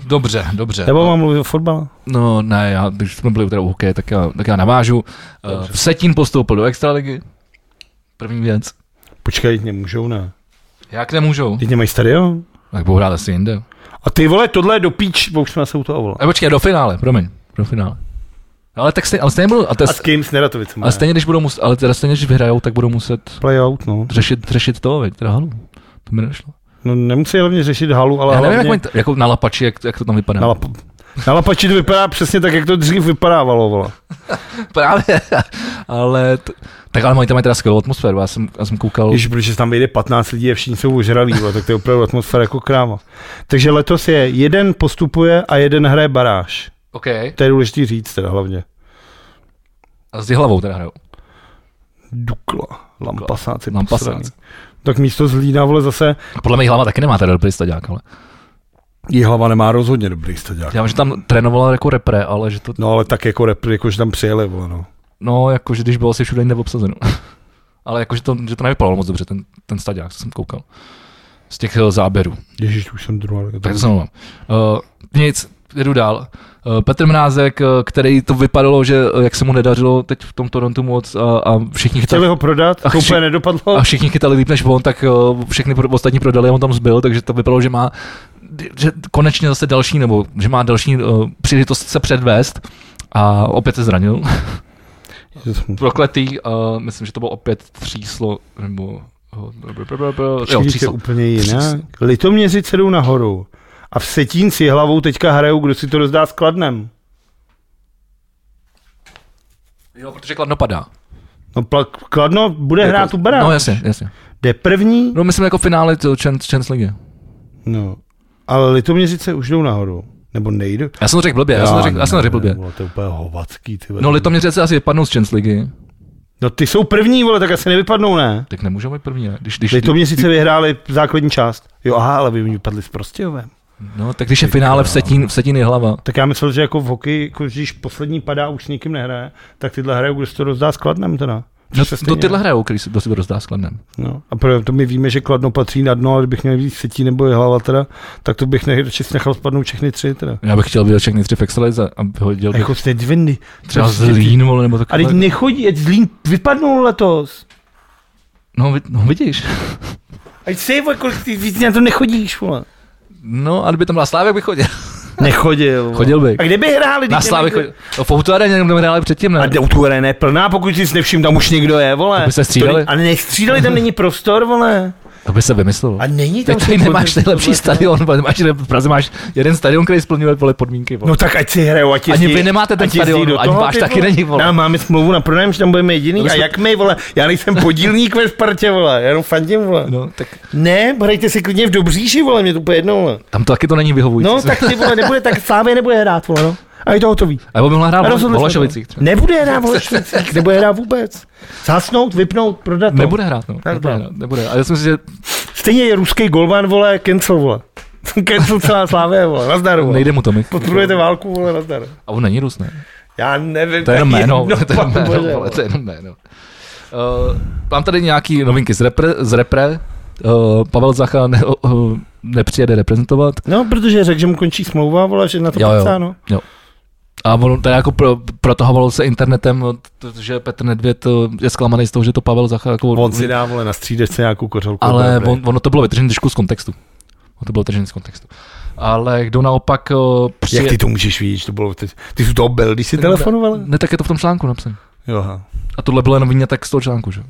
Speaker 2: dobře, dobře.
Speaker 1: Nebo mám mluvit o fotbale?
Speaker 2: No ne, já, když jsme byli teda u hokeje, tak já, tak já navážu. Eh,
Speaker 1: Dobře.
Speaker 2: V Setín postoupil do Extraligy. První věc.
Speaker 1: Počkej, teď nemůžou, ne?
Speaker 2: Jak nemůžou?
Speaker 1: Teď nemají stadion?
Speaker 2: Tak budou hrát asi jinde.
Speaker 1: A ty vole, tohle je do píč, bo už jsme se u toho volali.
Speaker 2: A počkej, do finále, promiň, do finále. Ale tak stejně, ale stejně budou, a, to,
Speaker 1: A s kým? S Neratovicem.
Speaker 2: a stejně, když budou muset, ale teda stejně, když vyhrajou, tak budou muset
Speaker 1: Playout, no.
Speaker 2: řešit, řešit to, veď, teda halu. To mi nešlo.
Speaker 1: No nemusí hlavně řešit halu, ale
Speaker 2: Já nevím,
Speaker 1: hlavně...
Speaker 2: jak, mají t- jako na lapači, jak, jak to tam vypadá.
Speaker 1: na, lap... na Lapači to vypadá přesně tak, jak to dřív vypadávalo, vole.
Speaker 2: Právě, ale, t- tak ale mají tam mají teda skvělou atmosféru, já jsem, já jsem koukal,
Speaker 1: Když protože tam vyjde 15 lidí a všichni jsou ožralí, vole, tak to je opravdu atmosféra jako kráma. Takže letos je jeden postupuje a jeden hraje baráž.
Speaker 2: OK,
Speaker 1: To je důležité říct teda hlavně.
Speaker 2: a s hlavou teda hrajou.
Speaker 1: Dukla, lampasáci,
Speaker 2: Lampasáci.
Speaker 1: lampasáci. Tak místo Zlína, vole, zase
Speaker 2: Podle mě hlava taky nemá teda dobrý staďák, ale.
Speaker 1: Jihlava nemá rozhodně dobrý staďák.
Speaker 2: Já vím, že tam trénovala jako repre, ale že to,
Speaker 1: No ale tak jako repr, jakože tam přijeli, vole, no.
Speaker 2: no jako, že když bylo asi všude jinde obsazeno. ale jako, že to, že to nevypadalo moc dobře, ten, ten staďák, co jsem koukal. z těch eh, záběrů.
Speaker 1: Ježíš, to už jsem druhá.
Speaker 2: Tak to se mluvám. Uh, nic, jdu dál. Uh, Petr Mrázek, eh, který to vypadalo, že eh, jak se mu nedařilo teď v tom Torontu moc a, a všichni
Speaker 1: Chtěli ho prodat,
Speaker 2: A
Speaker 1: to
Speaker 2: chci-
Speaker 1: úplně nedopadlo.
Speaker 2: a všichni chytali líp než on, tak eh, všechny pro- ostatní prodali a on tam zbyl, takže to vypadalo, že má že konečně zase další, nebo že má další uh, příležitost se předvést a opět se zranil. Prokletý, uh, myslím, že to bylo opět tříslo, nebo eh, jo,
Speaker 1: Přijde
Speaker 2: tříslo.
Speaker 1: úplně jinak.
Speaker 2: Tříslo.
Speaker 1: Litoměřice jdou nahoru. A v Setínci hlavou teďka hrajou, kdo si to rozdá s kladnem.
Speaker 2: Jo, protože klad napadá.
Speaker 1: No pla- Kladno bude hrát u Brna.
Speaker 2: No jasně, jasně.
Speaker 1: Jde první,
Speaker 2: No myslím jako finále to Champions Champions League.
Speaker 1: no. Ale Litoměřice už jdou nahoru. Nebo nejdu.
Speaker 2: Já jsem to řekl blbě, já, jsem to řekl, já jsem to řekl blbě.
Speaker 1: Bylo to je úplně hovacký, ty vole.
Speaker 2: No Litoměřice asi vypadnou z Champions League,
Speaker 1: No ty jsou první, vole, tak asi nevypadnou, ne?
Speaker 2: tak nemůžou být první, ne? Když, když,
Speaker 1: Litoměřice vyhráli základní část. Jo, aha, ale vy mi vypadli s Prostějovem.
Speaker 2: no, tak když je finále v Setín, v Setín je hlava.
Speaker 1: Tak já myslel, že jako v hokeji, jako když poslední padá, už s nikým nehraje, tak tyhle hrajou, kdo si to rozdá s kladnem teda.
Speaker 2: No,
Speaker 1: Což se
Speaker 2: do
Speaker 1: stejně-
Speaker 2: tyhle hrajou, když se, kdo si to rozdá s kladnem.
Speaker 1: No. A pro to my víme, že kladno patří na dno, ale kdybych měl víc setí nebo je hlava teda, tak to bych ne- radši nechal spadnout všechny tři teda.
Speaker 2: Já bych chtěl vidět všechny tři Fexelize a vyhodil bych
Speaker 1: Jako jste dvindy.
Speaker 2: třeba No, Zlín, vole, nebo
Speaker 1: A teď
Speaker 2: takhle.
Speaker 1: nechodí, ať zlín vypadnul letos.
Speaker 2: No, vid- no, vidíš.
Speaker 1: Ať se vole, kolik ty víc na to nechodíš, vole.
Speaker 2: No, a kdyby tam byla Slávě, bych chodil.
Speaker 1: Nechodil. vole.
Speaker 2: Chodil bych.
Speaker 1: A kde by hráli?
Speaker 2: Na
Speaker 1: Teď
Speaker 2: Slávě
Speaker 1: nemají-
Speaker 2: chodil. No, v Outu Areně, kde hráli předtím,
Speaker 1: A
Speaker 2: ne?
Speaker 1: jde- tu arena je plná, pokud jsi nevšiml, tam už někdo je, vole.
Speaker 2: To by se střídali.
Speaker 1: To, ale nestřídali, tam není prostor, vole.
Speaker 2: To by se vymyslel.
Speaker 1: A není tam...
Speaker 2: Teď tady
Speaker 1: svobodný-
Speaker 2: nemáš nejlepší stadion, vole, máš, v Praze máš jeden stadion, který splňuje vole podmínky. Vole.
Speaker 1: No tak ať si hrajou, ať
Speaker 2: Ani
Speaker 1: jezdí-
Speaker 2: vy nemáte ten
Speaker 1: ať jezdí
Speaker 2: stadion,
Speaker 1: do
Speaker 2: ani váš
Speaker 1: ty
Speaker 2: taky
Speaker 1: vole.
Speaker 2: není, vole.
Speaker 1: No, máme smlouvu na pronájem, že tam budeme jediný.
Speaker 2: No,
Speaker 1: A
Speaker 2: jsme-
Speaker 1: jak my, vole, já nejsem podílník ve Spartě, vole, já jenom fandím, vole.
Speaker 2: No, tak
Speaker 1: Ne, hrajte si klidně v Dobříši, vole, mě to úplně jedno, vole.
Speaker 2: tam to taky to není vyhovující.
Speaker 1: No tak ty, vole, nebude, tak Slávě nebude hrát, vole, no. A je to hotový.
Speaker 2: A nebo by mohla hrát
Speaker 1: A
Speaker 2: v
Speaker 1: rozhodli jsme to.
Speaker 2: Holešovicích třeba.
Speaker 1: Nebude hrát v Holešovicích, nebude hrát vůbec. Zasnout, vypnout, prodat to.
Speaker 2: Nebude hrát, no.
Speaker 1: Tak
Speaker 2: Nebude,
Speaker 1: to.
Speaker 2: hrát, nebude. A já jsem si, že
Speaker 1: Stejně je ruský golman, vole, cancel, vole. cancel celá Slávě, vole, nazdar, vole.
Speaker 2: nejde mu to, Mich.
Speaker 1: Podporujete válku, vole, nazdar.
Speaker 2: A on není Rus, ne?
Speaker 1: Já nevím.
Speaker 2: To je jenom
Speaker 1: tak
Speaker 2: jméno,
Speaker 1: jedno,
Speaker 2: to je jenom
Speaker 1: pane
Speaker 2: jméno,
Speaker 1: no, bože,
Speaker 2: vole, to je jenom jméno. Uh, mám tady nějaký novinky z repre, z repre. Uh, Pavel Zacha ne, uh, nepřijede reprezentovat.
Speaker 1: No, protože řekl, že mu končí smlouva, vole, že na to no.
Speaker 2: Jo, jo.
Speaker 1: písáno.
Speaker 2: A on tady jako pro, protahovalo se internetem, t- že Petr Nedvěd eh, je zklamaný z toho, že to Pavel Zacha jako...
Speaker 1: dá, vole, na střídečce nějakou kořelku.
Speaker 2: ale on, ono to bylo vytržené trošku z kontextu. Ono to bylo vytržené z kontextu. Ale kdo naopak eh, přijede...
Speaker 1: Jak ty to můžeš vidět, že to bylo, ty, ty jsi to byl, když jsi telefonoval?
Speaker 2: Ne, tak je to v tom článku napsané.
Speaker 1: Jo, aha.
Speaker 2: A tohle bylo jenom tak z toho článku, že?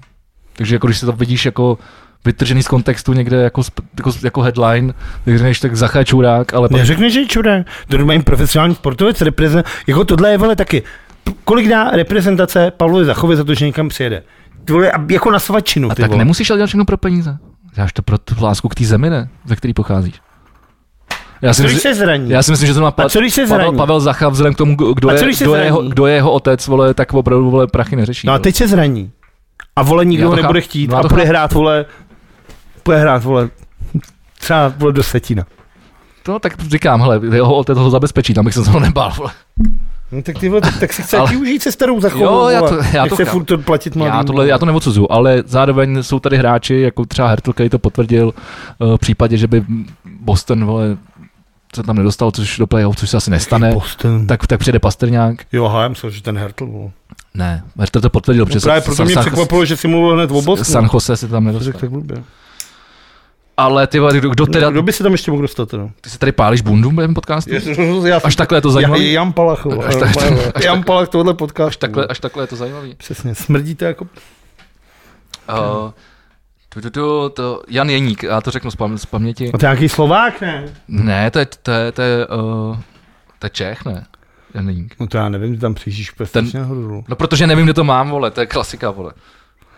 Speaker 2: Takže jako když si to vidíš jako vytržený z kontextu někde jako, sp- jako, jako headline, tak řekneš tak Zacha je čurák, ale pak,
Speaker 1: Neřekneš, No, že je čurák. To je normální profesionální sportovec, reprezent, jako tohle je, vole, taky. P- Kolik dá reprezentace Pavlovi Zachovi za to, že někam přijede? Ty vole, a- jako na svačinu,
Speaker 2: a
Speaker 1: ty
Speaker 2: tak
Speaker 1: vole.
Speaker 2: nemusíš ale dělat všechno pro peníze. Děláš to pro tu lásku k té zemi, ne? Ze který pocházíš. Já
Speaker 1: Co
Speaker 2: si,
Speaker 1: když
Speaker 2: myslím,
Speaker 1: se zraní?
Speaker 2: já si myslím, že to má
Speaker 1: A co když se
Speaker 2: Pavel,
Speaker 1: zraní?
Speaker 2: Pavel Zacha vzhledem k tomu, kdo- kdo
Speaker 1: A co
Speaker 2: je,
Speaker 1: když se
Speaker 2: kdo je, jeho,
Speaker 1: zraní?
Speaker 2: kdo je jeho otec, vole, tak opravdu vole, prachy neřeší.
Speaker 1: No a
Speaker 2: vole.
Speaker 1: teď se zraní. A vole,
Speaker 2: Já
Speaker 1: nikdo ho
Speaker 2: to
Speaker 1: nebude
Speaker 2: chápu.
Speaker 1: chtít
Speaker 2: No já
Speaker 1: a
Speaker 2: to
Speaker 1: bude
Speaker 2: chápu.
Speaker 1: hrát, vole, bude hrát, vole, třeba vole do Setína.
Speaker 2: No tak říkám, hele, jeho otec ho zabezpečí, tam bych se toho nebál. Vole.
Speaker 1: No tak ty vole, tak, tak si chce
Speaker 2: Ale-
Speaker 1: využít se starou zachovou,
Speaker 2: Jo, já
Speaker 1: vole.
Speaker 2: to- já to
Speaker 1: Nechce
Speaker 2: chápu.
Speaker 1: furt to platit mladým.
Speaker 2: Já, tohle, já to neodsuzuju, ale zároveň jsou tady hráči, jako třeba Hertl, který to potvrdil eh, v případě, že by Boston vole, se tam nedostal, což do playoff, což se asi nestane,
Speaker 1: Boston.
Speaker 2: tak, tak přijde Pastrňák.
Speaker 1: Jo, aha, já myslel, že ten Hertl byl.
Speaker 2: Ne, Hertl to potvrdil, protože
Speaker 1: No, právě proto mě překvapilo, že si mluvil hned o Bostonu.
Speaker 2: San Jose se tam
Speaker 1: To
Speaker 2: nedostal.
Speaker 1: řekl tak blbě.
Speaker 2: Ale ty, vole, kdo, kdo teda,
Speaker 1: No, Kdo by se tam ještě mohl dostat? No?
Speaker 2: ty se tady pálíš bundu během podcastu?
Speaker 1: Já,
Speaker 2: Až takhle je to
Speaker 1: já,
Speaker 2: zajímavý?
Speaker 1: Jan Palach. vole.
Speaker 2: Až tak-
Speaker 1: Vole, vole. Jan Palach tohle podcast.
Speaker 2: Až takhle, až takhle je to zajímavý.
Speaker 1: Přesně, smrdí to jako...
Speaker 2: Uh, tu, tu, tu, to, Jan Jeník, já to řeknu z, pam- z paměti.
Speaker 1: A No, to je nějaký Slovák, ne?
Speaker 2: Ne, to je, to je, to je, uh, to je Čech, ne? Jan Jeník.
Speaker 1: No to já nevím, tam přijíždíš úplně
Speaker 2: Ten-
Speaker 1: strašně nahoru. dolů.
Speaker 2: No protože nevím, kde to mám, vole, to je klasika, vole.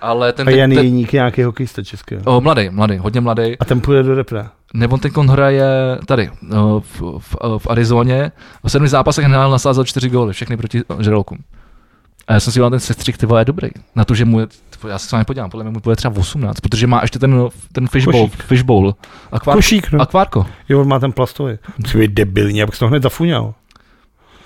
Speaker 2: Ale ten,
Speaker 1: A
Speaker 2: ten,
Speaker 1: Jan
Speaker 2: ten
Speaker 1: Jeník je nějaký hokejista český. jo?
Speaker 2: o, mladý, mladý, hodně mladý.
Speaker 1: A ten půjde do repre.
Speaker 2: Nebo ten kon hraje tady, o, v, v, v Arizóně. V sedmi zápasech hrál, nasázel čtyři góly, všechny proti žralokům. A já jsem si dělal ten sestřih, ty vole, je dobrý. Na to, že mu je, já se s vámi podívám, podle mě mu bude třeba 18, protože má ještě ten, ten fishbowl,
Speaker 1: Košík.
Speaker 2: fishbowl. Akvár,
Speaker 1: Košík, no.
Speaker 2: akvárko.
Speaker 1: Jo, on má ten plastový. Musí být debilní, abych se to hned zafuňal.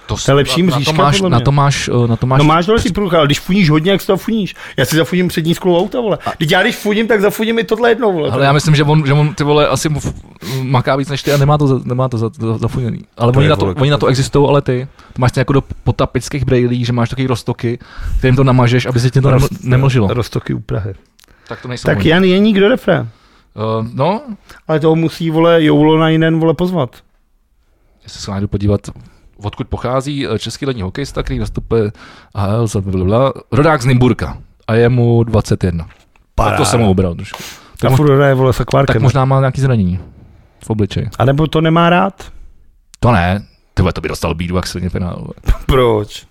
Speaker 2: To,
Speaker 1: To je lepší
Speaker 2: na, na, to
Speaker 1: mřížka,
Speaker 2: máš,
Speaker 1: podle
Speaker 2: na
Speaker 1: mě.
Speaker 2: to máš, eh, na to máš,
Speaker 1: No máš dole si průcha, ale když funíš hodně, jak si to funíš. Já si zafuním přední sklo auta, vole. Teď já když funím, tak zafuním i tohle jednou, vole.
Speaker 2: ale já myslím, že on, že on ty vole asi mu f- maká víc než ty a nemá to, za, nemá to za, za, zafuněný. Ale
Speaker 1: To
Speaker 2: oni
Speaker 1: je,
Speaker 2: na, to,
Speaker 1: vole,
Speaker 2: oni na to existují, ale ty. To máš jako do potapických brejlí, že máš takový roztoky, kterým to namažeš, aby se ti to neml, nemlžilo.
Speaker 1: Rostoky u Prahy.
Speaker 2: Tak to nejsou
Speaker 1: Tak
Speaker 2: oni.
Speaker 1: Jan Jeník do refré.
Speaker 2: Uh, no,
Speaker 1: Ale toho musí, vole, Joulo na jinen, vole, pozvat.
Speaker 2: já se najdu podívat, odkud pochází eh, český lední hokejista, který nastupuje AHL, za blablabla, rodák z Nymburka a je mu 21. Tak to jsem ho ubral trošku.
Speaker 1: Ta
Speaker 2: Tak, mož,
Speaker 1: furt hraje, vole, s
Speaker 2: tak
Speaker 1: akvárkem.
Speaker 2: možná má nějaký zranění v obličeji.
Speaker 1: A nebo to nemá rád?
Speaker 2: To ne, ty vole, to by dostal bídu, jak silně penál. vole.
Speaker 1: Proč?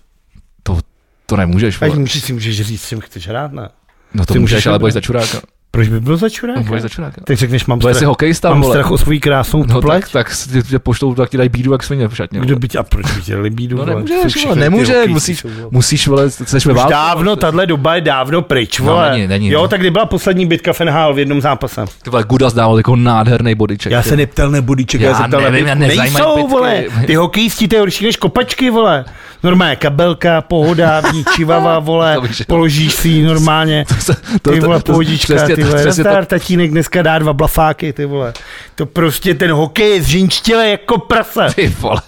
Speaker 2: To nemůžeš,
Speaker 1: Ať
Speaker 2: vole.
Speaker 1: můžeš, si můžeš říct, s čím chceš hrát, ne?
Speaker 2: No to
Speaker 1: Ty
Speaker 2: můžeš,
Speaker 1: můžeš
Speaker 2: ale
Speaker 1: vybrat.
Speaker 2: budeš za čuráka.
Speaker 1: Proč by byl za čurák?
Speaker 2: Budeš za čuráka.
Speaker 1: Ty řekneš, mám
Speaker 2: Budeš si
Speaker 1: strach,
Speaker 2: hokejista,
Speaker 1: mám
Speaker 2: vole.
Speaker 1: strach o svůj krásnou
Speaker 2: No
Speaker 1: no, pleť.
Speaker 2: tak, tak si tě- tě pošlou, tak ti dají bídu, jak svině v šatně.
Speaker 1: Kdo
Speaker 2: vole.
Speaker 1: by tě, a proč by tě libídu,
Speaker 2: No
Speaker 1: vole?
Speaker 2: nemůžeš,
Speaker 1: Jsou
Speaker 2: vole,
Speaker 1: všechny ty
Speaker 2: nemůže,
Speaker 1: hokejky
Speaker 2: musíš-
Speaker 1: jsou, vole.
Speaker 2: Musíš, vole, jsi ve
Speaker 1: Už
Speaker 2: válce.
Speaker 1: dávno, tahle doba je dávno pryč, vole.
Speaker 2: není, není,
Speaker 1: jo,
Speaker 2: no.
Speaker 1: tak kdy byla poslední bitka Fenhal v jednom zápase?
Speaker 2: Ty vole, Gudas dával jako nádherný bodyček.
Speaker 1: Já
Speaker 2: ty.
Speaker 1: se neptal na bodíček,
Speaker 2: Já
Speaker 1: já, se ptal na
Speaker 2: nevím,
Speaker 1: bitku.
Speaker 2: mě nezajímají
Speaker 1: Nejsou,
Speaker 2: bitky.
Speaker 1: vole, ty hokejisti, to je horší než kopačky, vole. Normálně kabelka, pohoda, čivava, vole,
Speaker 2: To bych že-
Speaker 1: položíš si ji normálně.
Speaker 2: To se- to-
Speaker 1: Ty
Speaker 2: to-
Speaker 1: vole,
Speaker 2: to-
Speaker 1: pohodička,
Speaker 2: přesně
Speaker 1: ty
Speaker 2: to-
Speaker 1: vole,
Speaker 2: přesně to-
Speaker 1: nazdar, tatínek dneska dá dva blafáky, ty vole. To prostě ten hokej je zřinčtěle jako prase.
Speaker 2: Ty vole,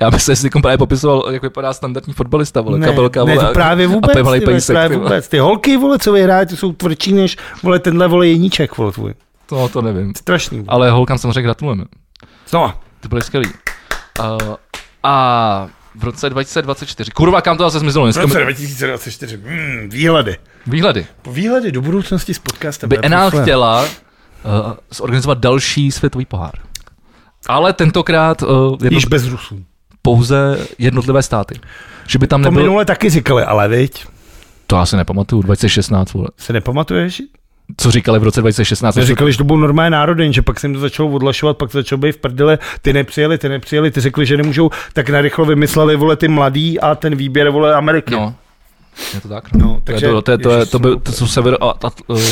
Speaker 2: já bych se s někom jako právě popisoval, jak vypadá standardní fotbalista, vole,
Speaker 1: Ne,
Speaker 2: kabelka, vole,
Speaker 1: ne, to právě vůbec,
Speaker 2: a pevalej
Speaker 1: ty, vole,
Speaker 2: pejsek,
Speaker 1: právě
Speaker 2: ty vole.
Speaker 1: vůbec. Ty holky, vole, co vyhrájí, ty jsou tvrdší než, vole, tenhle, vole, jeníček, vole, tvůj.
Speaker 2: To, to nevím.
Speaker 1: Strašný. vole.
Speaker 2: Ale holkám samozřejmě gratulujeme.
Speaker 1: No,
Speaker 2: Ty byly skvělý. Uh, a v roce 2024, kurva, kam to zase zmizelo?
Speaker 1: v
Speaker 2: Dneska
Speaker 1: roce
Speaker 2: mi...
Speaker 1: 2024, hmm, výhledy.
Speaker 2: Výhledy.
Speaker 1: Výhledy do budoucnosti s podcastem.
Speaker 2: By
Speaker 1: já to
Speaker 2: Enál
Speaker 1: myslím.
Speaker 2: chtěla uh, zorganizovat další světový pohár. Ale tentokrát uh, jedno,
Speaker 1: Již bez Rusů.
Speaker 2: pouze jednotlivé státy. Že by tam
Speaker 1: To
Speaker 2: nebylo...
Speaker 1: minule taky říkali, ale viď,
Speaker 2: To já si nepamatuju, 2016, vole.
Speaker 1: se nepamatuješ?
Speaker 2: Co říkali v roce 2016?
Speaker 1: Ty říkali, že to byl normální národen, že pak jsem to začal odlašovat, pak to začal být v prdele, ty nepřijeli, ty nepřijeli, ty řekli, že nemůžou, tak narychlo vymysleli, vole, ty mladý a ten výběr, vole, Ameriky.
Speaker 2: No, je to tak.
Speaker 1: No,
Speaker 2: Takže, to, je, to, je, to, je, to, by, to jsou sever, a, a, uh,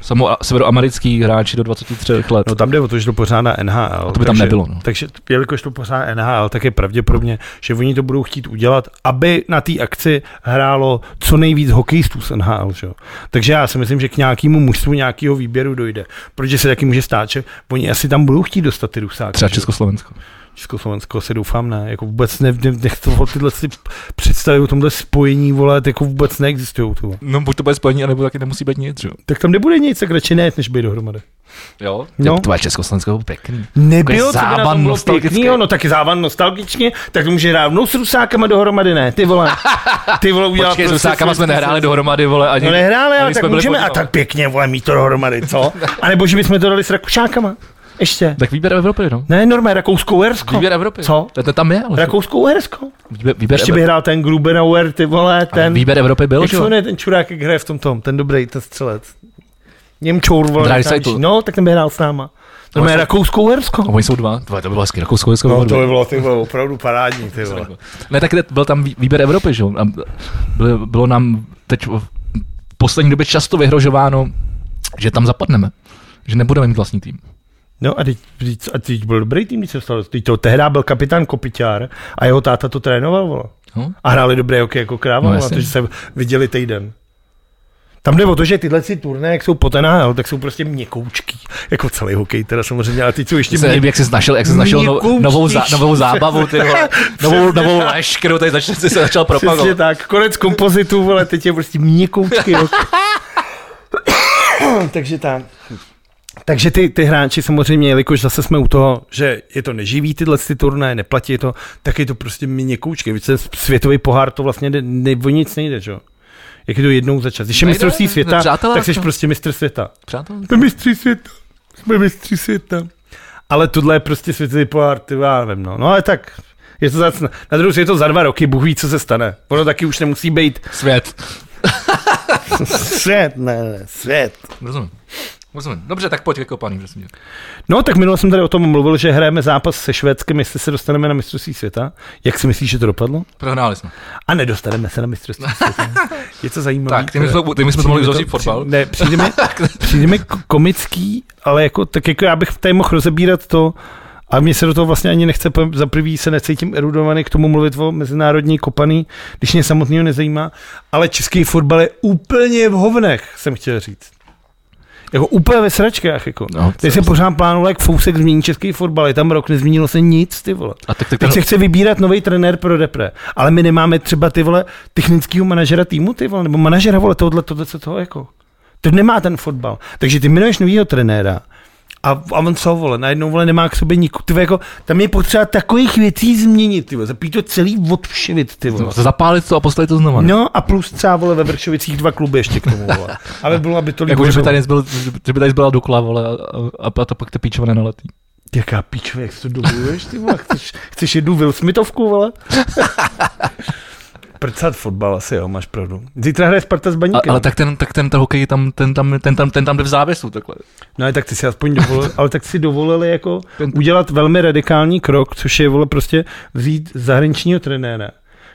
Speaker 2: samo, a, severoamerický hráči do 23 let.
Speaker 1: No tam jde o to, že to pořádá NHL.
Speaker 2: to by tam
Speaker 1: takže,
Speaker 2: nebylo, no.
Speaker 1: Takže jelikož to pořádá NHL, tak je pravděpodobně, že oni to budou chtít udělat, aby na té akci hrálo co nejvíc hokejistů z NHL. Že? jo. Takže já si myslím, že k nějakému mužstvu nějakého výběru dojde. Protože se taky může stát, že oni asi tam budou chtít dostat ty rusáky.
Speaker 2: Třeba
Speaker 1: že jo.
Speaker 2: Československo.
Speaker 1: Československo si doufám ne, jako vůbec ne, ne, nechci o tyhle si představy o tomhle spojení, vole, jako vůbec neexistují. tu.
Speaker 2: No buď to bude spojení, anebo taky nemusí být nic, jo?
Speaker 1: Tak tam nebude nic, tak radši ne, než být dohromady.
Speaker 2: Jo?
Speaker 1: No.
Speaker 2: To je Československo bylo pěkný.
Speaker 1: Nebylo,
Speaker 2: Takový
Speaker 1: co by na
Speaker 2: závan
Speaker 1: tom bylo
Speaker 2: nostalgický.
Speaker 1: pěknýho, no taky závan nostalgičně, tak to může rovnou s rusákama dohromady, ne, ty vole, ty vole udělat
Speaker 2: Počkej, s Rusákama
Speaker 1: prostě
Speaker 2: jsme nehráli dohromady, vole, ani...
Speaker 1: No nehráli, ale
Speaker 2: ani
Speaker 1: tak
Speaker 2: jsme byli
Speaker 1: můžeme,
Speaker 2: pod-
Speaker 1: a tak pěkně, vole, mít to dohromady, co? A nebo že bychom to dali s Rakušákama, ještě.
Speaker 2: Tak výběr Evropy, no.
Speaker 1: Ne, normálně, Rakousko-Uhersko.
Speaker 2: Výběr Evropy.
Speaker 1: Jako Co?
Speaker 2: To, to tam je, ale jako
Speaker 1: Rakousko-Uhersko.
Speaker 2: výběr, výběr,
Speaker 1: Ještě by
Speaker 2: Evropy.
Speaker 1: hrál ten Grubenauer, ty vole, ten,
Speaker 2: výběr Evropy byl,
Speaker 1: jak se
Speaker 2: že jo?
Speaker 1: jmenuje ten čurák, jak hraje v tom tom, ten dobrý, ten střelec. Němčour, vole,
Speaker 2: Dreisaitl.
Speaker 1: nejznámější. no, tak ten by hrál s náma. Normálně Rakousko-Uhersko.
Speaker 2: A oni jsou dva. Dva, to bylo hezky. Rakousko, Česko, jako-
Speaker 1: No, to by bylo ty vole, opravdu parádní, ty vole.
Speaker 2: Ne, tak byl tam vý- výběr Evropy, že jo? A Bylo, bylo nám teď v poslední době často vyhrožováno, že tam zapadneme. Že nebudeme mít vlastní tým.
Speaker 1: No a teď, teď, a teď byl dobrý tým, když se stalo. Teď to tehdy byl kapitán Kopiťár a jeho táta to trénoval, vole.
Speaker 2: No?
Speaker 1: A hráli dobré hokej jako
Speaker 2: No,
Speaker 1: kráva, no,
Speaker 2: jasně.
Speaker 1: to, že se viděli týden. Tam jde o to, že tyhle si turné, jak jsou potená, tak jsou prostě měkoučký. Jako celý hokej, teda samozřejmě, ale ty jsou ještě
Speaker 2: Mně se
Speaker 1: mě...
Speaker 2: líbí, jak jsi našel, jak jsi našel no,
Speaker 1: Měkoučtější.
Speaker 2: novou, zá, novou zábavu, ty vole, novou, novou lež, kterou tady začal, jsi se začal
Speaker 1: Přesně
Speaker 2: propagovat.
Speaker 1: tak, konec kompozitu, vole, teď je prostě měkoučký hokej. Takže tak. Takže ty, ty hráči samozřejmě, jelikož zase jsme u toho, že je to neživý tyhle ty turné, neplatí to, tak je to prostě měkoučky. Víte, světový pohár to vlastně ne, ne, o nic nejde, že? jo? Jak je to jednou za čas. Když je
Speaker 2: Nejde,
Speaker 1: mistrovství
Speaker 2: ne,
Speaker 1: světa,
Speaker 2: No, přátelé,
Speaker 1: tak jsi
Speaker 2: to-
Speaker 1: prostě mistr světa.
Speaker 2: Přátelé,
Speaker 1: Jsme mistři světa. Jsme mistři světa. Ale tohle je prostě světový pohár, ty já nevím, no. No ale tak, je to zase, na druhou stranu je to za dva roky, Bůh ví, co se stane. Ono taky už nemusí být
Speaker 2: svět.
Speaker 1: svět, ne, ne, svět.
Speaker 2: Rozumím. Rozumím. Dobře, tak pojď vykopaný, prosím tě.
Speaker 1: No tak minule jsem tady o tom mluvil, že hrajeme zápas se Švédskem, jestli se dostaneme na mistrovství světa. Jak si myslíš, že to dopadlo?
Speaker 2: Prohráli jsme.
Speaker 1: A nedostaneme se na mistrovství světa. Je to zajímavé.
Speaker 2: Tak, ty my jsme, ty my jsme to mohli uzavřít fotbal.
Speaker 1: Ne, přijde mi, přijde mi k- komický, ale jako, tak jako já bych tady mohl rozebírat to, A mně se do toho vlastně ani nechce, po- za prvý se necítím erudovaný k tomu mluvit o mezinárodní kopaný, když mě samotného nezajímá, ale český fotbal je úplně v hovnech, jsem chtěl říct. Jako úplně ve sračkách, jako.
Speaker 2: No,
Speaker 1: Teď se pořád plánovalo, jak Fousek změní český fotbal, je tam rok, nezměnilo se nic, ty vole.
Speaker 2: A tak,
Speaker 1: Teď
Speaker 2: tak, tak
Speaker 1: se chce vybírat nový trenér pro repre, ale my nemáme třeba ty vole technického manažera týmu, ty vole, nebo manažera vole tohle, tohle, co toho jako. To nemá ten fotbal. Takže ty jmenuješ novýho trenéra a, a on co vole, najednou vole nemá k sobě nikoho, ty vole, jako, tam je potřeba takových věcí změnit, ty vole, zapít to celý odvšivit, ty vole.
Speaker 2: zapálit No, to a postavit to znova. No,
Speaker 1: No a plus třeba vole ve Vršovicích dva kluby ještě k tomu, vole. Aby bylo, aby to
Speaker 2: jako,
Speaker 1: líbilo.
Speaker 2: že by tady zbyl, že by tady zbyla Dukla, vole, a, a, a to pak ta píčovina naletí.
Speaker 1: Jaká píčově, jak se to dovoluješ, ty vole? Chceš, chceš jednu Will Smithovku, vole? Prcat fotbal asi, jo, máš pravdu. Zítra hraje Sparta s
Speaker 2: A,
Speaker 1: baníkem.
Speaker 2: ale tak ten, tak ten, ten hokej tam, ten tam, ten tam, ten tam jde v závěsu, takhle.
Speaker 1: No ale tak ty si aspoň dovolil, ale tak si dovolili jako
Speaker 2: Ten-
Speaker 1: udělat velmi radikální krok, což je, vole, prostě vzít zahraničního trenéra,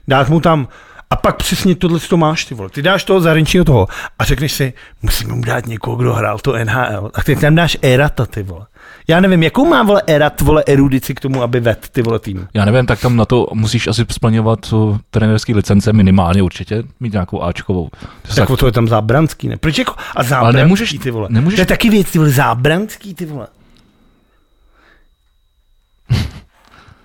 Speaker 1: dát mu tam a pak přesně tohle to máš, ty vole. Ty dáš toho zahraničního toho a řekneš si, musíme mu dát někoho, kdo hrál to NHL. A ty tam dáš Erata, ty vole. Já nevím, jakou má, vole, Erat, vole, erudici k tomu, aby ved ty vole tým.
Speaker 2: Já nevím, tak tam na to musíš asi splňovat uh, trenérský licence minimálně určitě, mít nějakou Ačkovou. To se
Speaker 1: Tak, tak to je tam Zábranský, ne? Proč jako? A Zábranský,
Speaker 2: nemůžeš-
Speaker 1: ty vole.
Speaker 2: nemůžeš-
Speaker 1: To je taky věc, ty vole, Zábranský, ty vole.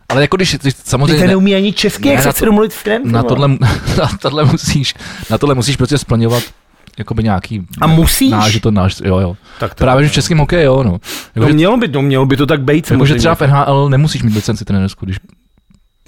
Speaker 2: ale jako když, když
Speaker 1: Ty
Speaker 2: samozřejmě...
Speaker 1: ten neumí ani česky,
Speaker 2: ne,
Speaker 1: jak se
Speaker 2: na
Speaker 1: chce
Speaker 2: to-
Speaker 1: domluvit v ten,
Speaker 2: na tohle, na tohle, musíš, na tohle musíš prostě splňovat jakoby nějaký...
Speaker 1: A musíš?
Speaker 2: Náš, to náš, jo, jo.
Speaker 1: Tak to,
Speaker 2: Právě že v českém hokeji, jo, no.
Speaker 1: to
Speaker 2: Jako, že,
Speaker 1: mělo by, to mělo by to tak být
Speaker 2: jako, že
Speaker 1: samozřejmě.
Speaker 2: třeba v NHL nemusíš mít licenci trenérskou, když...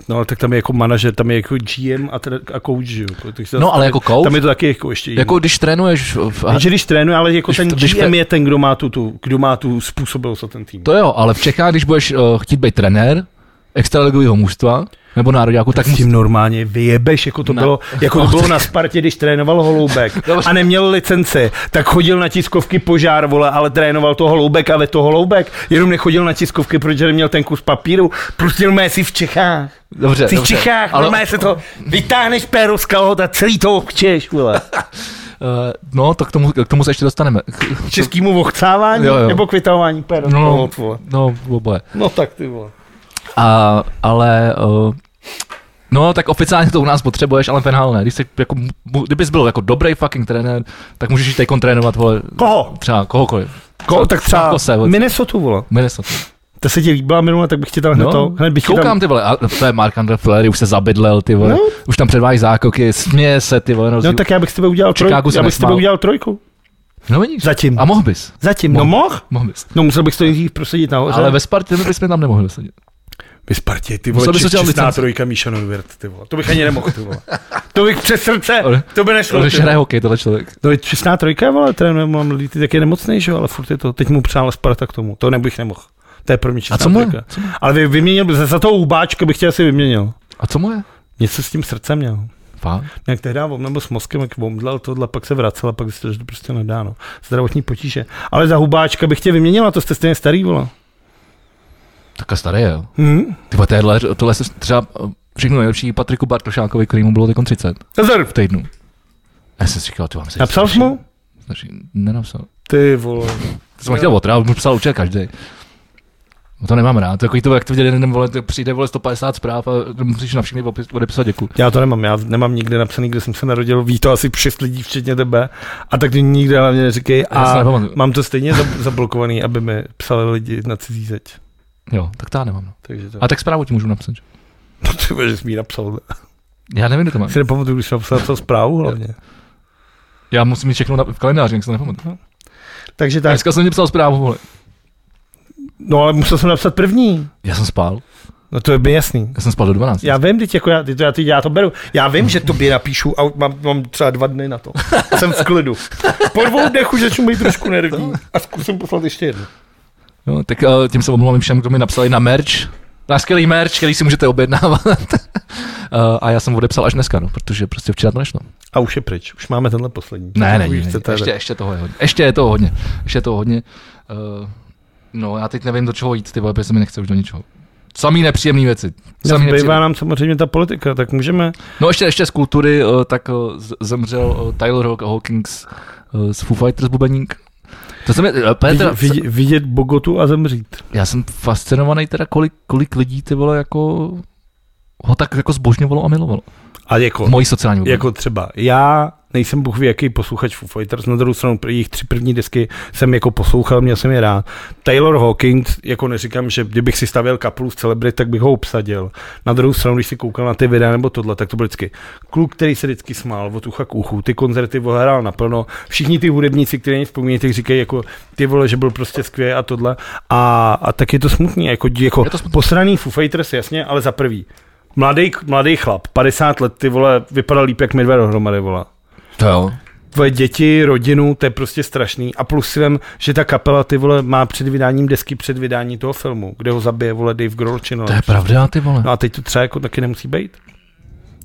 Speaker 1: No ale tak tam je jako manažer, tam je jako GM a, teda, a coach, že jo. Jako, tak se
Speaker 2: No, ale
Speaker 1: zase-
Speaker 2: jako coach?
Speaker 1: Tam je to taky jako ještě jiný.
Speaker 2: Jako když trénuješ... V,
Speaker 1: Jenže když trénuje, ale jako
Speaker 2: Když
Speaker 1: ten
Speaker 2: to- když
Speaker 1: GM
Speaker 2: pe-
Speaker 1: je ten, kdo má tu, tu, kdo má tu způsobilost a ten tým.
Speaker 2: to jo, ale v Čechách, když budeš uh, chtít být trenér extraligového mužstva nebo národňáku, tak
Speaker 1: tak s tím normálně vyjebeš, jako to
Speaker 2: Ne.
Speaker 1: bylo, jako to
Speaker 2: No,
Speaker 1: bylo
Speaker 2: tak- No,
Speaker 1: na Spartě, když trénoval Holoubek
Speaker 2: Dobře.
Speaker 1: a neměl licenci, tak chodil na tiskovky požár, vole, ale trénoval to Holoubek a to Holoubek, jenom nechodil na tiskovky, protože neměl ten kus papíru, prostě normálně si v Čechách.
Speaker 2: Dobře,
Speaker 1: Jsi v
Speaker 2: dobře.
Speaker 1: Čechách, ale...
Speaker 2: Ale-
Speaker 1: normálně se to vytáhneš péro z kalhot a celý to okčeš, vole.
Speaker 2: Uh, no, tak k tomu, k tomu se ještě dostaneme.
Speaker 1: K českýmu vochcávání
Speaker 2: Jo, jo.
Speaker 1: nebo k vytahování péro z
Speaker 2: No,
Speaker 1: kalhot, vole.
Speaker 2: no, oboje.
Speaker 1: No tak ty vole.
Speaker 2: A, ale... Uh, No, tak oficiálně to u nás potřebuješ, ale penál ne. Když jsi, jako, mu- kdybys byl jako dobrý fucking trenér, tak můžeš jít teď trénovat, vole,
Speaker 1: Koho?
Speaker 2: třeba kohokoliv.
Speaker 1: Ko, tak třeba
Speaker 2: Kose, vole.
Speaker 1: Minnesota, vole.
Speaker 2: Minnesota.
Speaker 1: To se ti líbila minule, tak bych ti tam hned, to, hned bych ti
Speaker 2: No, koukám
Speaker 1: tam...
Speaker 2: ty vole, a to je Mark Andre Fleury, už se zabydlel, ty vole,
Speaker 1: No.
Speaker 2: no. už tam předvádí zákoky, směje se, ty vole,
Speaker 1: No
Speaker 2: rozdíl.
Speaker 1: tak já bych s tebe udělal
Speaker 2: Chicagu
Speaker 1: trojku.
Speaker 2: se
Speaker 1: Já bych s tebe
Speaker 2: nesmál.
Speaker 1: udělal trojku.
Speaker 2: no vidíš.
Speaker 1: Zatím.
Speaker 2: A mohl bys,
Speaker 1: Zatím. No moh?
Speaker 2: mohl bys.
Speaker 1: No musel bych to nejdřív prosadit nahoře.
Speaker 2: Ale ve Spartě my bychom tam nemohli sedět.
Speaker 1: Ve Spartě, ty
Speaker 2: Musel
Speaker 1: vole,
Speaker 2: bys
Speaker 1: čes,
Speaker 2: udělat
Speaker 1: čestná
Speaker 2: licenci.
Speaker 1: trojka Míša Neuwirth, ty vole. To bych ani nemohl, ty vole. To bych přes srdce,
Speaker 2: Ale-
Speaker 1: to by nešlo.
Speaker 2: Když
Speaker 1: ty vole.
Speaker 2: hraje hokej, tohle člověk.
Speaker 1: No je čestná trojka, vole, trénuje mám lidi, ty tak je nemocný, že jo, ale furt je to. Teď mu přála Sparta k tomu, to nebych nemohl. To je pro mě čestná
Speaker 2: A co moje?
Speaker 1: trojka. Ale vy, vyměnil bych, za- za toho hubáčka bych tě asi vyměnil.
Speaker 2: A co moje?
Speaker 1: Něco s tím srdcem měl.
Speaker 2: Fakt?
Speaker 1: Jak tehdy on nebo s mozkem, jak omdlel tohle, pak se vracel a pak zjistil, že to prostě nedá, no. Zdravotní potíže. Ale za hubáčka bych tě vyměnila, to jste stejně starý, vole.
Speaker 2: Taká starý, jo.
Speaker 1: Hmm?
Speaker 2: Ty vole, tohle, tohle se třeba eh, všechno nejlepší Patriku Bartošákovi, který mu bylo teď 30
Speaker 1: Nazar.
Speaker 2: v týdnu. Já jsem si říkal, ty vám se
Speaker 1: Napsal jsi mu?
Speaker 2: Snaží- Nenapsal.
Speaker 1: Ty vole.
Speaker 2: To jsem chtěl otrávit, mu psal určitě každý. No to nemám rád, takový to, jak to viděl jeden vole, to přijde vole 150 zpráv a musíš na všechny opis- odepisovat děku.
Speaker 1: Já to nemám, já nemám nikde napsaný, kde jsem se narodil, ví to asi šest lidí, včetně tebe, a tak to nikde hlavně neříkej.
Speaker 2: Já se
Speaker 1: A
Speaker 2: nepamatuju.
Speaker 1: mám to stejně za- zablokovaný, aby mi psali lidi na cizí zeď.
Speaker 2: Jo, tak to já nemám. No.
Speaker 1: Takže to.
Speaker 2: A tak zprávu ti můžu napsat. že?
Speaker 1: No ty vole, že jsi mi ji napsal.
Speaker 2: Já nevím, kde to mám.
Speaker 1: Si nepamatuju, když jsem napsal to zprávu hlavně.
Speaker 2: Já musím mít všechno na, v kalendáři, jak se to nepamatuju.
Speaker 1: Takže tak,
Speaker 2: Dneska jsem ti psal zprávu, vole.
Speaker 1: no ale musel jsem napsat první.
Speaker 2: Já jsem spal,
Speaker 1: No to je by jasný.
Speaker 2: já jsem spal do 12.
Speaker 1: Já vím, teď jako já, teď to, já, teď já to beru. Já vím, že tobě napíšu a mám, mám třeba dva dny na to. Jsem v klidu. Po dvou dnech už začnu být trošku nervní. A zkusím poslat ještě jednu.
Speaker 2: Jo, tak eh, tím se omlouvám všem, kdo mi napsali na merch. Na skvělý merch, který si můžete objednávat. Eh, a já jsem odepsal až dneska, no, protože prostě včera to nešlo.
Speaker 1: A už je pryč, už máme tenhle poslední.
Speaker 2: Ne, ne,
Speaker 1: Už
Speaker 2: ne, ne.
Speaker 1: chcete-
Speaker 2: Ještě, ještě toho je hodně. Ještě je toho hodně. Ještě je toho hodně. Uh, no, já teď nevím, do čeho jít, ty vole, protože se mi nechce už do ničeho. Samý nepříjemný věci.
Speaker 1: No,
Speaker 2: Samý
Speaker 1: Zbývá
Speaker 2: nepříjemný.
Speaker 1: nám samozřejmě ta politika, tak můžeme.
Speaker 2: No ještě, ještě z eh, kultury, uh, tak uh, z- zemřel uh, Tyler Hawk- Hawkins uh, z Foo eh, Fighters bubeník. To jsem, je- úplně teda,
Speaker 1: Vidět, vidět, vidět Bogotu a zemřít.
Speaker 2: já jsem fascinovaný teda, kolik, kolik lidí ty vole jako ho tak jako zbožňovalo a milovalo.
Speaker 1: A jako,
Speaker 2: V mojí sociální bublině.
Speaker 1: jako třeba, já nejsem Bůh ví, jaký posluchač Foo Fighters, na druhou stranu jejich tři první desky jsem jako poslouchal, měl jsem je rád. Taylor Hawkins, jako neříkám, že kdybych si stavěl kapelu z celebrit, tak bych ho obsadil. Na druhou stranu, když si koukal na ty videa nebo tohle, tak to byl vždycky kluk, který se vždycky smál od ucha k uchu, ty koncerty ohrál naplno, všichni ty hudebníci, které mě vzpomínají, tak říkají jako ty vole, že byl prostě skvělý a tohle. A, a tak je to smutný, jako, jako
Speaker 2: Je to
Speaker 1: to
Speaker 2: smutný.
Speaker 1: posraný Foo Fighters, jasně, ale za prvý. Mladý, mladý chlap, 50 let, ty vole, vypadal líp jak my dva dohromady, vole.
Speaker 2: To jo.
Speaker 1: Tvoje děti, rodinu, to je prostě strašný. A plus si vem, že ta kapela, ty vole, má před vydáním desky, před vydání toho filmu, kde ho zabije, vole, Dave Grohl či no.
Speaker 2: To je pravda, ty vole.
Speaker 1: No a teď to třeba jako taky nemusí být.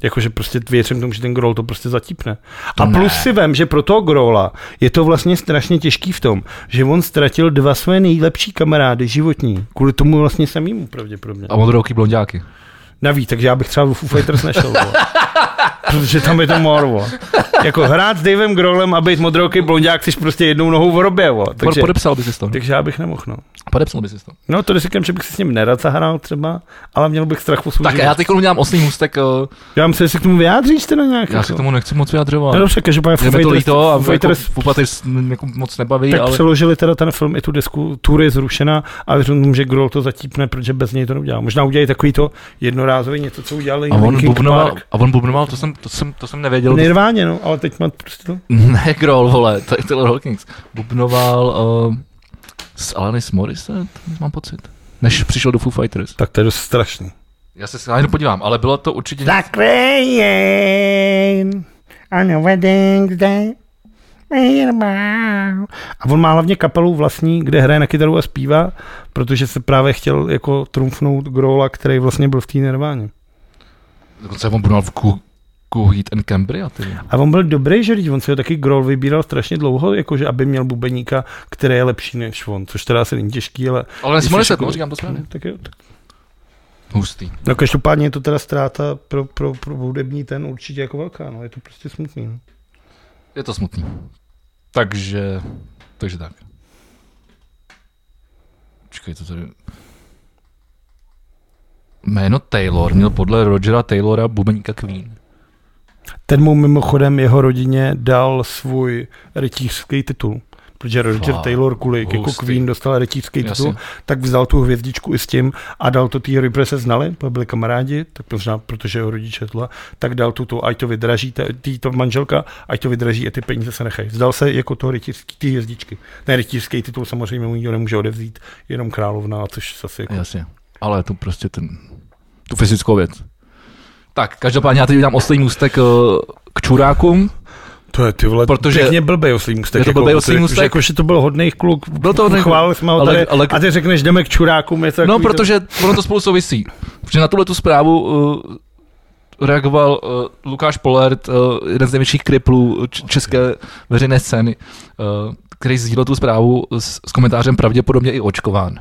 Speaker 1: Jakože prostě věřím tomu, že ten Grohl to prostě zatípne.
Speaker 2: To
Speaker 1: A
Speaker 2: ne.
Speaker 1: plus si vem, že pro toho Grohla je to vlastně strašně těžký v tom, že on ztratil dva své nejlepší kamarády životní. Kvůli tomu vlastně samýmu pravděpodobně.
Speaker 2: A modrouký blondiáky.
Speaker 1: Navíc, takže já bych třeba v Foo Fighters nešel, vole. Protože tam je to mor, vole. Jako hrát s Davem Growlem a být modroký blondák, jsi prostě jednou nohou v robě, vole.
Speaker 2: Takže,
Speaker 1: Takže,
Speaker 2: podepsal by si to.
Speaker 1: takže já bych nemohl, no.
Speaker 2: Podepsal by si to.
Speaker 1: No to říkám, že bych si s ním nerad zahrál třeba, ale měl bych strach o svůj
Speaker 2: Tak a
Speaker 1: život.
Speaker 2: já teď udělám osný můstek, eh,
Speaker 1: já myslím, že se k tomu vyjádříš teda nějak.
Speaker 2: já se k tomu nechci moc vyjadřovat.
Speaker 1: No dobře, každopádně
Speaker 2: Je
Speaker 1: Foo
Speaker 2: mi to
Speaker 1: jako Fighters,
Speaker 2: líto a
Speaker 1: Foo Fighters
Speaker 2: jako, Pupa Tyrs jako moc nebaví,
Speaker 1: tak
Speaker 2: ale
Speaker 1: přeložili teda ten film i tu desku, tour je zrušena a věřím tomu, že Grohl to zatípne, protože bez něj to neudělá. Možná udělají takový to jednorázový něco, co udělali
Speaker 2: a on,
Speaker 1: Linkin
Speaker 2: bubnoval,
Speaker 1: Park.
Speaker 2: a on bubnoval, to jsem, to jsem, to jsem nevěděl.
Speaker 1: Nirváně, no, ale teď má prostě to.
Speaker 2: Ne, Grohl, vole, to je Taylor Hawkins. Bubnoval uh, s Alanis Morissette, mám pocit. Než přišel do Foo Fighters.
Speaker 1: Tak to je dost strašný.
Speaker 2: Já se na podívám, ale bylo to určitě...
Speaker 4: Black rain on a wedding day.
Speaker 1: A on má hlavně kapelu vlastní, kde hraje na kytaru a zpívá, protože se právě chtěl jako trumfnout Grola, který vlastně byl v té nerváně.
Speaker 2: Dokonce on bubnoval v Ku, Ku Heat and Cambria, ty. vole.
Speaker 1: A on byl dobrý žrdič, on si ho taky Grol vybíral strašně dlouho, jakože aby měl bubeníka, který je lepší než on, což teda asi není těžký, ale...
Speaker 2: Ale
Speaker 1: Když
Speaker 2: Alanis
Speaker 1: jsi
Speaker 2: Morissette, no,
Speaker 1: jako-
Speaker 2: říkám to správně.
Speaker 1: Tak jo, tak.
Speaker 2: Hustý.
Speaker 1: No každopádně je to teda ztráta pro, pro, pro hudební ten určitě jako velká, no je to prostě smutný. No.
Speaker 2: Je to smutný. Takže, takže tak. Počkej, to tady... Jméno Taylor měl podle Rogera Taylora bubeníka Queen.
Speaker 1: Ten mu mimochodem jeho rodině dal svůj rytířský titul. Protože Roger
Speaker 2: Fakt.
Speaker 1: Taylor kvůli jako
Speaker 2: Hustý.
Speaker 1: Queen dostal rytířský
Speaker 2: Jasně.
Speaker 1: titul, tak vzal tu hvězdičku i s tím a dal to té protože se znali, to byli kamarádi, tak možná protože jeho rodiče tohle, tak dal tu to, ať to vydraží, ta- tý to manželka, ať to vydraží a ty peníze se nechají. Vzdal se jako toho rytířský, ty hvězdičky. Ne, rytířský titul samozřejmě mu nikdo nemůže odevzít, jenom královna, což zase jako...
Speaker 2: Jasně. Ale to prostě ten, tu fyzickou věc. Tak, každopádně já teď udělám oslý můstek eh, k čurákům.
Speaker 1: To je ty vole,
Speaker 2: Protože-
Speaker 1: protože pěkně blbej oslý můstek.
Speaker 2: Je to blbej
Speaker 1: jako,
Speaker 2: oslý
Speaker 1: že-
Speaker 2: můstek?
Speaker 1: Že, jako, že to byl hodnej kluk,
Speaker 2: Byl to hodnej kluk.
Speaker 1: chválili jsme ho
Speaker 2: Ale-
Speaker 1: tady,
Speaker 2: ale-
Speaker 1: a ty řekneš, jdeme k čurákům. Je to
Speaker 2: No,
Speaker 1: takový to-
Speaker 2: protože ono to spolu souvisí. Protože na tuhle tu zprávu uh, reagoval uh, Lukáš Polert, uh, jeden z největších kriplů uh, č- české veřejné scény, uh, který sdílel tu zprávu s, s komentářem pravděpodobně i očkován.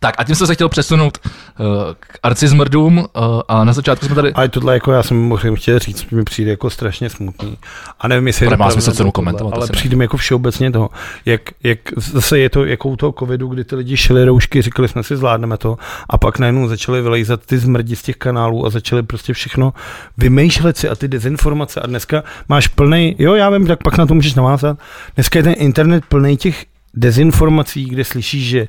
Speaker 2: Tak a tím jsem se chtěl přesunout uh, k arcizmrdům uh, a na začátku jsme tady...
Speaker 1: Ale tohle jako já jsem mimochodem chtěl říct, mi přijde jako strašně smutný. A nevím, jestli... je
Speaker 2: Ale
Speaker 1: to
Speaker 2: má
Speaker 1: pravda
Speaker 2: smysl
Speaker 1: nebo
Speaker 2: cenu
Speaker 1: tohle,
Speaker 2: komentovat,
Speaker 1: Ale
Speaker 2: asi ne.
Speaker 1: přijde mi jako všeobecně toho, jak, jak zase je to jako u toho covidu, kdy ty lidi šili roušky, říkali jsme si, zvládneme to, a pak najednou začali vylejzat ty zmrdi z těch kanálů a začali prostě všechno vymýšlet si a ty dezinformace a dneska máš plnej, jo, já vím, tak pak na to můžeš navázat, dneska je ten internet plnej těch dezinformací, kde slyšíš, že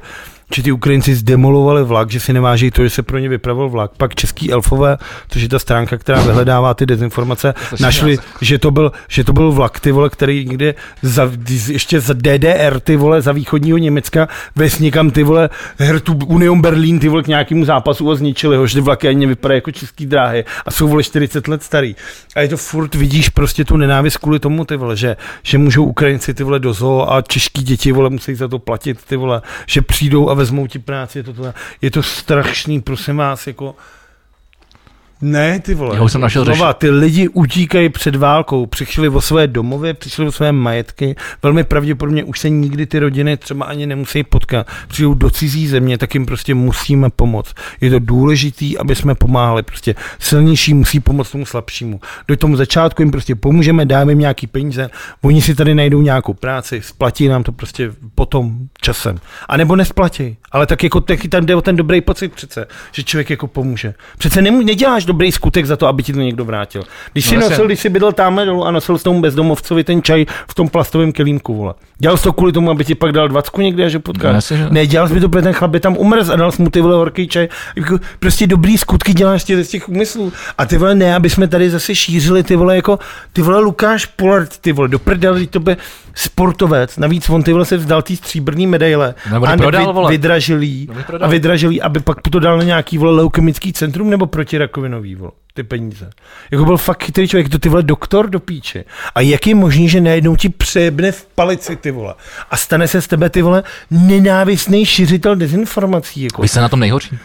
Speaker 1: že ty Ukrajinci zdemolovali vlak, že si neváží to, že se pro ně vypravil vlak. Pak Český Elfové, což je ta stránka, která vyhledává ty dezinformace,
Speaker 2: strašný
Speaker 1: našli,
Speaker 2: název.
Speaker 1: že to, byl, že to byl vlak, ty vole, který někde za, z- ještě za DDR, ty vole, za východního Německa vez někam, ty vole, hrtu Union Berlín, ty vole, k nějakému zápasu a zničili ho, že ty vlaky ani vypadají jako český dráhy a jsou, vole, 40 let starý. A je to furt, vidíš prostě tu nenávist kvůli tomu, ty vole, že, že můžou Ukrajinci ty vole do zoo a čeští děti vole musí za to platit ty vole, že přijdou a vezmou ti práci, je to, to, je to strašný, prosím vás, jako Ne, ty vole.
Speaker 2: Já už jsem našel
Speaker 1: Znova, ty lidi utíkají před válkou, přišli o své domovy, přišli o své majetky, velmi pravděpodobně už se nikdy ty rodiny třeba ani nemusí potkat. Přijdou do cizí země, tak jim prostě musíme pomoct. Je to důležitý, aby jsme pomáhali. Prostě silnější musí pomoct tomu slabšímu. Do tomu začátku jim prostě pomůžeme, dáme jim nějaký peníze, oni si tady najdou nějakou práci, splatí nám to prostě potom časem. A nebo nesplatí. Ale tak jako taky tam jde o ten dobrý pocit přece, že člověk jako pomůže. Přece nemů- neděláš dobrý skutek za to, aby ti to někdo vrátil. Když
Speaker 2: No
Speaker 1: si
Speaker 2: jasně.
Speaker 1: nosil, když si bydlel tamhle dolů a nosil s tomu bezdomovcovi ten čaj v tom plastovém kelímku, vole. Dělal jsi to kvůli tomu, aby ti pak dal dvacku někde a že potkáš.
Speaker 2: No jasně, že-
Speaker 1: Ne, dělal jsi by to, protože ten chlap by tam umrz a dal jsi mu ty vole horký čaj. Jako, prostě dobrý skutky děláš tě z těch úmyslů. A ty vole ne, aby jsme tady zase šířili ty vole jako, ty vole Lukáš Polard, ty vole, do prdeli, to by sportovec. Navíc on ty vole se vzdal té stříbrný medaile.
Speaker 2: Nebo
Speaker 1: a
Speaker 2: No, ji prodal,
Speaker 1: vy-
Speaker 2: vole.
Speaker 1: Vydražil jí.
Speaker 2: Nebo ji
Speaker 1: A
Speaker 2: prodal.
Speaker 1: vydražil jí, aby pak to dal na nějaký vole leukemický centrum nebo protirakovinový vole ty peníze. Jako byl fakt chytrý člověk, to ty vole doktor do píče. A jak je možný, že najednou ti přejebne v palici ty vole a stane se z tebe ty vole nenávistný šířitel dezinformací. Jako.
Speaker 2: Vy jste na tom nejhorší.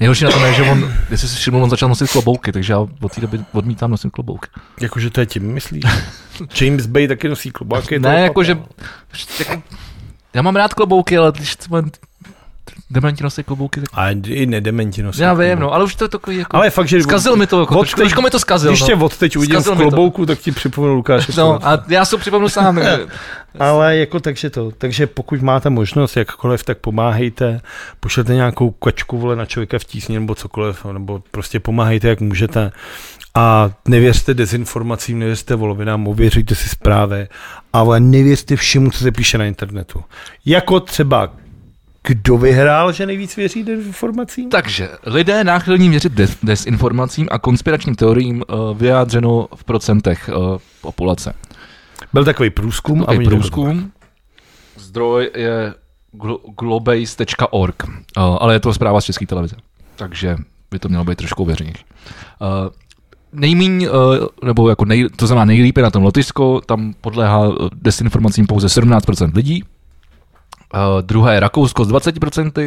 Speaker 2: Nejhorší na tom je, že on, jestli si všiml, on začal nosit klobouky, takže já od té doby odmítám nosit klobouky.
Speaker 1: Jakože to je tím myslíš? James Bay taky nosí klobáky. to no.
Speaker 2: Ne,
Speaker 1: je
Speaker 2: jakože,
Speaker 1: papa.
Speaker 2: jako, já mám rád klobouky, ale když třeba dementi nosí klobouky, tak
Speaker 1: A i nedementi nosí.
Speaker 2: já vím,
Speaker 1: klobáky.
Speaker 2: no, ale už to je takový jako...
Speaker 1: Ale fakt, že...
Speaker 2: Zkazil mi to, jako,
Speaker 1: Od
Speaker 2: trošku, trošku mi to zkazil,
Speaker 1: Když
Speaker 2: no.
Speaker 1: tě od teď uvidím
Speaker 2: Zkazil
Speaker 1: v
Speaker 2: mi to.
Speaker 1: klobouku, tak ti připomenu Lukáše.
Speaker 2: No,
Speaker 1: Polance.
Speaker 2: a já si to připomnu sám. jako.
Speaker 1: Ale jako takže to, takže pokud máte možnost jakkoliv, tak pomáhejte, pošlete nějakou kačku vole na člověka v tísni nebo cokoliv, nebo prostě pomáhejte, jak můžete. A nevěřte dezinformacím, nevěřte volovinám, ověřujte si zprávy, ale nevěřte všemu, co se píše na internetu. Jako třeba kdo vyhrál, že nejvíc věří dezinformacím?
Speaker 2: Takže lidé náchylní věřit des- desinformacím a konspiračním teoriím uh, vyjádřeno v procentech uh, populace.
Speaker 1: Byl takový průzkum.
Speaker 2: Okay,
Speaker 1: oni to vybrali.
Speaker 2: průzkum. Zdroj je glo- globase.org, uh, ale je to zpráva z České televize, takže by to mělo být trošku veřejnější. Uh, nejmíň, uh, nebo jako nej, to znamená nejlíp je na tom Lotyšsko, tam podléhá eh, desinformacím pouze 17% lidí, Uh, druhé je Rakousko s 20%,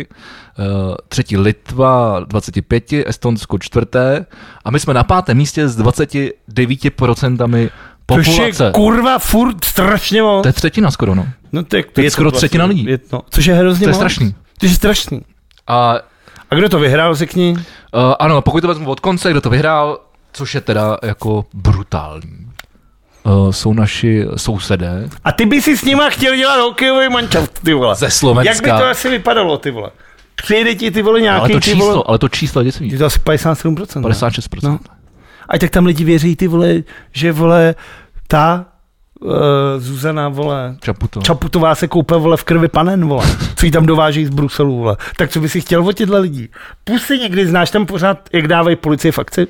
Speaker 2: uh, třetí Litva 25%, Estonsko čtvrté a my jsme na pátém místě s 29%
Speaker 1: Což je
Speaker 2: populace.
Speaker 1: kurva furt strašně moc.
Speaker 2: To je třetina skoro, no.
Speaker 1: No, to je,
Speaker 2: je skoro třetina lidí.
Speaker 1: Je, no, což je hrozně
Speaker 2: To je
Speaker 1: moc.
Speaker 2: strašný.
Speaker 1: To je strašný.
Speaker 2: A uh,
Speaker 1: A kdo to vyhrál, řekni?
Speaker 2: ano, pokud to vezmu od konce, kdo to vyhrál, což je teda jako brutální, uh, jsou naši sousedé
Speaker 1: A ty by si s nima chtěl dělat hokejový mančaft, ty vole.
Speaker 2: ze Slovenska.
Speaker 1: Jak by to asi vypadalo, ty vole? Přijede ti ty vole nějaký,
Speaker 2: ale to
Speaker 1: ty vole...
Speaker 2: číslo, ale to číslo je děsivý.
Speaker 1: Je to asi 57%. 50.
Speaker 2: 56%.
Speaker 1: No. A tak tam lidi věří, ty vole, že vole, ta uh, Zuzana, vole,
Speaker 2: Čaputo.
Speaker 1: Čaputová se koupe, vole, v krvi panen, vole, co jí tam dovážejí z Bruselu, vole. Tak co by si chtěl od těchto lidí? Pusy někdy, znáš tam pořád, jak dávají policie v akci?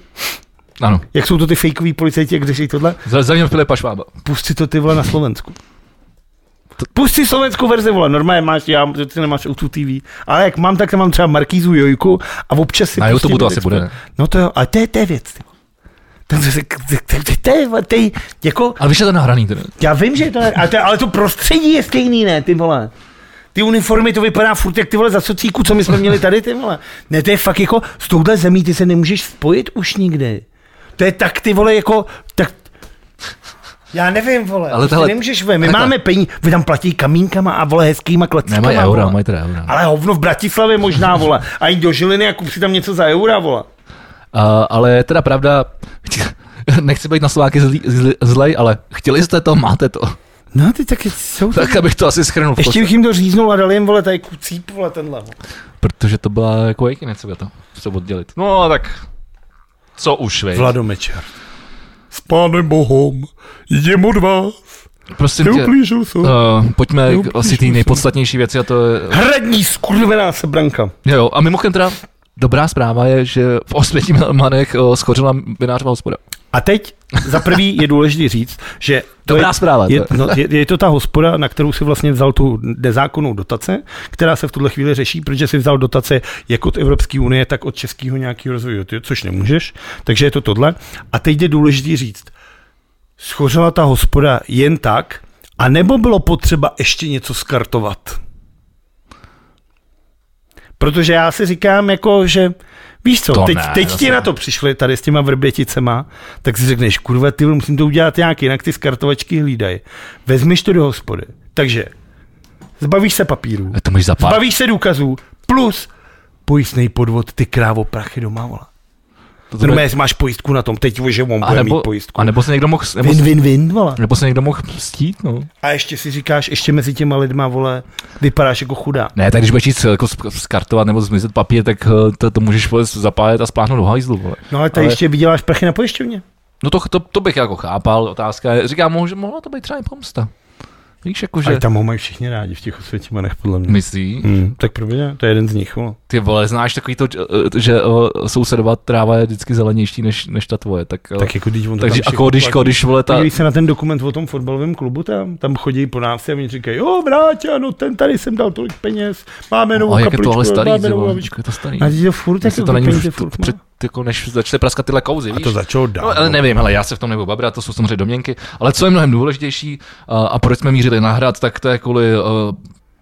Speaker 2: Ano,
Speaker 1: Jak jsou to ty fakeoví policajti, jak řeší tohle?
Speaker 2: za, za mě Filipa Švába.
Speaker 1: Pusť si to ty vole na Slovensku. Pusť si slovenskou verzi, vole, normálně máš, já, že ty nemáš O2 TV, ale jak mám, tak tam mám třeba Markízu Jojku a občas si
Speaker 2: Na
Speaker 1: pustím
Speaker 2: YouTube to
Speaker 1: Index
Speaker 2: asi bude.
Speaker 1: Pro- No to jo, ale to je, to je věc, ty vole. Tak to se- to- to- to- to je, vole, to je, jako,
Speaker 2: Ale víš, je to nahraný. Teda.
Speaker 1: já vím, že je to, ne- ale to, ale to prostředí je stejný, ne, ty vole. Ty uniformy, to vypadá furt jak ty vole za socíku, co my jsme měli tady, ty vole. Ne, to je fakt jako, s touhle zemí ty se nemůžeš spojit už nikdy. To je tak, ty vole, jako, tak, já nevím, vole,
Speaker 2: Ale
Speaker 1: ale
Speaker 2: tahle-
Speaker 1: tahle, nemůžeš ven. My
Speaker 2: takhle.
Speaker 1: máme peníze, vy tam platí kamínkama a vole hezkýma kleckama.
Speaker 2: Nemají eura,
Speaker 1: vole.
Speaker 2: mají teda eura.
Speaker 1: Ale hovno v Bratislavě možná, vole. A jít do Žiliny a kup si tam něco za eura, vole.
Speaker 2: A, E, ale je teda pravda, nechci být na Slováky zlý, zlý, zlej, ale chtěli jste to, máte to.
Speaker 1: No, ty taky jsou
Speaker 2: Tak abych to asi schrnul, v
Speaker 1: Ještě
Speaker 2: podstatě,
Speaker 1: bych jim to říznul a dal jim, vole, tady kucíp, vole, tenhle. Vole.
Speaker 2: protože to byla jako jediné, co to, co oddělit. No tak, co už, vej.
Speaker 1: Vladomečer. S pánem Bohom, jdem od vás,
Speaker 2: Prosím tě,
Speaker 1: neuplížil jsem.
Speaker 2: uh, pojďme k
Speaker 1: Neublížil
Speaker 2: asi té
Speaker 1: jsem.
Speaker 2: nejpodstatnější věci a to je...
Speaker 1: Hradní skurvená sebranka.
Speaker 2: Jo, jo, a mimochodem teda dobrá zpráva je, že v osvětí manech uh, schořela vinářová hospoda.
Speaker 1: A teď za prvý je důležité říct, že to
Speaker 2: Dobrá
Speaker 1: je,
Speaker 2: zpráva, to
Speaker 1: Je,
Speaker 2: je.
Speaker 1: no, je, je to ta hospoda, na kterou si vlastně vzal tu nezákonnou dotace, která se v tuhle chvíli řeší, protože si vzal dotace jak od Evropské unie, tak od českého nějakého rozvoje, což nemůžeš. Takže je to tohle. A teď je důležité říct, schořela ta hospoda jen tak, a nebo bylo potřeba ještě něco skartovat? Protože já si říkám, jako, že víš co,
Speaker 2: To
Speaker 1: teď,
Speaker 2: ne,
Speaker 1: teď
Speaker 2: zase
Speaker 1: ti
Speaker 2: ne.
Speaker 1: na to přišli tady s těma vrběticema, tak si řekneš, kurva, ty vole, musím to udělat nějak, jinak ty skartovačky hlídají. Vezmeš to do hospody. Takže zbavíš se papíru,
Speaker 2: A Eh, to můžeš zapát.
Speaker 1: zbavíš se důkazů, plus pojistný podvod, ty krávo prachy doma, vole.
Speaker 2: To to bude-
Speaker 1: Normálně máš pojistku na tom, teď že on
Speaker 2: a
Speaker 1: bude mít
Speaker 2: nebo,
Speaker 1: pojistku.
Speaker 2: a nebo se někdo mohl, nebo,
Speaker 1: Vin, vin, vin, vole.
Speaker 2: nebo se někdo mohl stít, no.
Speaker 1: A ještě si říkáš, ještě mezi těma lidma, vole, vypadáš jako chudá.
Speaker 2: Ne, tak když budeš jít jako sk- skartovat nebo zmizet papír, tak eh, to, to můžeš vole, zapálit a spáchnout do hajzlu, vole.
Speaker 1: No ale tady
Speaker 2: Ale-
Speaker 1: ještě vyděláš prachy na pojišťovně.
Speaker 2: No to, to, to bych jako chápal, otázka je, říkám, mohl, mohla to být třeba i pomsta. Víš, jakože...
Speaker 1: Ale tam ho mají všichni rádi v těch osvětimanech, podle mě.
Speaker 2: Myslí?
Speaker 1: Hmm, tak pro mě, to je jeden z nich. Vole.
Speaker 2: Ty vole, znáš takový to, eh, že eh, sousedová tráva je vždycky zelenější než, než ta tvoje, tak... eh,
Speaker 1: Tak jako když on to
Speaker 2: takže
Speaker 1: tam
Speaker 2: jako když,
Speaker 1: všechno platí.
Speaker 2: když vole ta...
Speaker 1: Podívej se na ten dokument o tom fotbalovém klubu tam, tam chodí po návsi a oni říkají, jo, vrátě, no ten tady jsem dal tolik peněz, máme novou
Speaker 2: No, A jak je
Speaker 1: kapličku,
Speaker 2: to ale starý,
Speaker 1: máme
Speaker 2: ty
Speaker 1: novou
Speaker 2: vole, jako
Speaker 1: lavičku.
Speaker 2: je to starý.
Speaker 1: A ty to furt,
Speaker 2: Jestli
Speaker 1: jako
Speaker 2: to není
Speaker 1: peníze
Speaker 2: už
Speaker 1: furt má.
Speaker 2: před, jako než začne praskat tyhle kauzy,
Speaker 1: A
Speaker 2: víš?
Speaker 1: to začalo dál.
Speaker 2: No, ale nevím, hele, já se v tom nebudu babrat, to jsou samozřejmě domněnky, ale co je mnohem důležitější a, a proč jsme mířili na hrad, tak to je kvůli uh,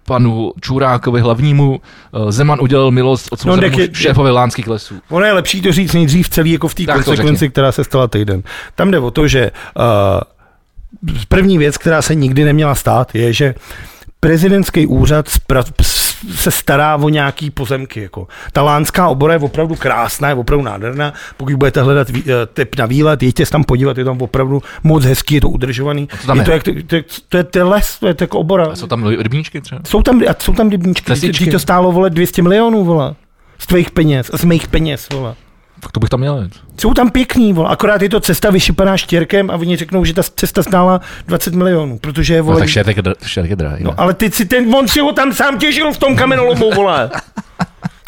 Speaker 2: panu Čurákovi hlavnímu. Uh, Zeman udělal milost odsouzenému
Speaker 1: No, tak je-
Speaker 2: šéfovi Lánských lesů.
Speaker 1: Ono je lepší to říct nejdřív celý jako v té
Speaker 2: Tak to
Speaker 1: konsekvenci,
Speaker 2: řekni.
Speaker 1: která se stala týden. Tam jde o to, že uh, první věc, která se nikdy neměla stát, je, že prezidentský úřad spra- s- se stará o nějaký pozemky. Jako. Ta lánská obora je opravdu krásná, je opravdu nádherná. Pokud budete hledat vý, eh, tip na výlet, jeďte se tam podívat, je tam opravdu moc hezký, je to udržovaný.
Speaker 2: co tam
Speaker 1: je
Speaker 2: je?
Speaker 1: to, jak, to, to, to, je, to je les, to je to jako obora.
Speaker 2: A jsou tam rybníčky třeba?
Speaker 1: Jsou tam, a jsou tam rybníčky,
Speaker 2: Klasičky.
Speaker 1: Vždyť to stálo, vole, 200 milionů, vole. Z tvých peněz, z mých peněz, vole.
Speaker 2: Tak to bych tam měl. jet.
Speaker 1: Jsou tam pěkný, vole, akorát je to cesta vyšípaná štěrkem a oni řeknou, že ta cesta stála 20 milionů, protože je,
Speaker 2: No,
Speaker 1: vole,
Speaker 2: tak šerek je dra- šerek je drahý.
Speaker 1: no,
Speaker 2: No,
Speaker 1: ale ty si ten, on si ho tam sám těžil v tom kamenolomu, vole.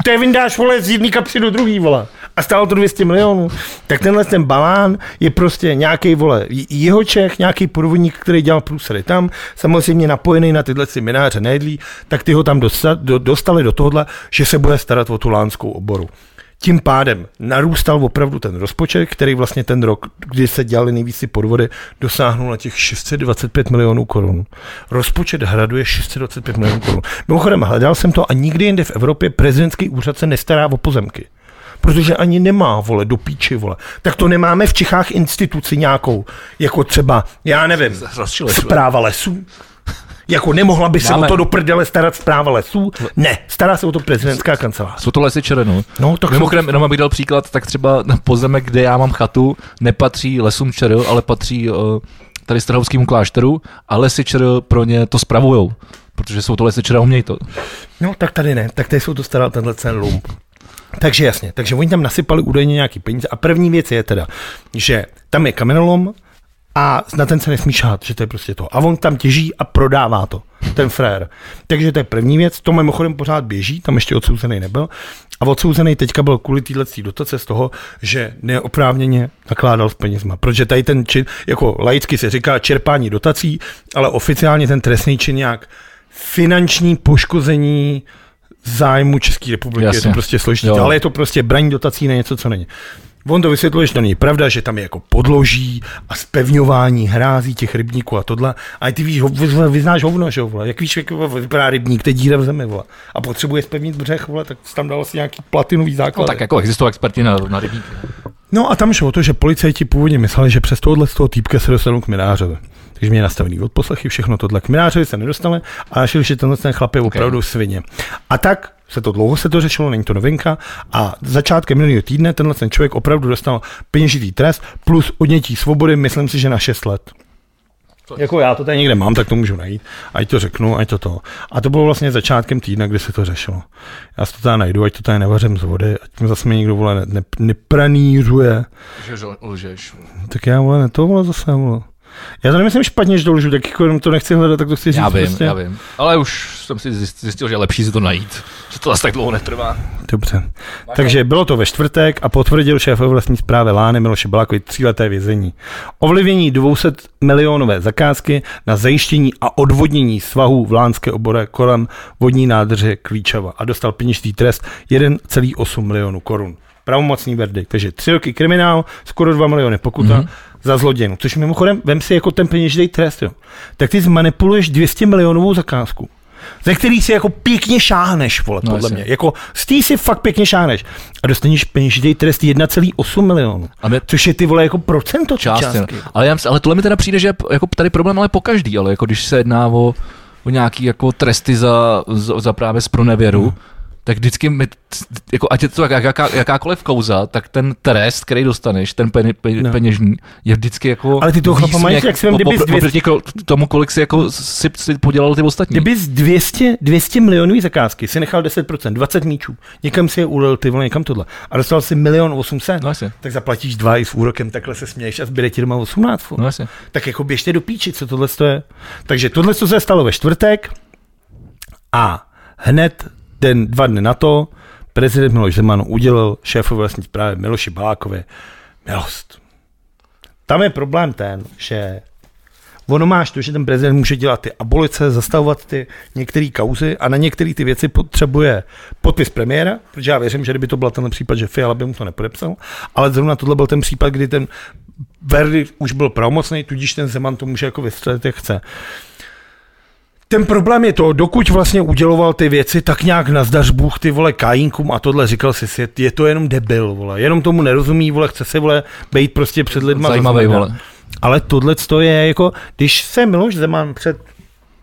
Speaker 1: To je vyndáš, vole, z jedné kapsy do druhé, vole. A stálo to 200 milionů. Tak tenhle ten balán je prostě nějaký vole, j- jeho Čech, nějaký podvodník, který dělal průsery tam, samozřejmě napojený na tyhle si mináře nejedlí, tak ty ho tam dosta, do, dostali do tohohle, že se bude starat o tu lánskou oboru. Tím pádem narůstal opravdu ten rozpočet, který vlastně ten rok, kdy se dělali nejvíc ty podvody, dosáhnul na těch 625 milionů korun. Rozpočet hradu je 625 milionů korun. Mimochodem, hledal jsem to a nikdy jinde v Evropě prezidentský úřad se nestará o pozemky. Protože ani nemá, vole, do píči, vole. Tak to nemáme v Čechách instituci nějakou, jako třeba, já nevím,
Speaker 2: Rozčiluješ, vole.
Speaker 1: zpráva lesů. Jako nemohla by se
Speaker 2: Máme.
Speaker 1: o to do prdele starat zpráva lesů? Ne, stará se o to prezidentská kancelář.
Speaker 2: Jsou to lesy čerenu.
Speaker 1: No, tak
Speaker 2: Mimochodem, jenom abych dal příklad, tak třeba na pozemek, kde já mám chatu, nepatří lesům ČR, ale patří eh, tady Strahovskému klášteru a lesy ČR pro ně to spravujou. Protože jsou to lesy ČR a umějí to.
Speaker 1: No, tak tady ne, tak tady jsou to stará tenhle ten lump. Takže jasně, takže oni tam nasypali údajně nějaký peníze a první věc je teda, že tam je kamenolom a na ten se nesmí šát, že to je prostě to. A on tam těží a prodává to, ten frér. Takže to je první věc, to mimochodem pořád běží, tam ještě odsouzený nebyl. A odsouzený teďka byl kvůli téhle dotace z toho, že neoprávněně nakládal s penězma. Protože tady ten čin, jako laicky se říká čerpání dotací, ale oficiálně ten trestný čin nějak finanční poškození zájmu České republiky. Jasně. Je to
Speaker 2: Jasně.
Speaker 1: prostě složitý,
Speaker 2: Jo.
Speaker 1: ale je to prostě braň dotací na něco, co není. On to vysvětluje, že to není pravda, že tam je jako podloží a spevňování hrází těch rybníků a tohle. A ty víš, ho- vy- vyznáš hovno, že jo, vole. Jak víš, jak vypadá rybník, to je díra v zemi, vole. A potřebuje spevnit břeh, vole, tak jsi tam dal si nějaký platinový základ.
Speaker 2: No, tak jako existují experti na, na rybníky.
Speaker 1: No a tam šlo o to, že policajti původně mysleli, že přes tohohle z toho týpka se dostanou k Minářovi. Takže mě nastavený odposlechy, všechno tohle. K Minářovi se nedostali a našli, že tenhle ten chlap je opravdu okay. svině. A tak se to dlouho se to řešilo, není to novinka. A začátkem minulého týdne tenhle ten člověk opravdu dostal peněžitý trest plus odnětí svobody, myslím si, že na 6 let. Jako já to tady někde mám, tak to můžu najít. Ať to řeknu, ať to to. A to bylo vlastně začátkem týdne, kdy se to řešilo. Já si to tady najdu, ať to tady nevařím z vody, ať mi zase mi někdo vole ne, ne, nepranířuje.
Speaker 2: Že že lžeš.
Speaker 1: Tak já vole, ne to vole zase vole. Já to nemyslím špatně, že dolžu, tak jako jenom to nechci hledat, tak to chci říct.
Speaker 2: Já vím,
Speaker 1: prostě.
Speaker 2: já vím. Ale už jsem si zjist- zjistil, že je lepší si to najít. Že to zase tak dlouho netrvá.
Speaker 1: Dobře. Takže bylo to ve čtvrtek a potvrdil šéf vlastní zprávy Lány Miloše Balakovi tříleté vězení. Ovlivnění 200 milionové zakázky na zajištění a odvodnění svahů v Lánské obore kolem vodní nádrže Klíčava a dostal peněžitý trest 1,8 milionů korun. Pravomocný verdikt, takže tři roky kriminál, skoro 2 miliony pokuta
Speaker 2: Mhm.
Speaker 1: mm-hmm. za zlodějnu. Což mimochodem, vem si jako ten peněžitý trest, jo. Tak ty zmanipuluješ 200 milionovou zakázku. ze který si jako pěkně šáhneš, vole,
Speaker 2: No,
Speaker 1: no, podle
Speaker 2: jasně.
Speaker 1: mě. Jako z tý si fakt pěkně šáhneš. A dostaneš peněžitý trest 1,8 milionů.
Speaker 2: A mě-
Speaker 1: Což je ty vole jako procento té
Speaker 2: část.
Speaker 1: částky.
Speaker 2: jen. Ale, já, myslím- ale tohle mi teda přijde, že je p- jako tady problém ale po každý, ale jako když se jedná o, o nějaký jako tresty za, za, za právě z pronevěru,
Speaker 1: Mhm.
Speaker 2: hmm. tak vždycky, mi, t- jako ať je to jak, jaká, jakákoliv kouza, tak ten trest, který dostaneš, ten pen, pe,
Speaker 1: No.
Speaker 2: peněžní, je vždycky jako...
Speaker 1: Ale ty toho chlapa
Speaker 2: výsměch
Speaker 1: máš, jak jsem,
Speaker 2: po-
Speaker 1: kdyby
Speaker 2: po-
Speaker 1: z dvě-
Speaker 2: Oproti ko- tomu, kolik si jako si, si podělal ty ostatní.
Speaker 1: Kdyby z 200, 200 milionový zakázky si nechal 10%, 20 míčů, někam si je ulil, ty vole, někam tohle, a dostal si milion 800,
Speaker 2: No jasně.
Speaker 1: tak zaplatíš dva i s úrokem, takhle se směješ a zbyde ti doma 18.
Speaker 2: No
Speaker 1: No.
Speaker 2: jasně.
Speaker 1: Tak jako běžte do píči, co tohle je. Takže tohle co se stalo ve čtvrtek a hned den, dva dny na to, prezident Miloš Zeman udělal šéfovi vlastní právě Miloši Balákovi milost. Tam je problém ten, že ono máš to, že ten prezident může dělat ty abolice, zastavovat ty některé kauzy a na některé ty věci potřebuje podpis premiéra, protože já věřím, že kdyby to byl ten případ, že Fiala by mu to nepodepsal, ale zrovna tohle byl ten případ, kdy ten verdikt už byl pravomocný, tudíž ten Zeman to může jako vystřelit, jak chce. Ten problém je to, dokud vlastně uděloval ty věci tak nějak na zdař Bůh ty vole kajínkům a tohle říkal si, si, je to jenom debil, vole, jenom tomu nerozumí, vole, chce si, vole, být prostě před lidma.
Speaker 2: Zajímavý,
Speaker 1: rozhledat.
Speaker 2: vole.
Speaker 1: Ale tohle to je jako, když se Miloš Zeman před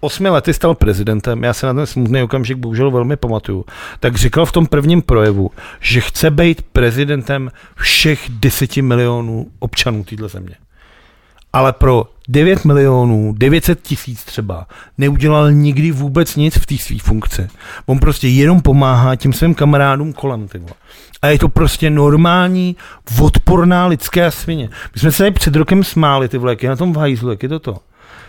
Speaker 1: osmi lety stal prezidentem, já se na ten smutný okamžik bohužel velmi pamatuju, tak říkal v tom prvním projevu, že chce být prezidentem všech deseti milionů občanů této země. Ale pro 9 milionů, 900 tisíc třeba, neudělal nikdy vůbec nic v té své funkci. On prostě jenom pomáhá těm svým kamarádům kolem. Ty vole. A je to prostě normální, odporná lidská svině. My jsme se tady před rokem smáli, ty vole, jak je na tom v hajzlu, jak je to to.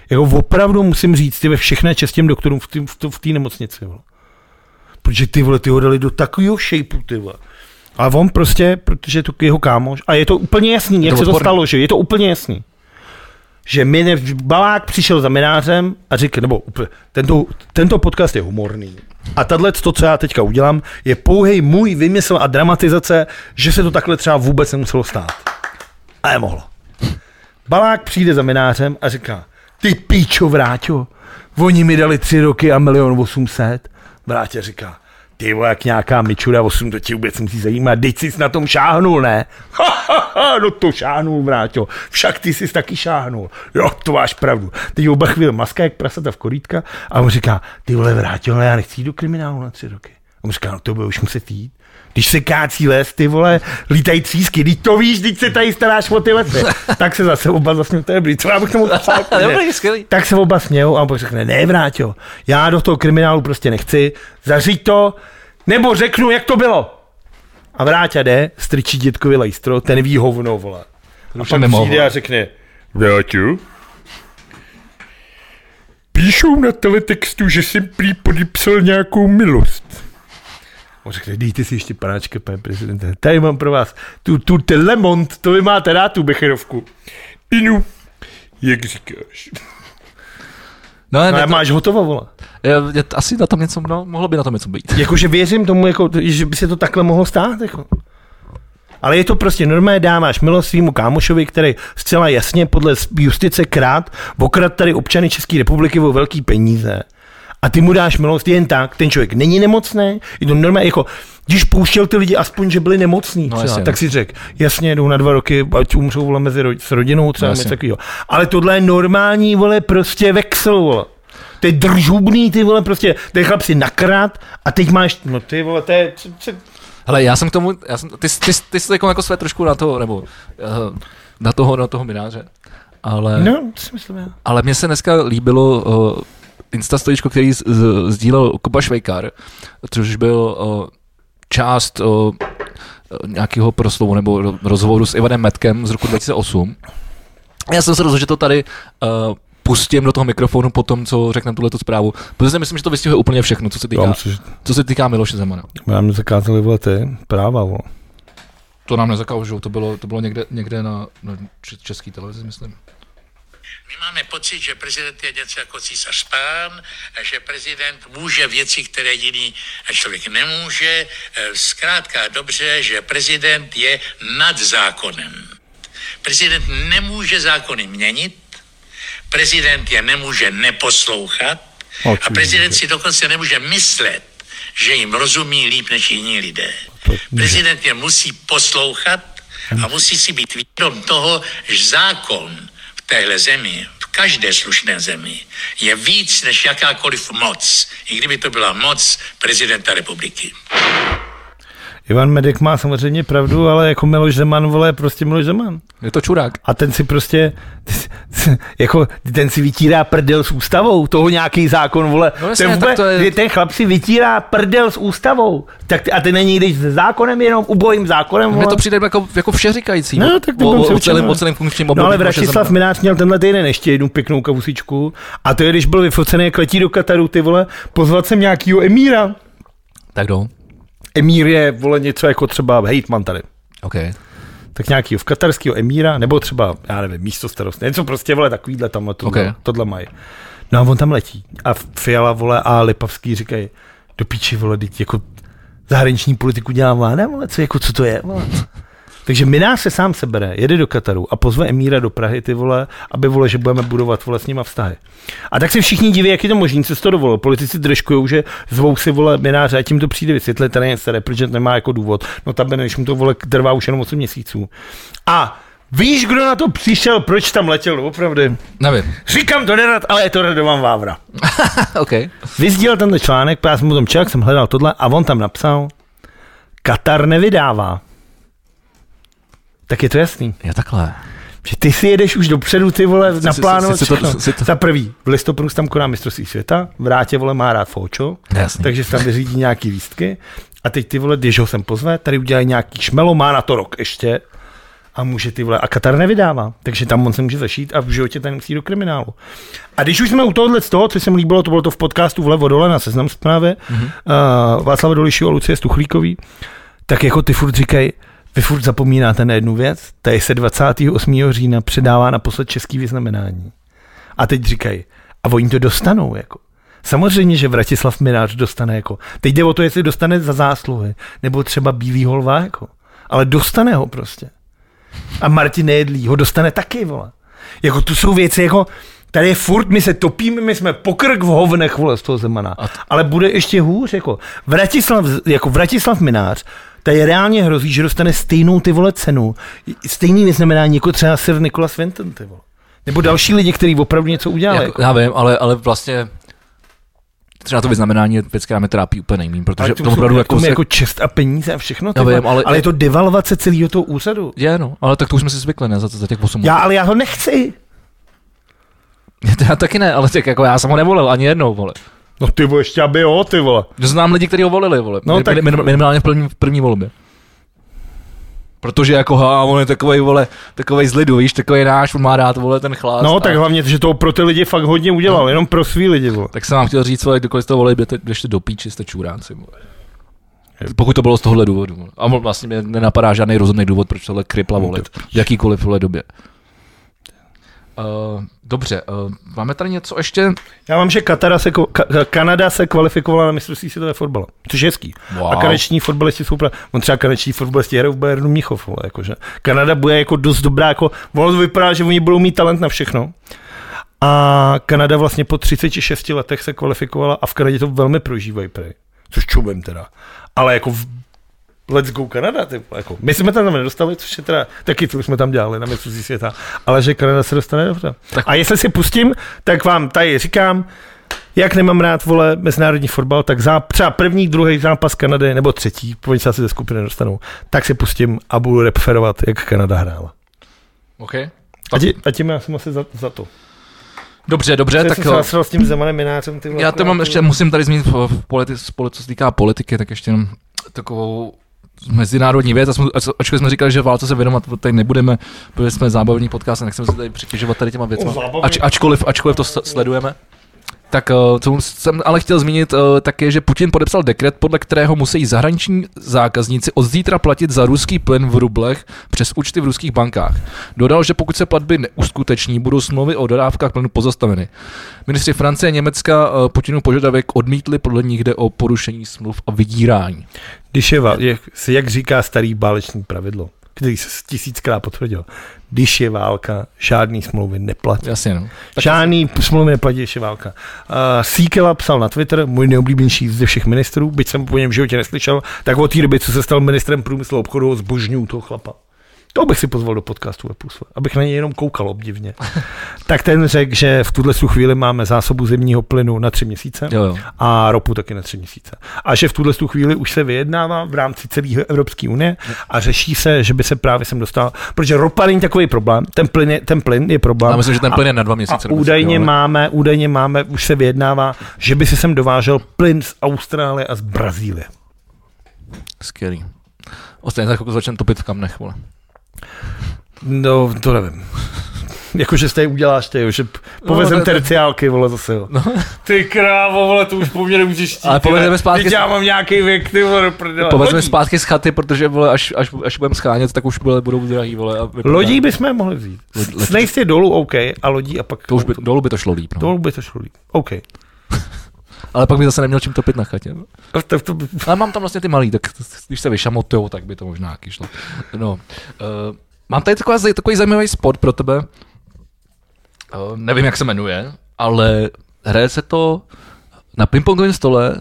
Speaker 1: Jako opravdu musím říct, ty ve všechné čest těm doktorům v té v té- v té nemocnici. Vole. Protože ty vole, ty ho dali do takového shapeu, ty vole. A on prostě, protože je to jeho kámoš, a je to úplně jasný, jak
Speaker 2: To
Speaker 1: se to
Speaker 2: odporný.
Speaker 1: stalo, že je to úplně jasný. Že mi ne, Balák přišel za minářem a řekl, nebo úplně- tento, tento podcast je humorný. A tahle, to, co já teďka udělám, je pouhý můj vymysl a dramatizace, že se to takhle třeba vůbec nemuselo stát. A nemohlo. Balák přijde za minářem a říká, ty píčo vráťo, oni mi dali tři roky a milion osmset. Vrátě říká, ty vole, jak nějaká mičura, osm to ti vůbec musí zajímat, teď jsi na tom šáhnul, ne? Ha, ha, ha, no to šáhnul, vráťo, však ty jsi taky šáhnul. Jo, to máš pravdu. Teď oba chvíli maska jak prasata v korítka a on říká, ty vole, vráťo, ale já nechci jít do kriminálu na tři roky. A on říká, no to bude už muset jít. Když se kácí les, ty vole, lítají třísky, když to víš, když se tady staráš o ty lesy. tak se zase oba zasměl, to je dobrý, co já bych tomu psal.
Speaker 2: Dobrý, skvělý.
Speaker 1: tak se oba smějou a on pak řekne, ne vráťo, já do toho kriminálu prostě nechci, zařiď to, nebo řeknu, jak to bylo. A vráťa jde, strčí dětkovi lejstro, ten ví hovno, vole. A
Speaker 2: už nemohl.
Speaker 1: přijde a řekne, vráťo, píšou na teletextu, že jsem prý podepsal nějakou milost. On řekne, dejte si ještě panáčka, pane prezidente. Tady mám pro vás tu, tu ten Lemont, to vy máte rád, tu Becherovku. Inu, jak říkáš.
Speaker 2: No, ne,
Speaker 1: Ale
Speaker 2: to,
Speaker 1: máš hotovo, vola.
Speaker 2: je, je, asi na tom něco, no, mohlo by na tom něco být.
Speaker 1: Jakože věřím tomu, jako, že by se to takhle mohlo stát. Jako. Ale je to prostě normálně dáváš milost svýmu kámošovi, který zcela jasně podle justice krát, okrad tady občany České republiky o velký peníze. A ty mu dáš milost jen tak, ten člověk není nemocný, je to normálně jako, když pouštěl ty lidi aspoň, že byli nemocní,
Speaker 2: No,
Speaker 1: no,
Speaker 2: jasně,
Speaker 1: tak si řekl, jasně, jdou na dva roky, ať umřou vole mezi ro- s rodinou, třeba
Speaker 2: No,
Speaker 1: no,
Speaker 2: jasně.
Speaker 1: něco takového. Ale tohle je normální, vole, prostě vexel, vole. To je držubný, ty vole, prostě, ten chlap si nakrát a teď máš, no ty vole, to je, co- co-
Speaker 2: Hele, já jsem k tomu, já jsem, ty, ty, ty jsi jako, jako své trošku na toho, nebo eh, na toho, na toho mináře. Ale, no.
Speaker 1: no, co myslím já.
Speaker 2: ale mně se dneska líbilo uh, Insta storičko, který z, z, sdílel Kuba Švejkar, což byl uh, část uh, nějakého proslovu nebo ro- rozhovoru s Ivanem Metkem z roku 2008. Já jsem se rozhodl, že to tady uh, pustím do toho mikrofonu po tom, co řekneme tuhletu zprávu, protože si myslím, že to vystihuje úplně všechno, co se týká, co se týká Miloše Zemana.
Speaker 1: Nám zakázali, vole, ty práva, vole.
Speaker 2: To nám nezakaužou, to bylo, to bylo někde, někde na, na č- český televizi, myslím.
Speaker 5: My máme pocit, že prezident je něco jako císař pán, že prezident může věci, které jiný člověk nemůže. Eh, Zkrátka a dobře, že prezident je nad zákonem. Prezident nemůže zákony měnit, prezident je nemůže neposlouchat,
Speaker 1: Očividně.
Speaker 5: A prezident si dokonce nemůže myslet, že jim rozumí líp než jiní lidé. Prezident je musí poslouchat a musí si být vědom toho, že zákon v téhle zemi, v každé slušné zemi, je víc než jakákoliv moc, i kdyby to byla moc prezidenta republiky.
Speaker 1: Ivan Medek má samozřejmě pravdu, ale jako Miloš Zeman, vole, je prostě Miloš Zeman.
Speaker 2: Je to čurák.
Speaker 1: A ten si prostě, jako, ten si vytírá prdel s ústavou, toho nějaký zákon, vole.
Speaker 2: No jasně,
Speaker 1: ten,
Speaker 2: tak to je-
Speaker 1: ten chlap si vytírá prdel s ústavou. Tak, ty- a ty není jdeš se zákonem, jenom ubojím zákonem,
Speaker 2: Mně
Speaker 1: vole.
Speaker 2: to přijde jako, jako všeříkající.
Speaker 1: No, tak to
Speaker 2: o,
Speaker 1: budem se
Speaker 2: o, o,
Speaker 1: učit,
Speaker 2: celém,
Speaker 1: no.
Speaker 2: o celém funkčním období.
Speaker 1: No ale
Speaker 2: Miloše
Speaker 1: Vratislav
Speaker 2: Zemana.
Speaker 1: Minář měl tenhle týden ještě jednu pěknou kavusičku a to je, když byl vyfocený kletí do Kataru, ty vole, pozvat sem nějakýho emíra.
Speaker 2: Tak jdou.
Speaker 1: Emír je, vole, něco jako třeba hejtman tady.
Speaker 2: OK.
Speaker 1: tak nějakýho v katarského emíra, nebo třeba, já nevím, místo starost, něco prostě, vole, takovýhle tam, tohle,
Speaker 2: Ok.
Speaker 1: okay. tohle mají. No a on tam letí. A Fiala, vole, a Lipavský říkají, do píči, vole, teď jako zahraniční politiku dělá vláda, vole, co, jako, co to je, vole. Takže Minář se sám sebere, jede do Kataru a pozve Emíra do Prahy, ty vole, aby vole, že budeme budovat vole s nima vztahy. A tak se všichni diví, jak je to možný, co se to dovolilo. Politici držkují, že zvou si vole Mináře a tím to přijde vysvětlit, ten je staré, protože nemá jako důvod. No tam než mu to vole trvá už jenom 8 měsíců. A víš, kdo na to přišel, proč tam letěl, opravdu?
Speaker 2: Nevím.
Speaker 1: Říkám to nerad, ale je to Radovan Vávra.
Speaker 2: OK.
Speaker 1: Vyzdíl tenhle článek, já jsem o tom čelak, jsem hledal tohle a on tam napsal, Katar nevydává. Tak je to jasný.
Speaker 2: Je takhle.
Speaker 1: Že ty si jedeš už dopředu, ty vole, naplánovat
Speaker 2: si- si to-
Speaker 1: všechno.
Speaker 2: si to-
Speaker 1: Za prvý, v listopadu se tam koná mistrovství světa, v Rátě, vole, má rád Fočo,
Speaker 2: Jasný.
Speaker 1: takže se tam vyřídí nějaký lístky a teď ty vole, když ho sem pozve, tady udělají nějaký šmelo, má na to rok ještě a může ty vole, a Katar nevydává, takže tam on se může zašít a v životě ten musí do kriminálu. A když už jsme u tohohle z toho, co se mi líbilo, to bylo to v podcastu vlevo dole na seznam zprávě, mm-hmm. uh, Václava Dolišího a Lucie Stuchlíkový, tak jako ty furt říkají, vy furt zapomínáte na jednu věc, tady se 28. října předává naposled český vyznamenání. A teď říkají, a oni to dostanou, jako. Samozřejmě, že Vratislav Minář dostane, jako. Teď jde o to, jestli dostane za zásluhy, nebo třeba Bílý holva, jako. Ale dostane ho prostě. A Martin Nejedlý ho dostane taky, vole. Jako tu jsou věci, jako, tady je furt, my se topíme, my jsme pokrk v hovnech, vole, z toho Zemana. Ale bude ještě hůř, jako. Vratislav, jako Vratislav Minář, tady reálně hrozí, že dostane stejnou ty vole cenu, stejný vyznamenání jako třeba Sir Nicholas Vinton, ty vole. Nebo další lidi, kteří opravdu něco udělali. Jako,
Speaker 2: Jako, já vím, ale, ale vlastně třeba to vyznamenání je věc, která mě trápí úplně nejmín, protože to opravdu jako,
Speaker 1: jako
Speaker 2: jako,
Speaker 1: čest a peníze a všechno, ty
Speaker 2: Já vím,
Speaker 1: vole.
Speaker 2: ale-
Speaker 1: ale, je to devalvace celého toho úřadu.
Speaker 2: je, no, ale tak to už jsme si zvykli, ne, za, za těch 8
Speaker 1: Já, ale já ho nechci.
Speaker 2: Já taky ne, ale tak jako já jsem ho nevolil ani jednou, vole.
Speaker 1: No ty vole, ještě aby jo, ty vole.
Speaker 2: Že Znám lidi, kteří ho volili, vole.
Speaker 1: No,
Speaker 2: No,
Speaker 1: tak-
Speaker 2: tak... Minimálně v první, v první volbě. Protože jako, ha, on je takovej, vole, takovej z lidu, víš, takovej náš, on má rád, vole, ten chlás.
Speaker 1: No
Speaker 2: a- No.
Speaker 1: tak hlavně, že toho pro ty lidi fakt hodně udělal, jenom pro svý lidi, vole.
Speaker 2: Tak jsem vám chtěl říct, vole, kdokoliv jste volili, běžte, běžte do píči, jste čuránci, vole. Pokud to bylo z tohohle důvodu. vole. A mo- vlastně mě nenapadá žádný rozumný důvod, proč tohle kripla volit. V jakýkoliv vole době. Uh, dobře, uh, máme tady něco ještě?
Speaker 1: Já mám, že Katara se, ko- Ka- Kanada se kvalifikovala na mistrovství světové fotbale, což je hezký.
Speaker 2: Wow.
Speaker 1: A kaneční fotbalisti jsou pra... On třeba kaneční fotbalisti hrajou v Bayernu Míchov, vole, jakože. Kanada bude jako dost dobrá, jako ono to vypadá, že oni budou mít talent na všechno. A Kanada vlastně po 36 letech se kvalifikovala a v Kanadě to velmi prožívají, prej. což čumím teda. Ale jako v... Let's go Kanada, ty, vole, jako. My jsme tam nedostali, což je teda taky, co jsme tam dělali na mistrovství světa, ale že Kanada se dostane dobře.
Speaker 2: Tak-
Speaker 1: A jestli si pustím, tak vám tady říkám, jak nemám rád, vole, mezinárodní fotbal, tak za, třeba první, druhý zápas Kanady, nebo třetí, oni se asi ze skupiny dostanou, tak si pustím a budu referovat, jak Kanada hrála.
Speaker 2: OK.
Speaker 1: A, ti, a tím já jsem asi za, za to.
Speaker 2: Dobře, dobře,
Speaker 1: Já
Speaker 2: tak eh,
Speaker 1: jsem se nasral s tím Zemanem Minářem. Ty vole,
Speaker 2: Já to
Speaker 1: kurva,
Speaker 2: mám
Speaker 1: ty
Speaker 2: ještě,
Speaker 1: vole.
Speaker 2: musím tady zmínit, v- v politi, spole- co se týká politiky, tak ještě jenom takovou mezinárodní věc. A jsme- a co- Ačkoliv jsme říkali, že válce se věnovat tady nebudeme, protože jsme zábavní podcast, nechceme se tady přitěžovat tady těma věcmi.
Speaker 1: zábavný.
Speaker 2: Ač, ačkoliv, ačkoliv to s- sledujeme. Tak eh, co jsem ale chtěl zmínit, eh, tak je, že Putin podepsal dekret, podle kterého musí zahraniční zákazníci od zítra platit za ruský plyn v rublech přes účty v ruských bankách. Dodal, že pokud se platby neuskuteční, budou smlouvy o dodávkách plynu pozastaveny. Ministři Francie a Německa eh, Putinův požadavek odmítli, podle nich jde o porušení smluv a vydírání.
Speaker 1: Když je, va- jak, jak říká starý bálečný pravidlo, který se tisíckrát potvrdil. Když je válka, žádný smlouvy neplatí.
Speaker 2: Jasně, no.
Speaker 1: Tak Žádný smlouvy neplatí, když je válka. Uh, Síkela psal na Twitter, můj neoblíbenější ze všech ministrů, byť jsem po něm v životě neslyšel, tak od té doby, co se stal ministrem průmyslu a obchodu, ho zbožňuju toho chlapa. To bych si pozval do podcastu Epus, abych na něj jenom koukal obdivně. tak ten řekl, že v tuhle chvíli máme zásobu zemního plynu na tři měsíce
Speaker 2: Jo, jo.
Speaker 1: a ropu taky na tři měsíce. A že v tuhle tu chvíli už se vyjednává v rámci celé Evropské unie a řeší se, že by se právě sem dostal, protože ropa není takový problém, ten plyn je, ten plyn je problém.
Speaker 2: Já myslím, že ten
Speaker 1: A-
Speaker 2: plyn je na dva
Speaker 1: a
Speaker 2: měsíce. nebo
Speaker 1: údajně
Speaker 2: něco, ale-
Speaker 1: máme, údajně máme, už se vyjednává, že by se sem dovážel plyn z Austrálie a z Brazílie.
Speaker 2: Skvělý. Ostatně za chvilku začne topit v kamnech, vole.
Speaker 1: No, to nevím. Jakože jste je uděláš, ty, jo, že p- povezem
Speaker 2: to-
Speaker 1: no,
Speaker 2: to-
Speaker 1: terciálky, vole, zase, jo. No,
Speaker 3: Ty krávo, vole, to už po mně nemůžeš chtít.
Speaker 2: Ale povedeme zpátky,
Speaker 1: Teď já mám nějaký věk, ty vole, do prdele.
Speaker 2: povedeme
Speaker 1: Lodí.
Speaker 2: zpátky z chaty, protože vole, až, až, až budeme schánět, tak už bude, budou drahý, vole. A vypadá-
Speaker 1: Lodí bychom je mohli vzít. S-
Speaker 2: Lodí-
Speaker 1: Snejst je dolů, OK, a lodí a pak...
Speaker 2: To už by, dolů by to šlo líp, no.
Speaker 1: dolů by to šlo líp. OK.
Speaker 2: Ale pak by zase neměl čím topit na chatě.
Speaker 1: A To, to,
Speaker 2: Ale mám tam vlastně ty malý, tak když se vyšamotujou, tak by to možná taky šlo. No, uh, mám tady taková, zaj- takový zajímavý sport pro tebe. Uh, nevím, jak se jmenuje, ale hraje se to na pingpongovém stole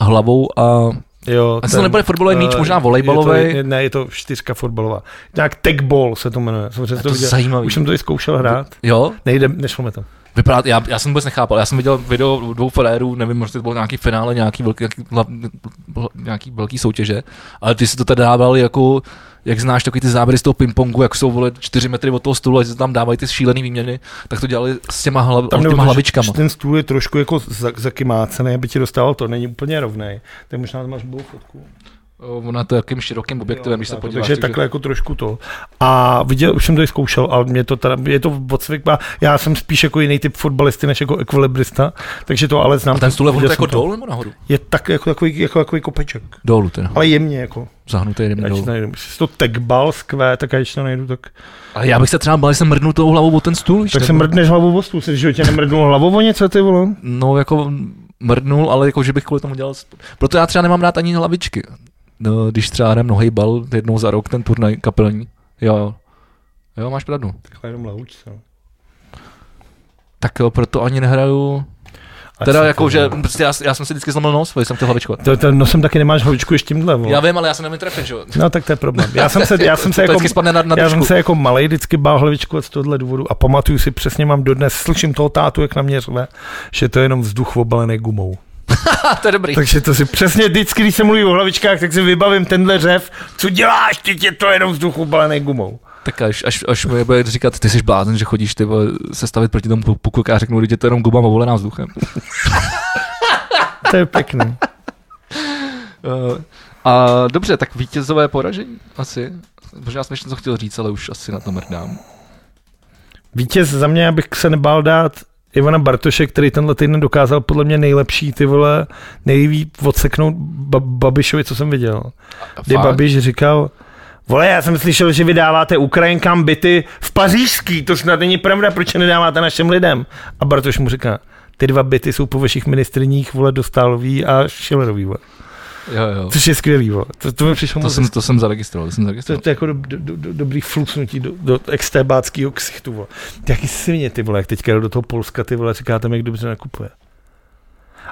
Speaker 2: hlavou a
Speaker 1: jo,
Speaker 2: Asi to nebude fotbalový míč,
Speaker 1: eh,
Speaker 2: možná
Speaker 1: je to-
Speaker 2: volejbalovej.
Speaker 1: je- Ne, je to čtyřka fotbalová. Nějak tagball se to jmenuje. Samozřejmě
Speaker 2: Je
Speaker 1: to,
Speaker 2: to
Speaker 1: viděl.
Speaker 2: zajímavý.
Speaker 1: Už jsem to i zkoušel hrát.
Speaker 2: jo,
Speaker 1: Nejde, nešlo mi to.
Speaker 2: vypadá, já, já jsem vůbec nechápal, já jsem viděl video dvou frérů, nevím, možná to bylo nějaký finále, nějaký velký, nějaký, hla- hla- nějaký velký soutěže, ale ty si to tady dával jako, jak znáš takový ty záběry z toho pingpongu, jak jsou vole čtyři metry od toho stolu a že tam dávají ty šílený výměny, tak to dělali s těma, hlav, s
Speaker 1: nebo
Speaker 2: těma
Speaker 1: to, že-
Speaker 2: hlavičkama.
Speaker 1: že Ten stůl je trošku jako za- zakymácený, aby ti dostával to, není úplně rovný. Tak možná tam máš blbou fotku.
Speaker 2: O, Na takým širokým objektivem, když se
Speaker 1: Tak,
Speaker 2: podíváš.
Speaker 1: takže takhle jako trošku to. A viděl, už jsem to i zkoušel, ale mě to teda, je to odcvik, má- já jsem spíš jako jiný typ fotbalisty než jako ekvilibrista, takže to ale znám.
Speaker 2: a ten stůl je
Speaker 1: Viděl
Speaker 2: vůbec
Speaker 1: jsem
Speaker 2: jako
Speaker 1: to.
Speaker 2: dolů nebo nahoru?
Speaker 1: Je tak jako takový, jako, takový kopeček,
Speaker 2: Dolů teda,
Speaker 1: ale jemně jako.
Speaker 2: zahnutý jeden
Speaker 1: Já
Speaker 2: dolů.
Speaker 1: ti to najdu. Jestli to tekbal skvé, tak já když to najdu, tak,
Speaker 2: Ale já bych se třeba bál, že jsem mrdnul tou hlavou o ten stůl. víš,
Speaker 1: tak se
Speaker 2: nebo-
Speaker 1: mrdneš hlavou o stůl, jsi v životě nemrdnul hlavou o něco, ty vole.
Speaker 2: No, jako mrdnul, ale jako, že bych kvůli tomu dělal. sp- Proto já třeba nemám rád ani hlavičky. No, když třeba hrám nohej bal jednou za rok, ten turnaj kapelní. Jo, jo. Jo, máš pravdu.
Speaker 1: Takhle jenom lahučce. no.
Speaker 2: Tak jo, proto ani nehraju.
Speaker 1: A
Speaker 2: Teda
Speaker 1: co
Speaker 2: jako,
Speaker 1: to
Speaker 2: že
Speaker 1: je?
Speaker 2: prostě já, já jsem si vždycky zlomil nos, když jsem chtěl hlavičkovat.
Speaker 1: To, to, no jsem taky nemáš holičku ještě tímhle, vole.
Speaker 2: Já vím, ale já jsem nevím trefit, že jo.
Speaker 1: No tak to je problém. Já jsem se, já jsem se
Speaker 2: To
Speaker 1: jako,
Speaker 2: vždycky spadne na, na
Speaker 1: já jsem
Speaker 2: držku.
Speaker 1: se jako malej vždycky bál hlavičku z tohohle důvodu a pamatuju si přesně, mám dodnes, slyším toho tátu, jak na mě řve, že to je jenom vzduch obalený gumou.
Speaker 2: A to je dobrý.
Speaker 1: Takže to si přesně vždycky, když se mluví o hlavičkách, tak si vybavím tenhle řev, co děláš, ty je to jenom vzduch obalený gumou.
Speaker 2: Tak až, až, až mi bude říkat, ty jsi blázen, že chodíš ty vole, se stavit proti tomu puku, tak já řeknu, lidi, to je jenom guma volená vzduchem.
Speaker 1: To je pěkný.
Speaker 2: Eh, a dobře, tak vítězové poražení asi. Možná jsem ještě něco chtěl říct, ale už asi na to mrdám.
Speaker 1: Vítěz za mě, abych se nebál dát Ivana Bartoše, který tenhle týden dokázal podle mě nejlepší ty vole, nejvíc odseknout ba- Babišovi, co jsem viděl. Kdy
Speaker 2: Fakt?
Speaker 1: Babiš říkal, vole, já jsem slyšel, že vydáváte Ukrajinkám byty v pařížský, to snad není pravda, proč je nedáváte našim lidem? A Bartoš mu říká, ty dva byty jsou po vašich ministriních, vole, Dostálový a Schillerový, vole.
Speaker 2: Jo, jo.
Speaker 1: což je skvělý, vole. To, to mi přišlo
Speaker 2: To
Speaker 1: moc
Speaker 2: jsem, to jsem zaregistroval, to jsem
Speaker 1: to,
Speaker 2: zaregistroval.
Speaker 1: to je jako do, do, do, do- dobrý fluxnutí do, do extébáckého ksichtu. Vole. Ty jaký svině ty vole, jak teďka jdu do toho Polska, ty vole, říkáte mi, jak dobře nakupuje.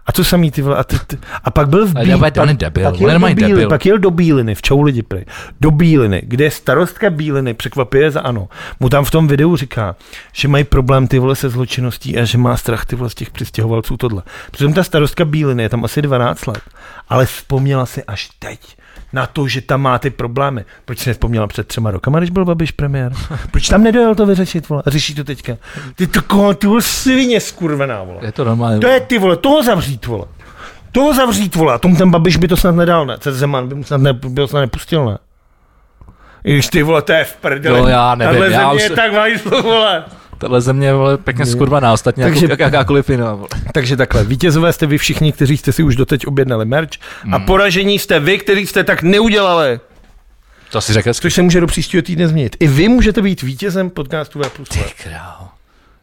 Speaker 1: A to samý ty vole, a, ty, ty, a pak byl v
Speaker 2: Ale
Speaker 1: Bí-
Speaker 2: Dabaj,
Speaker 1: pak-
Speaker 2: on je debil,
Speaker 1: pak
Speaker 2: on
Speaker 1: jel
Speaker 2: je
Speaker 1: do
Speaker 2: normální
Speaker 1: Bíliny,
Speaker 2: debil.
Speaker 1: Pak jel do Bíliny, v čou lidi prej, do Bíliny, kde je starostka Bíliny, překvapivě za ano, mu tam v tom videu říká, že mají problém ty vole se zločinností a že má strach ty vole z těch přistěhovalců tohle. Přitom ta starostka Bíliny je tam asi 12 let, ale vzpomněla si až teď na to, že tam má ty problémy. Proč si nevzpomněla před třema rokama, když byl Babiš premiér? Proč tam nedojel to vyřešit, vole? A řeší to teďka. Ty taková ty vole svině skurvená, vole.
Speaker 2: Je to normální.
Speaker 1: To je ty vole, toho zavřít, vole. Toho zavřít, vole. A tomu ten Babiš by to snad nedal, ne? Ten Zeman by mu snad, ne, by ho snad nepustil, ne? I když ty vole, to je v prdeli.
Speaker 2: Jo, já nevím,
Speaker 1: Tahle
Speaker 2: já
Speaker 1: země
Speaker 2: už-
Speaker 1: je tak vajzlo, vole.
Speaker 2: Tahle země je pěkně skurvaná, ostatně
Speaker 1: Takže-
Speaker 2: Takže... jak, jakákoliv jiná. vole.
Speaker 1: Takže takhle, vítězové jste vy všichni, kteří jste si už doteď objednali merch a poražení jste vy, kteří jste tak neudělali.
Speaker 2: To si řekl
Speaker 1: Což se může do příštího týdne změnit. I vy můžete být vítězem podcastu V+.
Speaker 2: Král.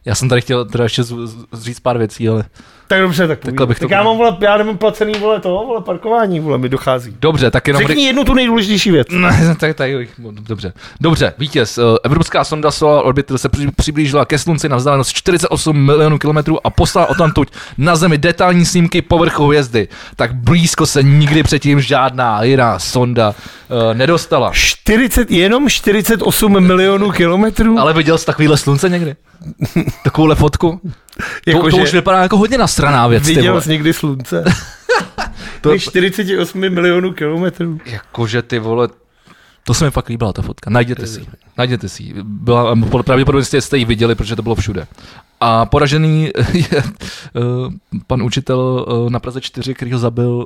Speaker 2: Já jsem tady chtěl teda ještě z, z, říct pár věcí, ale
Speaker 1: Tak dobře, tak
Speaker 2: Takhle bych
Speaker 1: tak
Speaker 2: to
Speaker 1: já
Speaker 2: udělal.
Speaker 1: mám, vole, já nemám placený, vole, to, vole, parkování, vole, mi dochází.
Speaker 2: Dobře, tak jenom...
Speaker 1: Řekni jednu tu nejdůležitější věc.
Speaker 2: Ne, tak, tak, jich- dobře. Dobře, vítěz. Eh, Evropská sonda Solar Orbital se při- přiblížila ke Slunci na vzdálenost 48 milionů kilometrů a poslala odtamtud na Zemi detailní snímky povrchu hvězdy. Tak blízko se nikdy předtím žádná jiná sonda eh, nedostala.
Speaker 1: 40, jenom 48 milionů kilometrů?
Speaker 2: Ale viděl jsi takovýhle slunce někdy? Takovouhle fotku? To, to
Speaker 1: Jakože-
Speaker 2: už vypadá jako hodně nasraná věc, ty
Speaker 1: Viděl
Speaker 2: vole.
Speaker 1: jsi někdy slunce? to je 48 milionů kilometrů.
Speaker 2: Jakože ty vole, to se mi fakt líbila ta fotka. Najděte si ji. Najděte si ji. Byla, podle pravděpodobnosti jste ji viděli, protože to bylo všude. A poražený je eh, pan učitel eh, na Praze 4, který ho zabil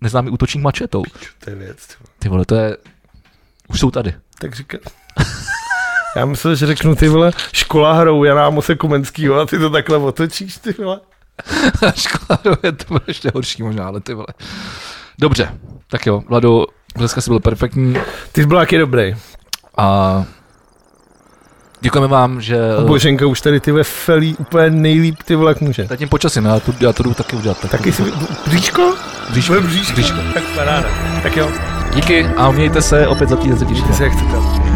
Speaker 2: neznámý útočník mačetou.
Speaker 1: To je věc. ty vole.
Speaker 2: Ty vole, to je... Už jsou tady.
Speaker 1: Tak říkal. Já myslel, že řeknu ty vole, škola hrou Jana Amose Komenskýho a ty to takhle otočíš, ty vole.
Speaker 2: Škoda, je to bude ještě horší možná, ale ty vole. Dobře, tak jo, Vlado, dneska jsi byl perfektní
Speaker 1: Ty blák je dobrý.
Speaker 2: a děkujeme vám, že...
Speaker 1: A Boženka už tady ty ve felí úplně nejlíp ty vole, jak může.
Speaker 2: Zatím počasím, no, já to, já to jdu taky udělat. Tak,
Speaker 1: Taky si... Bříško?
Speaker 2: bříško,
Speaker 1: Bude bříško?
Speaker 2: bříško.
Speaker 1: Tak paráda. Tak jo,
Speaker 2: Díky a mějte se opět za týden se těšíme.
Speaker 1: se jak chcete.